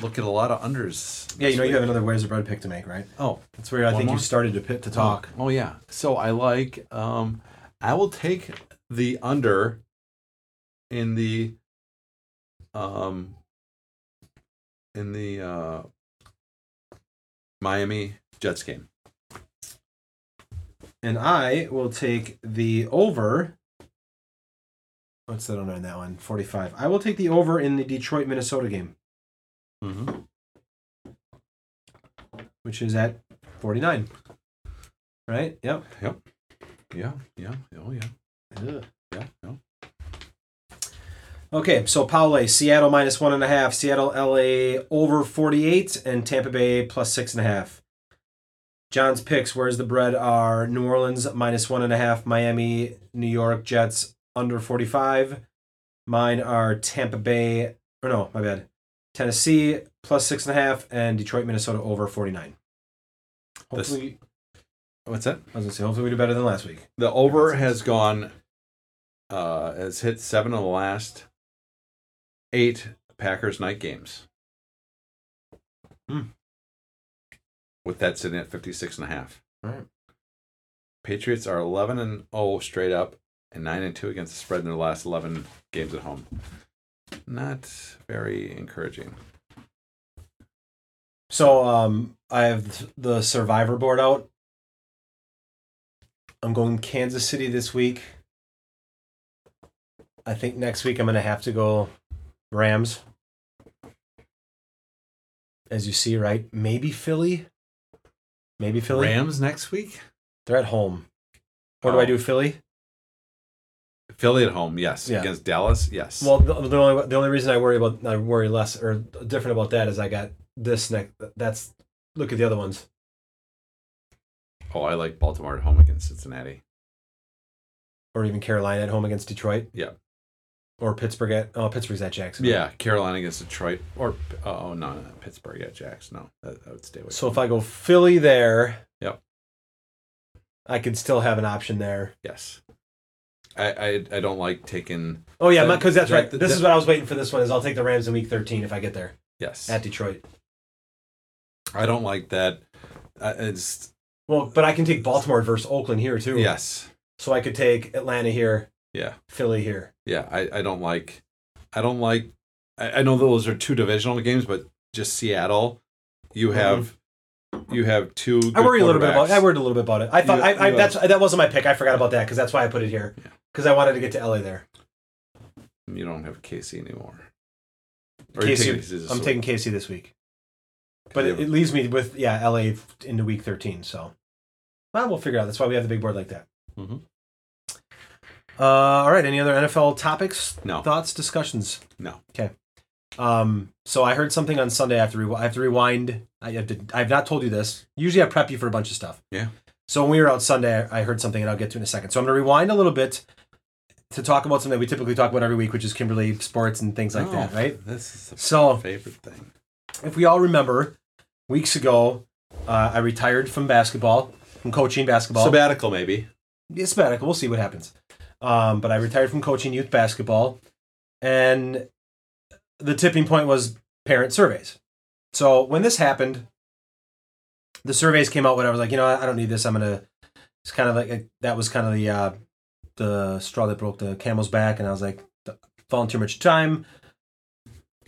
Speaker 3: look at a lot of unders.
Speaker 1: Yeah. You know, you have another Where's the Bread pick to make, right?
Speaker 3: Oh,
Speaker 1: That's where I
Speaker 3: One
Speaker 1: think
Speaker 3: more?
Speaker 1: you started to pit to talk.
Speaker 3: Oh, yeah. So I like. Um, I will take the under in the um in the uh Miami Jets game.
Speaker 1: And I will take the over. What's that on that one? 45. I will take the over in the Detroit Minnesota game,
Speaker 3: Mm-hmm.
Speaker 1: which is at 49. Right? Yep.
Speaker 3: Yeah. Yeah. Oh yeah. Yeah. No.
Speaker 1: Okay, so Paule, Seattle minus one and a half, Seattle LA over 48, and Tampa Bay plus six and a half. John's picks, where's the bread, are New Orleans minus one and a half, Miami, New York Jets under 45. Mine are Tampa Bay, or no, my bad, Tennessee plus six and a half, and Detroit, Minnesota over 49.
Speaker 3: This-
Speaker 1: Hopefully,
Speaker 3: What's that?
Speaker 1: I was gonna say, hopefully we do better than last week.
Speaker 3: The over has gone. Uh, has hit seven of the last eight Packers night games.
Speaker 1: Hmm.
Speaker 3: With that sitting at 56 and a half.
Speaker 1: Right.
Speaker 3: Patriots are 11 and 0 straight up and 9 and 2 against the spread in their last 11 games at home. Not very encouraging.
Speaker 1: So um, I have the survivor board out. I'm going Kansas City this week. I think next week I'm going to have to go Rams. As you see, right? Maybe Philly. Maybe Philly.
Speaker 3: Rams next week?
Speaker 1: They're at home. What do I
Speaker 3: Oh.
Speaker 1: do, Philly?
Speaker 3: Philly at home, yes.
Speaker 1: Yeah.
Speaker 3: Against Dallas, yes.
Speaker 1: Well, the, the only the only reason I worry about I worry less or different about that is I got this next. That's look at the other ones.
Speaker 3: oh, I like Baltimore at home against Cincinnati.
Speaker 1: or even Carolina at home against Detroit.
Speaker 3: Yeah.
Speaker 1: Or Pittsburgh at oh Pittsburgh's at Jackson.
Speaker 3: Yeah, Carolina against Detroit. Or, oh, no, no, no, Pittsburgh at Jacks. No, that, that would stay away.
Speaker 1: So if I go Philly there,
Speaker 3: Yep.
Speaker 1: I could still have an option there.
Speaker 3: yes. I, I, I don't like taking.
Speaker 1: Oh yeah,
Speaker 3: Then-
Speaker 1: because that's
Speaker 3: then-
Speaker 1: right. This is what I was waiting for. This one is I'll take the Rams in Week 13 if I get there
Speaker 3: Yes.
Speaker 1: at Detroit.
Speaker 3: I don't like that. Uh, it's.
Speaker 1: Well, but I can take Baltimore versus Oakland here too.
Speaker 3: Yes.
Speaker 1: So I could take Atlanta here,
Speaker 3: Yeah.
Speaker 1: Philly here.
Speaker 3: yeah I, I don't like i don't like I, I know those are two divisional games but just seattle you have you have two
Speaker 1: Mm-hmm. I
Speaker 3: good
Speaker 1: worry a little bit about.
Speaker 3: quarterbacks.
Speaker 1: I worried a little bit about it. I thought
Speaker 3: You-
Speaker 1: I, I
Speaker 3: you
Speaker 1: that's that wasn't my pick. I forgot about that because that's why I put it here because I wanted to get to LA there.
Speaker 3: You don't have Casey anymore. Or you're
Speaker 1: Casey,
Speaker 3: taking Casey this
Speaker 1: I'm
Speaker 3: week.
Speaker 1: taking Casey this week, but
Speaker 3: They
Speaker 1: it,
Speaker 3: have-
Speaker 1: it leaves me with yeah LA f- into week 13. So, well, we'll figure it out. That's why we have the big board like that.
Speaker 3: Mhm.
Speaker 1: Uh, all right. Any other NFL topics,
Speaker 3: no.
Speaker 1: thoughts, discussions?
Speaker 3: No.
Speaker 1: Okay. Um. So I heard something on Sunday. I have to. Re- I have to rewind. I have to. I've not told you this. Usually I prep you for a bunch of stuff.
Speaker 3: Yeah.
Speaker 1: So when we were out Sunday, I I heard something, and I'll get to it in a second. So I'm going to rewind a little bit to talk about something that we typically talk about every week, which is Kimberly sports and things like
Speaker 3: No,
Speaker 1: that, right?
Speaker 3: This is the
Speaker 1: So
Speaker 3: favorite thing.
Speaker 1: if we all remember, weeks ago, uh, I retired from basketball, from coaching basketball.
Speaker 3: Sabbatical, maybe.
Speaker 1: it's sabbatical. We'll see what happens. Um, but I retired from coaching youth basketball, and the tipping point was parent surveys. So when this happened, the surveys came out. When I was like, you know, I don't need this. I'm gonna. It's kind of like a, that was kind of the uh, the straw that broke the camel's back, and I was like, volunteer much time.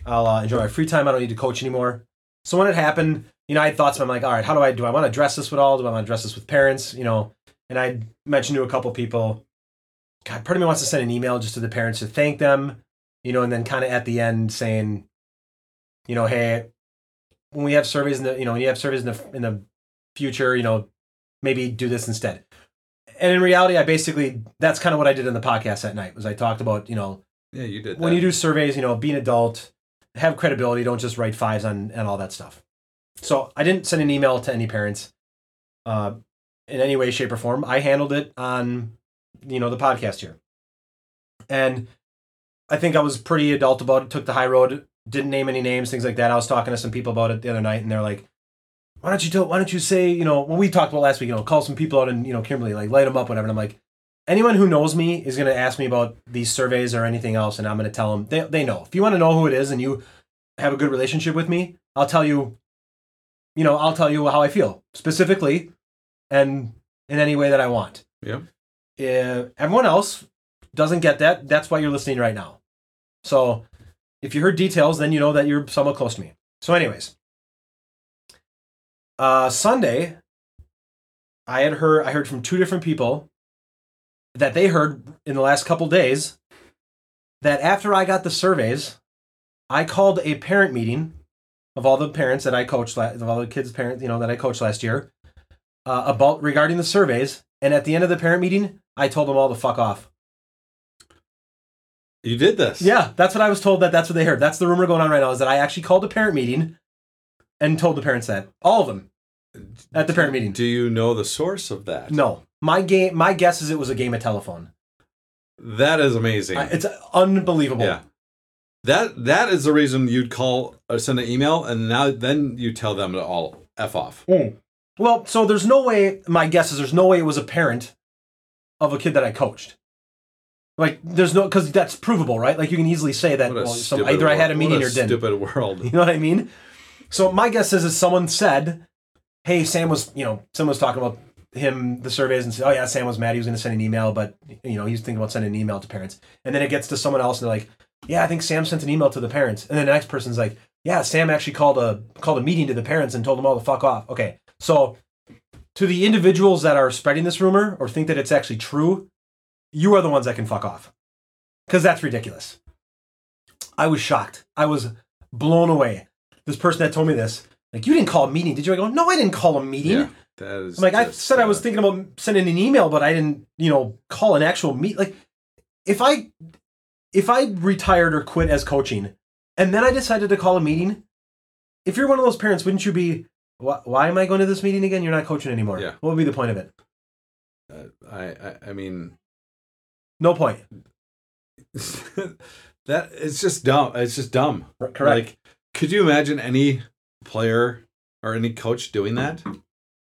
Speaker 1: I'll uh, enjoy my free time. I don't need to coach anymore. So when it happened, you know, I had thoughts. But I'm like, all right, how do I do? I want to address this with all? Do I want to address this with parents? You know, and I mentioned to a couple people, God, part of me wants to send an email just to the parents to thank them, you know, and then kind of at the end saying, you know, hey, when we have surveys in the, you know, when you have surveys in the in the future, you know, maybe do this instead. And in reality, I basically that's kind of what I did in the podcast that night was I talked about, you know,
Speaker 3: Yeah, you did.
Speaker 1: when
Speaker 3: that.
Speaker 1: you do surveys, you know, be an adult, have credibility, don't just write fives on and all that stuff. So I didn't send an email to any parents uh, in any way, shape, or form. I handled it on, you know, the podcast here. And I think I was pretty adult about it, took the high road, didn't name any names, things like that. I was talking to some people about it the other night, and they're like, why don't you tell, why don't you say, you know, when we talked about last week, you know, call some people out and, you know, Kimberly, like light them up, whatever. And I'm like, anyone who knows me is going to ask me about these surveys or anything else and i'm going to tell them they, they know if you want to know who it is and you have a good relationship with me i'll tell you you know i'll tell you how i feel specifically and in any way that i want
Speaker 3: Yep.
Speaker 1: Uh, everyone else doesn't get that that's why you're listening right now so if you heard details then you know that you're somewhat close to me so anyways uh sunday i had heard i heard from two different people that they heard in the last couple days that after I got the surveys, I called a parent meeting of all the parents that I coached, la- of all the kids' parents, you know, that I coached last year uh, about regarding the surveys. And at the end of the parent meeting, I told them all to fuck off.
Speaker 3: You did this.
Speaker 1: Yeah, that's what I was told. That that's what they heard. That's the rumor going on right now is that I actually called a parent meeting and told the parents that all of them at the parent meeting.
Speaker 3: Do you know the source of that?
Speaker 1: No, my game. My guess is it was a game of telephone.
Speaker 3: That is amazing.
Speaker 1: I- it's unbelievable.
Speaker 3: yeah. That that is the reason you'd call or send an email, and now then you tell them to all f off.
Speaker 1: Well, so there's no way. My guess is there's no way it was a parent of a kid that I coached. Like there's no because that's provable, right? Like you can easily say that
Speaker 3: What a
Speaker 1: well, some,
Speaker 3: stupid
Speaker 1: either I had a
Speaker 3: world.
Speaker 1: meeting
Speaker 3: what a
Speaker 1: or didn't.
Speaker 3: Stupid world.
Speaker 1: You know what I mean? So my guess is, is someone said, "Hey, Sam was you know someone was talking about him the surveys and said, oh yeah, Sam was mad. He was going to send an email, but you know he was thinking about sending an email to parents. And then it gets to someone else and they're like, yeah, I think Sam sent an email to the parents. And then the next person's like, yeah, Sam actually called a called a meeting to the parents and told them all to fuck off. Okay, so to the individuals that are spreading this rumor or think that it's actually true, you are the ones that can fuck off because that's ridiculous. I was shocked. I was blown away. This person that told me this, like, you didn't call a meeting, did you? I go, no, I didn't call a meeting.
Speaker 3: Yeah, that is
Speaker 1: I'm like, I
Speaker 3: just,
Speaker 1: said I was
Speaker 3: uh,
Speaker 1: thinking about sending an email, but I didn't, you know, call an actual meet. Like, if I if I retired or quit as coaching, and then I decided to call a meeting, if you're one of those parents, wouldn't you be? Why, why am I going to this meeting again? You're not coaching anymore.
Speaker 3: Yeah.
Speaker 1: What would be the point of it?
Speaker 3: I, I I mean
Speaker 1: No point.
Speaker 3: that it's just dumb. It's just dumb.
Speaker 1: Correct.
Speaker 3: Like, could you imagine any player or any coach doing that?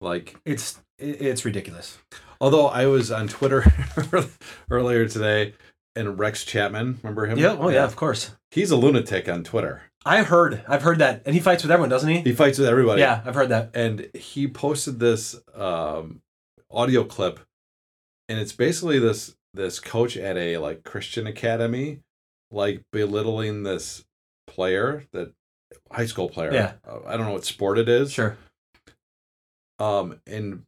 Speaker 3: Like,
Speaker 1: it's it- it's ridiculous.
Speaker 3: Although I was on Twitter earlier today, and Rex Chapman, remember him?
Speaker 1: Yeah. Oh yeah. Of course.
Speaker 3: He's a lunatic on Twitter.
Speaker 1: I heard. I've heard that, and he fights with everyone, doesn't he?
Speaker 3: He fights with everybody.
Speaker 1: Yeah. I've heard that.
Speaker 3: And he posted this um, audio clip, and it's basically this this coach at a like Christian academy, like belittling this player, that high school player.
Speaker 1: Yeah.
Speaker 3: Uh, I don't know what sport it is.
Speaker 1: Sure.
Speaker 3: um and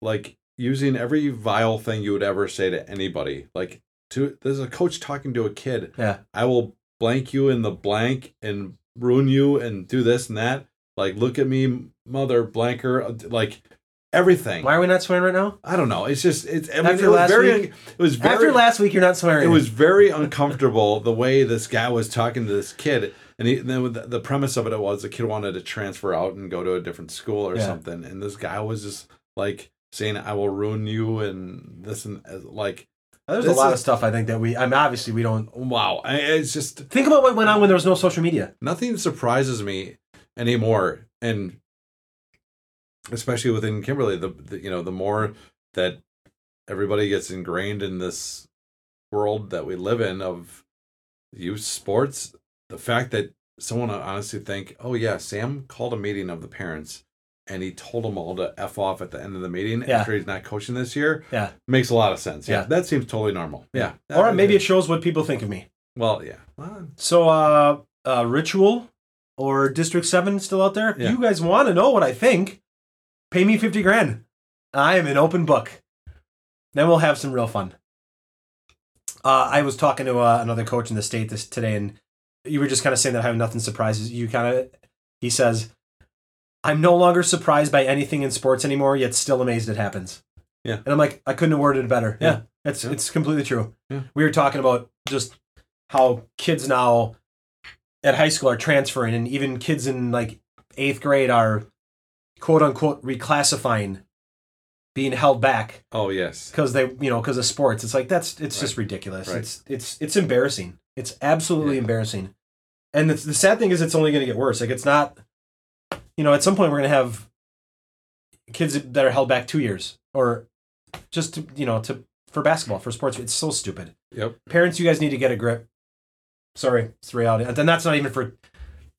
Speaker 3: like using every vile thing you would ever say to anybody like to there's a coach talking to a kid.
Speaker 1: Yeah.
Speaker 3: I will blank you in the blank and ruin you and do this and that. Like, look at me, mother blanker. Like everything.
Speaker 1: Why are we not swearing right now?
Speaker 3: I don't know. It's just it's. I mean,
Speaker 1: After
Speaker 3: it was
Speaker 1: last
Speaker 3: very.
Speaker 1: week-
Speaker 3: it was very.
Speaker 1: After last week, you're not swearing.
Speaker 3: it was very uncomfortable the way this guy was talking to this kid. And, he, and then with the, the premise of it was the kid wanted to transfer out and go to a different school or
Speaker 1: Yeah.
Speaker 3: something. And this guy was just like saying, "I will ruin you," and this and uh, like,
Speaker 1: There's a
Speaker 3: this
Speaker 1: lot
Speaker 3: is-
Speaker 1: of stuff I think that we. I mean, obviously we don't
Speaker 3: wow. I, it's just
Speaker 1: think about what went on when there was no social media.
Speaker 3: nothing surprises me anymore and especially within kimberly the, the you know the more that everybody gets ingrained in this world that we live in of youth sports the fact that someone will honestly think oh yeah sam called a meeting of the parents and he told them all to f off at the end of the meeting
Speaker 1: Yeah.
Speaker 3: after he's not coaching this year
Speaker 1: Yeah.
Speaker 3: makes a lot of sense yeah,
Speaker 1: Yeah.
Speaker 3: that seems totally normal yeah Uh,
Speaker 1: Or maybe it shows what people think of me.
Speaker 3: well yeah Well,
Speaker 1: So, uh, uh, Ritual or District 7 still out there? If
Speaker 3: Yeah.
Speaker 1: you guys want to know what I think, pay me 50 grand. I am an open book. Then we'll have some real fun. Uh, I was talking to uh, another coach in the state this today, and you were just kind of saying that how nothing surprises you. Kind of, he says, "I'm no longer surprised by anything in sports anymore, yet still amazed it happens."
Speaker 3: Yeah.
Speaker 1: and I'm like, I couldn't have worded it better.
Speaker 3: Yeah.
Speaker 1: it's
Speaker 3: Yeah.
Speaker 1: it's completely true.
Speaker 3: Yeah.
Speaker 1: We were talking about just how kids now at high school are transferring, and even kids in like eighth grade are quote unquote reclassifying, being held back
Speaker 3: oh yes
Speaker 1: because they you know because of sports. It's like that's it's just ridiculous.
Speaker 3: Right.
Speaker 1: It's it's it's embarrassing. It's absolutely
Speaker 3: Yeah.
Speaker 1: embarrassing. And it's, the sad thing is, it's only going to get worse. Like it's not, you know, at some point we're going to have kids that are held back two years or just to, you know to for basketball for sports. It's so stupid.
Speaker 3: yep
Speaker 1: Parents, you guys need to get a grip. Sorry, it's the reality. And that's not even for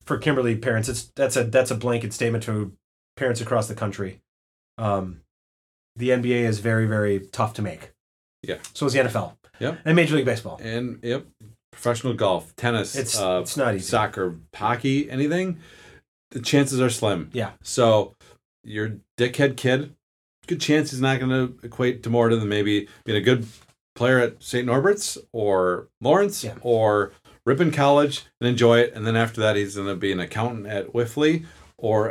Speaker 1: for Kimberly parents. It's that's a that's a blanket statement to parents across the country. Um, the NBA is very very tough to make.
Speaker 3: Yeah.
Speaker 1: So is the NFL.
Speaker 3: Yeah.
Speaker 1: And Major League Baseball.
Speaker 3: and yep, professional golf, tennis,
Speaker 1: It's
Speaker 3: uh,
Speaker 1: it's not easy.
Speaker 3: soccer, hockey, anything, the chances are slim.
Speaker 1: Yeah.
Speaker 3: So your dickhead kid, good chance he's not going to equate to more than maybe being a good player at St. Norbert's or Lawrence
Speaker 1: Yeah.
Speaker 3: or Ripon College and enjoy it, and then after that he's going to be an accountant at Whiffley or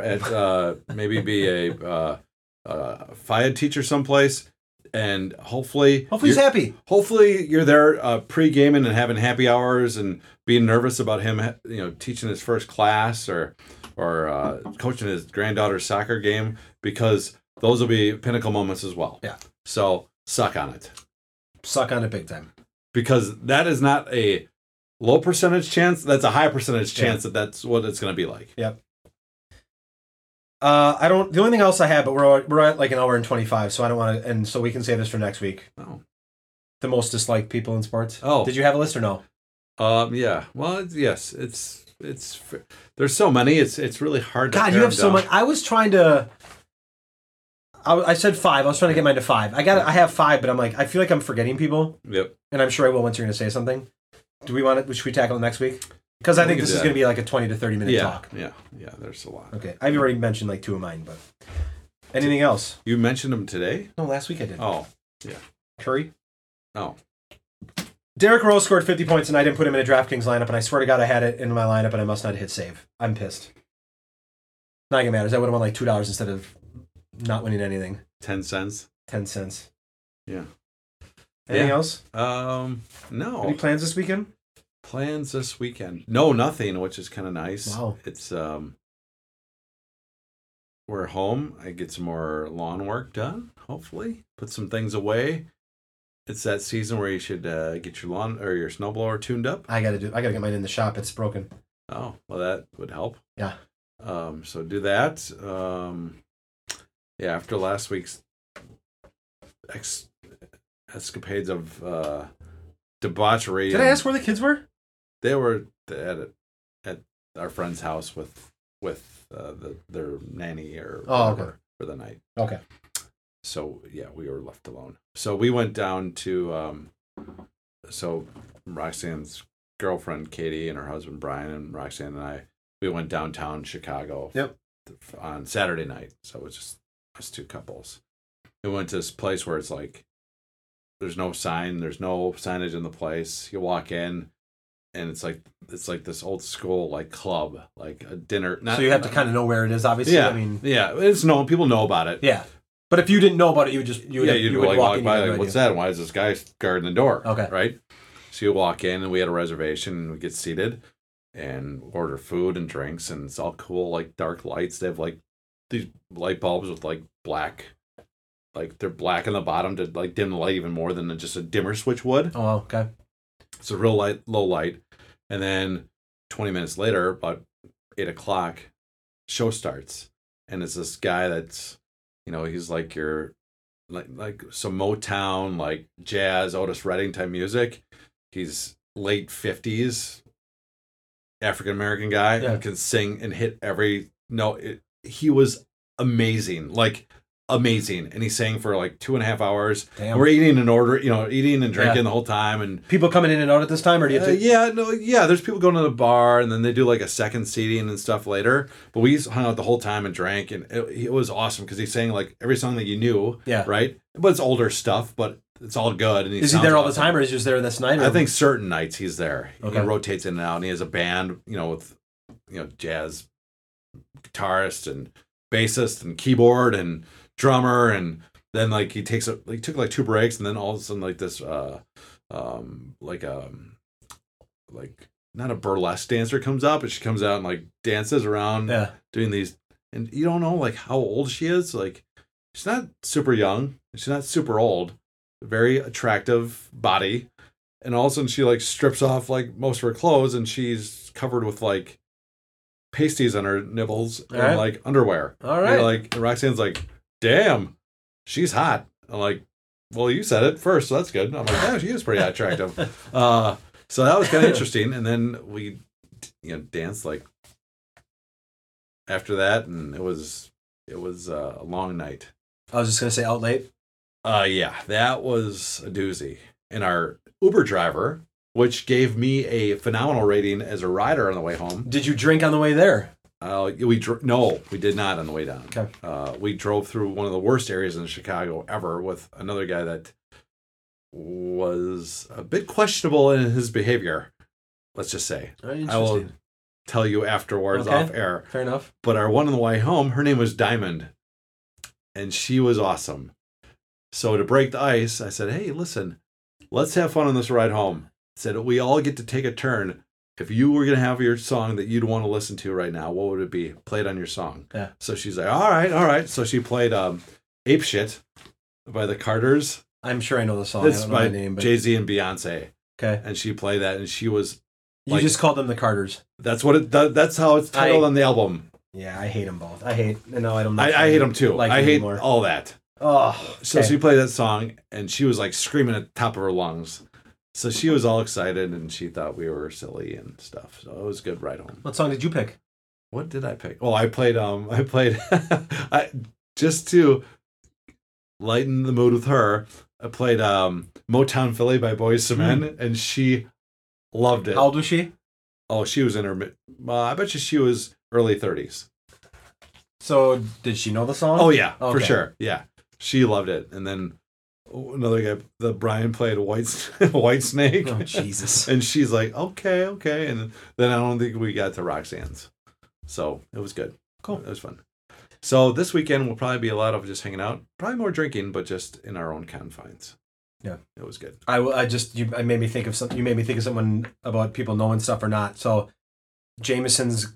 Speaker 3: at uh, maybe be a uh, uh, FIA teacher someplace. And hopefully,
Speaker 1: Hopefully he's
Speaker 3: you're-
Speaker 1: happy.
Speaker 3: hopefully you're there uh, pre-gaming and having happy hours and being nervous about him you know teaching his first class or or uh, coaching his granddaughter's soccer game because those will be pinnacle moments as well
Speaker 1: Yeah.
Speaker 3: so suck on it
Speaker 1: Suck on it big time.
Speaker 3: because that is not a low percentage chance that's a high percentage chance that that's what it's going to be like
Speaker 1: Uh, I don't. The only thing else I have, but we're al- we're at like an hour and twenty five, so I don't want to. And so we can save this for next week.
Speaker 3: oh.
Speaker 1: The most disliked people in sports.
Speaker 3: Oh.
Speaker 1: Did you have a list or no?
Speaker 3: um yeah well it's, yes it's it's there's so many it's it's really hard to
Speaker 1: God,
Speaker 3: pare
Speaker 1: you have
Speaker 3: them
Speaker 1: so
Speaker 3: down.
Speaker 1: much. I was trying to. I, I said five. I was trying to get mine to five. I got. I have five, but I'm like, I feel like I'm forgetting people,
Speaker 3: yep
Speaker 1: and I'm sure I will once you're going to say something. Do we want it? Should we tackle it next week? Because I
Speaker 3: We
Speaker 1: think
Speaker 3: can
Speaker 1: this
Speaker 3: do
Speaker 1: is
Speaker 3: that.
Speaker 1: going to be like a twenty to thirty minute
Speaker 3: yeah
Speaker 1: talk.
Speaker 3: yeah yeah there's a lot
Speaker 1: Okay, I've already mentioned like two of mine, but anything else?
Speaker 3: you mentioned them today
Speaker 1: No, last week I did.
Speaker 3: Oh,
Speaker 1: Curry.
Speaker 3: oh,
Speaker 1: Derrick Rose scored 50 points and I didn't put him in a DraftKings lineup, and I swear to God I had it in my lineup and I must not hit save. I'm pissed. Not gonna matter. I would have won like two dollars instead of not winning anything.
Speaker 3: 10 cents.
Speaker 1: Ten cents.
Speaker 3: Yeah.
Speaker 1: Anything
Speaker 3: Yeah.
Speaker 1: else?
Speaker 3: Um,
Speaker 1: Any
Speaker 3: no
Speaker 1: plans this weekend?
Speaker 3: plans this weekend. No, nothing, which is kind of nice.
Speaker 1: Wow.
Speaker 3: It's um, we're home. I get some more lawn work done. Hopefully, put some things away. It's that season where you should uh, get your lawn or your snowblower tuned up.
Speaker 1: I gotta do. I gotta get mine in the shop. It's broken.
Speaker 3: Oh, well, that would help.
Speaker 1: Yeah.
Speaker 3: Um, so do that. Um, yeah, after last week's ex- escapades of uh, debauchery,
Speaker 1: Did I
Speaker 3: and
Speaker 1: ask where the kids were?
Speaker 3: They were at a, at our friend's house with with uh, the, their nanny or
Speaker 1: Oh,
Speaker 3: whatever
Speaker 1: okay.
Speaker 3: for the night.
Speaker 1: Okay.
Speaker 3: So yeah, we were left alone. So we went down to um, so Roxanne's girlfriend Katie and her husband Brian and Roxanne and I we went downtown Chicago.
Speaker 1: Yep.
Speaker 3: On Saturday night, so it was just us two couples. We went to this place where it's like There's no sign. There's no signage in the place. You walk in, and it's like it's like this old school like club, like a dinner. Not,
Speaker 1: so you have to kind of know where it is. Obviously,
Speaker 3: Yeah,
Speaker 1: I mean,
Speaker 3: yeah. It's known. People know about it.
Speaker 1: yeah. But if you didn't know about it, you would just you would,
Speaker 3: yeah,
Speaker 1: you
Speaker 3: you'd
Speaker 1: would
Speaker 3: like,
Speaker 1: walk,
Speaker 3: walk,
Speaker 1: in. you
Speaker 3: by
Speaker 1: had
Speaker 3: like,
Speaker 1: no
Speaker 3: what's
Speaker 1: idea.
Speaker 3: that? Why is this guy guarding the door?
Speaker 1: Okay.
Speaker 3: Right? So you walk in and we had a reservation and we get seated and order food and drinks and it's all cool, like dark lights. They have like these light bulbs with like black like they're black on the bottom to like dim the light even more than just a dimmer switch would.
Speaker 1: Oh, okay.
Speaker 3: It's a real light low light. And then twenty minutes later, about eight o'clock, show starts. And it's this guy that's you know, he's like your like like some Motown, like jazz, Otis Redding type music. He's late fifties, African American guy,
Speaker 1: Yeah.
Speaker 3: and can sing and hit every no. It, he was amazing, like amazing, and he sang for like two and a half hours.
Speaker 1: Damn.
Speaker 3: We're eating and order, you know, eating and drinking
Speaker 1: Yeah.
Speaker 3: the whole time, and
Speaker 1: People coming in and out at this time, or do you have
Speaker 3: uh,
Speaker 1: to?
Speaker 3: yeah, no, yeah. There's people going to the bar, and then they do like a second seating and stuff later. But we just hung out the whole time and drank, and it, it was awesome because he's saying like every song that you knew,
Speaker 1: Yeah.
Speaker 3: right. But it's older stuff, but it's all good. And he
Speaker 1: Is he
Speaker 3: sounds
Speaker 1: there all the
Speaker 3: awesome.
Speaker 1: time, or is he just there this night? Or
Speaker 3: I think certain nights he's there.
Speaker 1: Okay.
Speaker 3: He rotates in and out, and he has a band, you know, with you know jazz guitarist and bassist and keyboard and drummer, and then like he takes a like took like two breaks, and then all of a sudden like this, uh, um, like um, like not a burlesque dancer comes up, but she comes out and like dances around
Speaker 1: Yeah.
Speaker 3: doing these and you don't know like how old she is like she's not super young she's not super old very attractive body and all of a sudden she like strips off like most of her clothes and she's covered with like pasties on her nipples and
Speaker 1: Alright.
Speaker 3: like underwear
Speaker 1: All
Speaker 3: And you're
Speaker 1: right.
Speaker 3: like and roxanne's like damn she's hot i'm like well you said it first so that's good i'm like yeah she is pretty attractive uh so that was kind of interesting and then we you know danced like after that and it was it was uh, a long night
Speaker 1: I was just gonna say out late.
Speaker 3: uh yeah that was a doozy and our uber driver which gave me a phenomenal rating as a rider on the way home
Speaker 1: Did you drink on the way there?
Speaker 3: uh, we dro- no, we did not on the way down.
Speaker 1: Okay.
Speaker 3: Uh, we drove through one of the worst areas in Chicago ever with another guy that was a bit questionable in his behavior. Let's just say. I will
Speaker 1: Oh, Interesting.
Speaker 3: tell you afterwards
Speaker 1: Okay.
Speaker 3: off air.
Speaker 1: Fair enough.
Speaker 3: But our one on the way home, her name was Diamond, and she was awesome. So to break the ice, I said, "Hey, listen, let's have fun on this ride home." said we all get to take a turn. If you were gonna have your song that you'd want to listen to right now, what would it be? Play it on your song.
Speaker 1: Yeah.
Speaker 3: So she's like, "All right, all right." So she played um, "Ape Shit" by the Carters.
Speaker 1: I'm sure I know the song. Oh, I
Speaker 3: It's
Speaker 1: don't know the
Speaker 3: by
Speaker 1: name, but
Speaker 3: Jay Z and Beyonce,
Speaker 1: okay.
Speaker 3: and she played that, and she was.
Speaker 1: You
Speaker 3: like-
Speaker 1: just called them the Carters.
Speaker 3: That's what it. That, that's how it's
Speaker 1: I-
Speaker 3: titled on the album.
Speaker 1: Yeah, I hate them both. I hate. No, I don't.
Speaker 3: I, I hate them too.
Speaker 1: Like
Speaker 3: I hate
Speaker 1: anymore.
Speaker 3: all that.
Speaker 1: Oh,
Speaker 3: So
Speaker 1: okay.
Speaker 3: she played that song and she was like screaming at the top of her lungs. So she was all excited and she thought we were silly and stuff. So it was a good ride home.
Speaker 1: What song did you pick?
Speaker 3: What did I pick? Well, I played um I played I just to lighten the mood with her, I played um Motown Philly by Boys to Men and she loved it.
Speaker 1: Hmm. How old was she?
Speaker 3: Oh, she was in her mid- uh, I bet you she was early 30s.
Speaker 1: So did she know the song?
Speaker 3: Oh yeah, for
Speaker 1: Okay.
Speaker 3: sure. Yeah, she loved it. And then another guy, the Brian played White White Snake,
Speaker 1: Oh, Jesus.
Speaker 3: and she's like, okay, okay. And then I don't think we got to Roxanne's, so it was good.
Speaker 1: Cool.
Speaker 3: it was fun. So this weekend will probably be a lot of just hanging out, probably more drinking, but just in our own confines.
Speaker 1: Yeah.
Speaker 3: it was good.
Speaker 1: I, will- I just you I made me think of something. You made me think of someone about people knowing stuff or not. So, Jameson's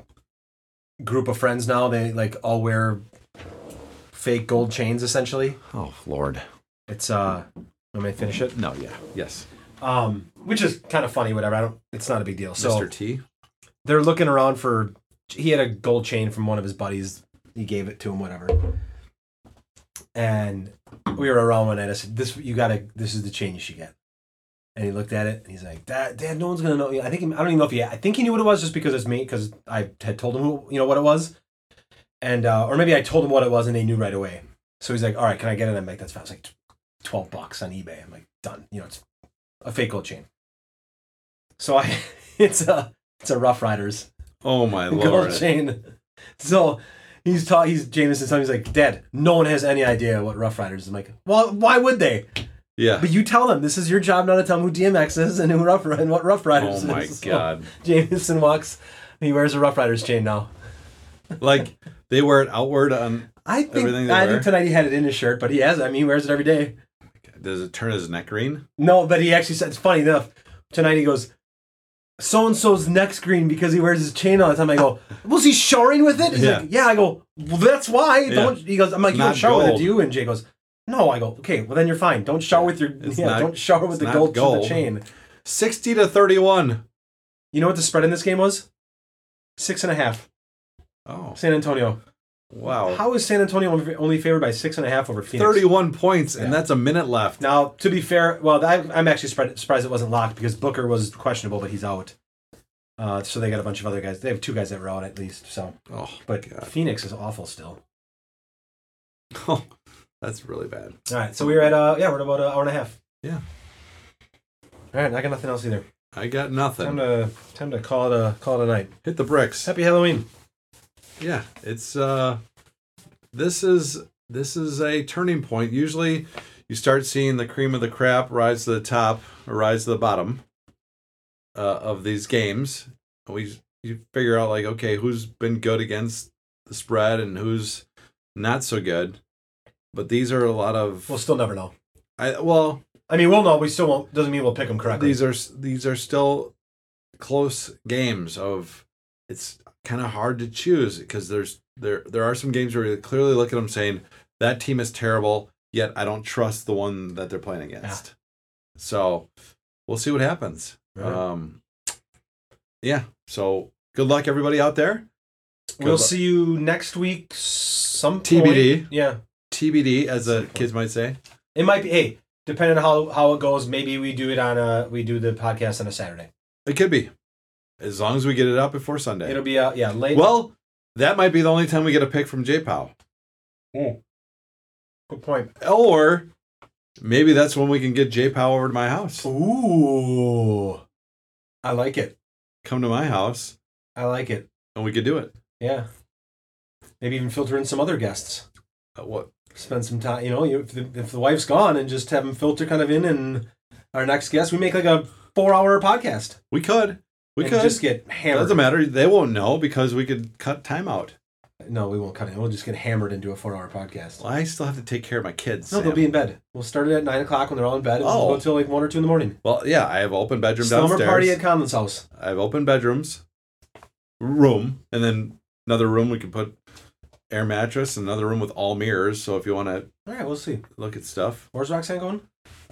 Speaker 1: group of friends now they like all wear fake gold chains. Essentially,
Speaker 3: Oh Lord,
Speaker 1: it's uh. Let me finish it.
Speaker 3: no, yeah, yes,
Speaker 1: Um, which is kind of funny. Whatever. I don't. It's not a big deal. So
Speaker 3: Mr. T.
Speaker 1: they're looking around for. He had a gold chain from one of his buddies. He gave it to him. Whatever. And we were around one night. I said, "This you gotta. This is the chain you should get." And he looked at it and he's like, "Dad, Dad, no one's gonna know." I think I don't even know if he. I think he knew what it was just because it's me because I had told him who you know what it was, and uh, or maybe I told him what it was and they knew right away. So he's like, "All right, can I get it?" I'm like, "That's fine." It's like twelve bucks on eBay. I'm like, "Done." You know, it's a fake gold chain. So I, it's uh, a it's a Rough Riders
Speaker 3: Oh my
Speaker 1: gold
Speaker 3: Lord,
Speaker 1: chain. So he's taught he's Jameson's son. He's like, Dad, no one has any idea what Rough Riders is. I'm like, well, why would they?
Speaker 3: Yeah.
Speaker 1: But you tell them this is your job now to tell them who DMX is and who Rough Ri- and what Rough Riders
Speaker 3: Oh
Speaker 1: is.
Speaker 3: my
Speaker 1: So,
Speaker 3: god.
Speaker 1: Jameson walks. He wears a Rough Riders chain now.
Speaker 3: Like they wear it outward on
Speaker 1: I think
Speaker 3: Everything they
Speaker 1: I
Speaker 3: wear.
Speaker 1: think tonight he had it in his shirt, but he has. it. I mean, he wears it every day.
Speaker 3: does it turn his neck green?
Speaker 1: No, but he actually said it's funny enough. Tonight he goes, so and so's neck's green because he wears his chain all the time. I go, was he showering with it? He's
Speaker 3: Yeah.
Speaker 1: like, yeah. I go, well, that's why.
Speaker 3: Yeah.
Speaker 1: Don't. He goes, I'm like, you
Speaker 3: Not
Speaker 1: don't shower with it,
Speaker 3: gold.
Speaker 1: do you? And Jay goes, no. I go, okay, well then you're fine. Don't shower with your.
Speaker 3: It's
Speaker 1: yeah,
Speaker 3: not-
Speaker 1: don't shower with
Speaker 3: it's
Speaker 1: the
Speaker 3: not
Speaker 1: gold, through
Speaker 3: gold.
Speaker 1: the chain.
Speaker 3: Sixty to thirty one.
Speaker 1: You know what the spread in this game was? Six and a half.
Speaker 3: Oh
Speaker 1: San Antonio.
Speaker 3: wow.
Speaker 1: How is San Antonio only favored by six and a half over Phoenix?
Speaker 3: Oh. Thirty one points
Speaker 1: Yeah.
Speaker 3: and that's a minute left.
Speaker 1: Now, to be fair, well, I, I'm actually spread, surprised it wasn't locked because Booker was questionable, but he's out. Uh, so they got a bunch of other guys. They have two guys that were out at least. So,
Speaker 3: Oh
Speaker 1: but
Speaker 3: God.
Speaker 1: Phoenix is awful still.
Speaker 3: Oh, that's really bad.
Speaker 1: All right, so we're at uh, yeah, we're at about an hour and a half.
Speaker 3: Yeah.
Speaker 1: All right, I got nothing else either.
Speaker 3: I got
Speaker 1: Time
Speaker 3: nothing.
Speaker 1: to time to call it a call it a night.
Speaker 3: Hit the bricks.
Speaker 1: Happy Halloween.
Speaker 3: yeah it's uh this is this is a turning point usually you start seeing the cream of the crap rise to the top or rise to the bottom uh, of these games and we you figure out like okay who's been good against the spread and who's not so good but these are a lot of
Speaker 1: We'll still never know.
Speaker 3: I, well
Speaker 1: I mean, we'll know. We still won't. Doesn't mean we'll pick them correctly.
Speaker 3: these are s- these are still close games of it's kind of hard to choose because there's there there are some games where you clearly look at them saying that team is terrible yet I don't trust the one that they're playing against. So we'll see what happens.
Speaker 1: All right.
Speaker 3: Um yeah, so good luck everybody out there.
Speaker 1: we'll
Speaker 3: luck.
Speaker 1: see you next week. Some
Speaker 3: TBD.
Speaker 1: point. Yeah.
Speaker 3: TBD as the kids might say.
Speaker 1: It might be hey, depending on how how it goes, maybe we do it on a we do the podcast on a Saturday.
Speaker 3: It could be as long as we get it out before Sunday.
Speaker 1: It'll be uh yeah, late
Speaker 3: well, that might be the only time we get a pick from J Powell.
Speaker 1: good point.
Speaker 3: Or maybe that's when we can get J Powell over to my house.
Speaker 1: Ooh. I like it.
Speaker 3: Come to my house
Speaker 1: I like it.
Speaker 3: and we could do it.
Speaker 1: Yeah. Maybe even filter in some other guests.
Speaker 3: Uh, what?
Speaker 1: Spend some time, you know, you- if the, if the wife's gone and just have them filter kind of in and our next guest, we make like a 4-hour podcast.
Speaker 3: We could. We
Speaker 1: and
Speaker 3: could.
Speaker 1: just get hammered.
Speaker 3: Doesn't matter. They won't know because we could cut time out.
Speaker 1: No, we won't cut it. We'll just get hammered into a 4-hour podcast.
Speaker 3: Well, I still have to take care of my kids.
Speaker 1: No,
Speaker 3: Sam.
Speaker 1: they'll be in bed. We'll start it at 9 o'clock when they're all in bed. And
Speaker 3: Oh.
Speaker 1: We'll go until like 1 or 2 in the morning.
Speaker 3: Well, yeah, I have open bedroom
Speaker 1: Slumber
Speaker 3: downstairs.
Speaker 1: party at Conlon's house.
Speaker 3: I have open bedrooms, room, and then another room we can put air mattress, another room with all mirrors. So if you want to
Speaker 1: All right, we'll see.
Speaker 3: look at stuff,
Speaker 1: Where's Roxanne going?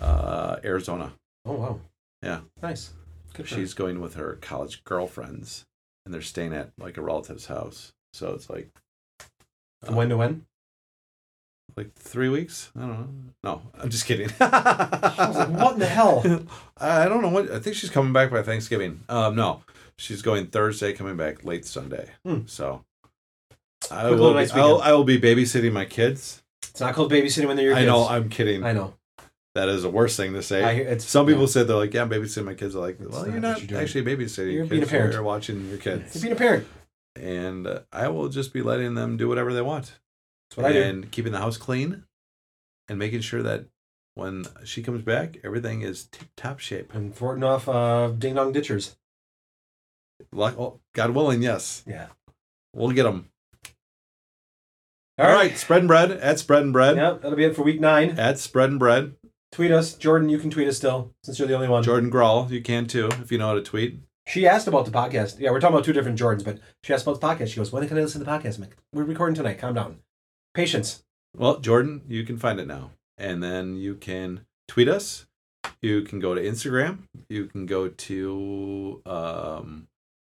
Speaker 3: uh, Arizona.
Speaker 1: Oh wow.
Speaker 3: Yeah.
Speaker 1: Nice. Good. for her.
Speaker 3: she's going with her college girlfriends and they're staying at like a relative's house so it's like
Speaker 1: From when to when?
Speaker 3: like three weeks i don't know no i'm just kidding uh,
Speaker 1: I was like, what in the hell?
Speaker 3: i don't know what i think she's coming back by thanksgiving um no she's going thursday coming back late sunday
Speaker 1: Hmm.
Speaker 3: so I
Speaker 1: Quick little
Speaker 3: will, be,
Speaker 1: nice
Speaker 3: I'll,
Speaker 1: weekend.
Speaker 3: I will be babysitting my kids.
Speaker 1: It's not called babysitting when they're your
Speaker 3: I
Speaker 1: kids.
Speaker 3: know. I'm kidding.
Speaker 1: I know.
Speaker 3: that is the worst thing to say.
Speaker 1: I hear it's
Speaker 3: Some people
Speaker 1: yeah.
Speaker 3: say they're like, "Yeah, I'm babysitting my kids." They're like, "Well,
Speaker 1: not
Speaker 3: you're
Speaker 1: what
Speaker 3: not
Speaker 1: you're doing.
Speaker 3: actually babysitting.
Speaker 1: You're
Speaker 3: your
Speaker 1: being a
Speaker 3: kids,
Speaker 1: parent.
Speaker 3: You're watching your kids."
Speaker 1: You're being a parent.
Speaker 3: and uh, I will just be letting them do whatever they want
Speaker 1: That's what I do.
Speaker 3: and keeping the house clean and making sure that when she comes back, everything is tip top shape.
Speaker 1: And thwarting off uh, ding dong ditchers.
Speaker 3: Luck- oh, God willing, yes,
Speaker 1: Yeah.
Speaker 3: we'll get them. All right. spread and bread at spread and bread
Speaker 1: Yep, that'll be it for week nine.
Speaker 3: at spread and bread.
Speaker 1: Tweet us, Jordan. You can tweet us still, since you're the only one.
Speaker 3: Jordan Grawl, you can too if you know how to tweet.
Speaker 1: She asked about the podcast. Yeah, we're talking about two different Jordans, but she asked about the podcast. She goes, "When can I listen to the podcast?" I'm like, "We're recording tonight. Calm down. Patience."
Speaker 3: Well, Jordan, you can find it now, and then you can tweet us. You can go to Instagram. You can go to um,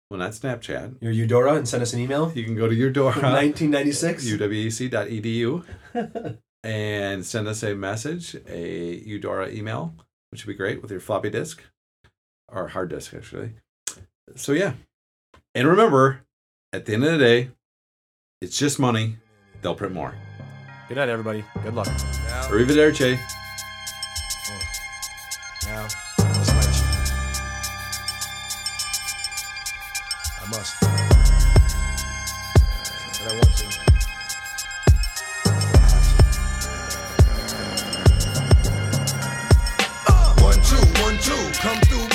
Speaker 3: well, not Snapchat.
Speaker 1: Your Eudora and send us an email.
Speaker 3: You can go to your door.
Speaker 1: 1996.
Speaker 3: E uwec.edu and send us a message, a Eudora email, which would be great with your floppy disk or hard disk, actually. So, yeah. And remember, at the end of the day, it's just money. They'll print more.
Speaker 1: Good night, everybody. Good luck.
Speaker 3: Arrivederci.
Speaker 2: Now, I must let you. I must. But I want to. I have to. Uh, Come through Oh,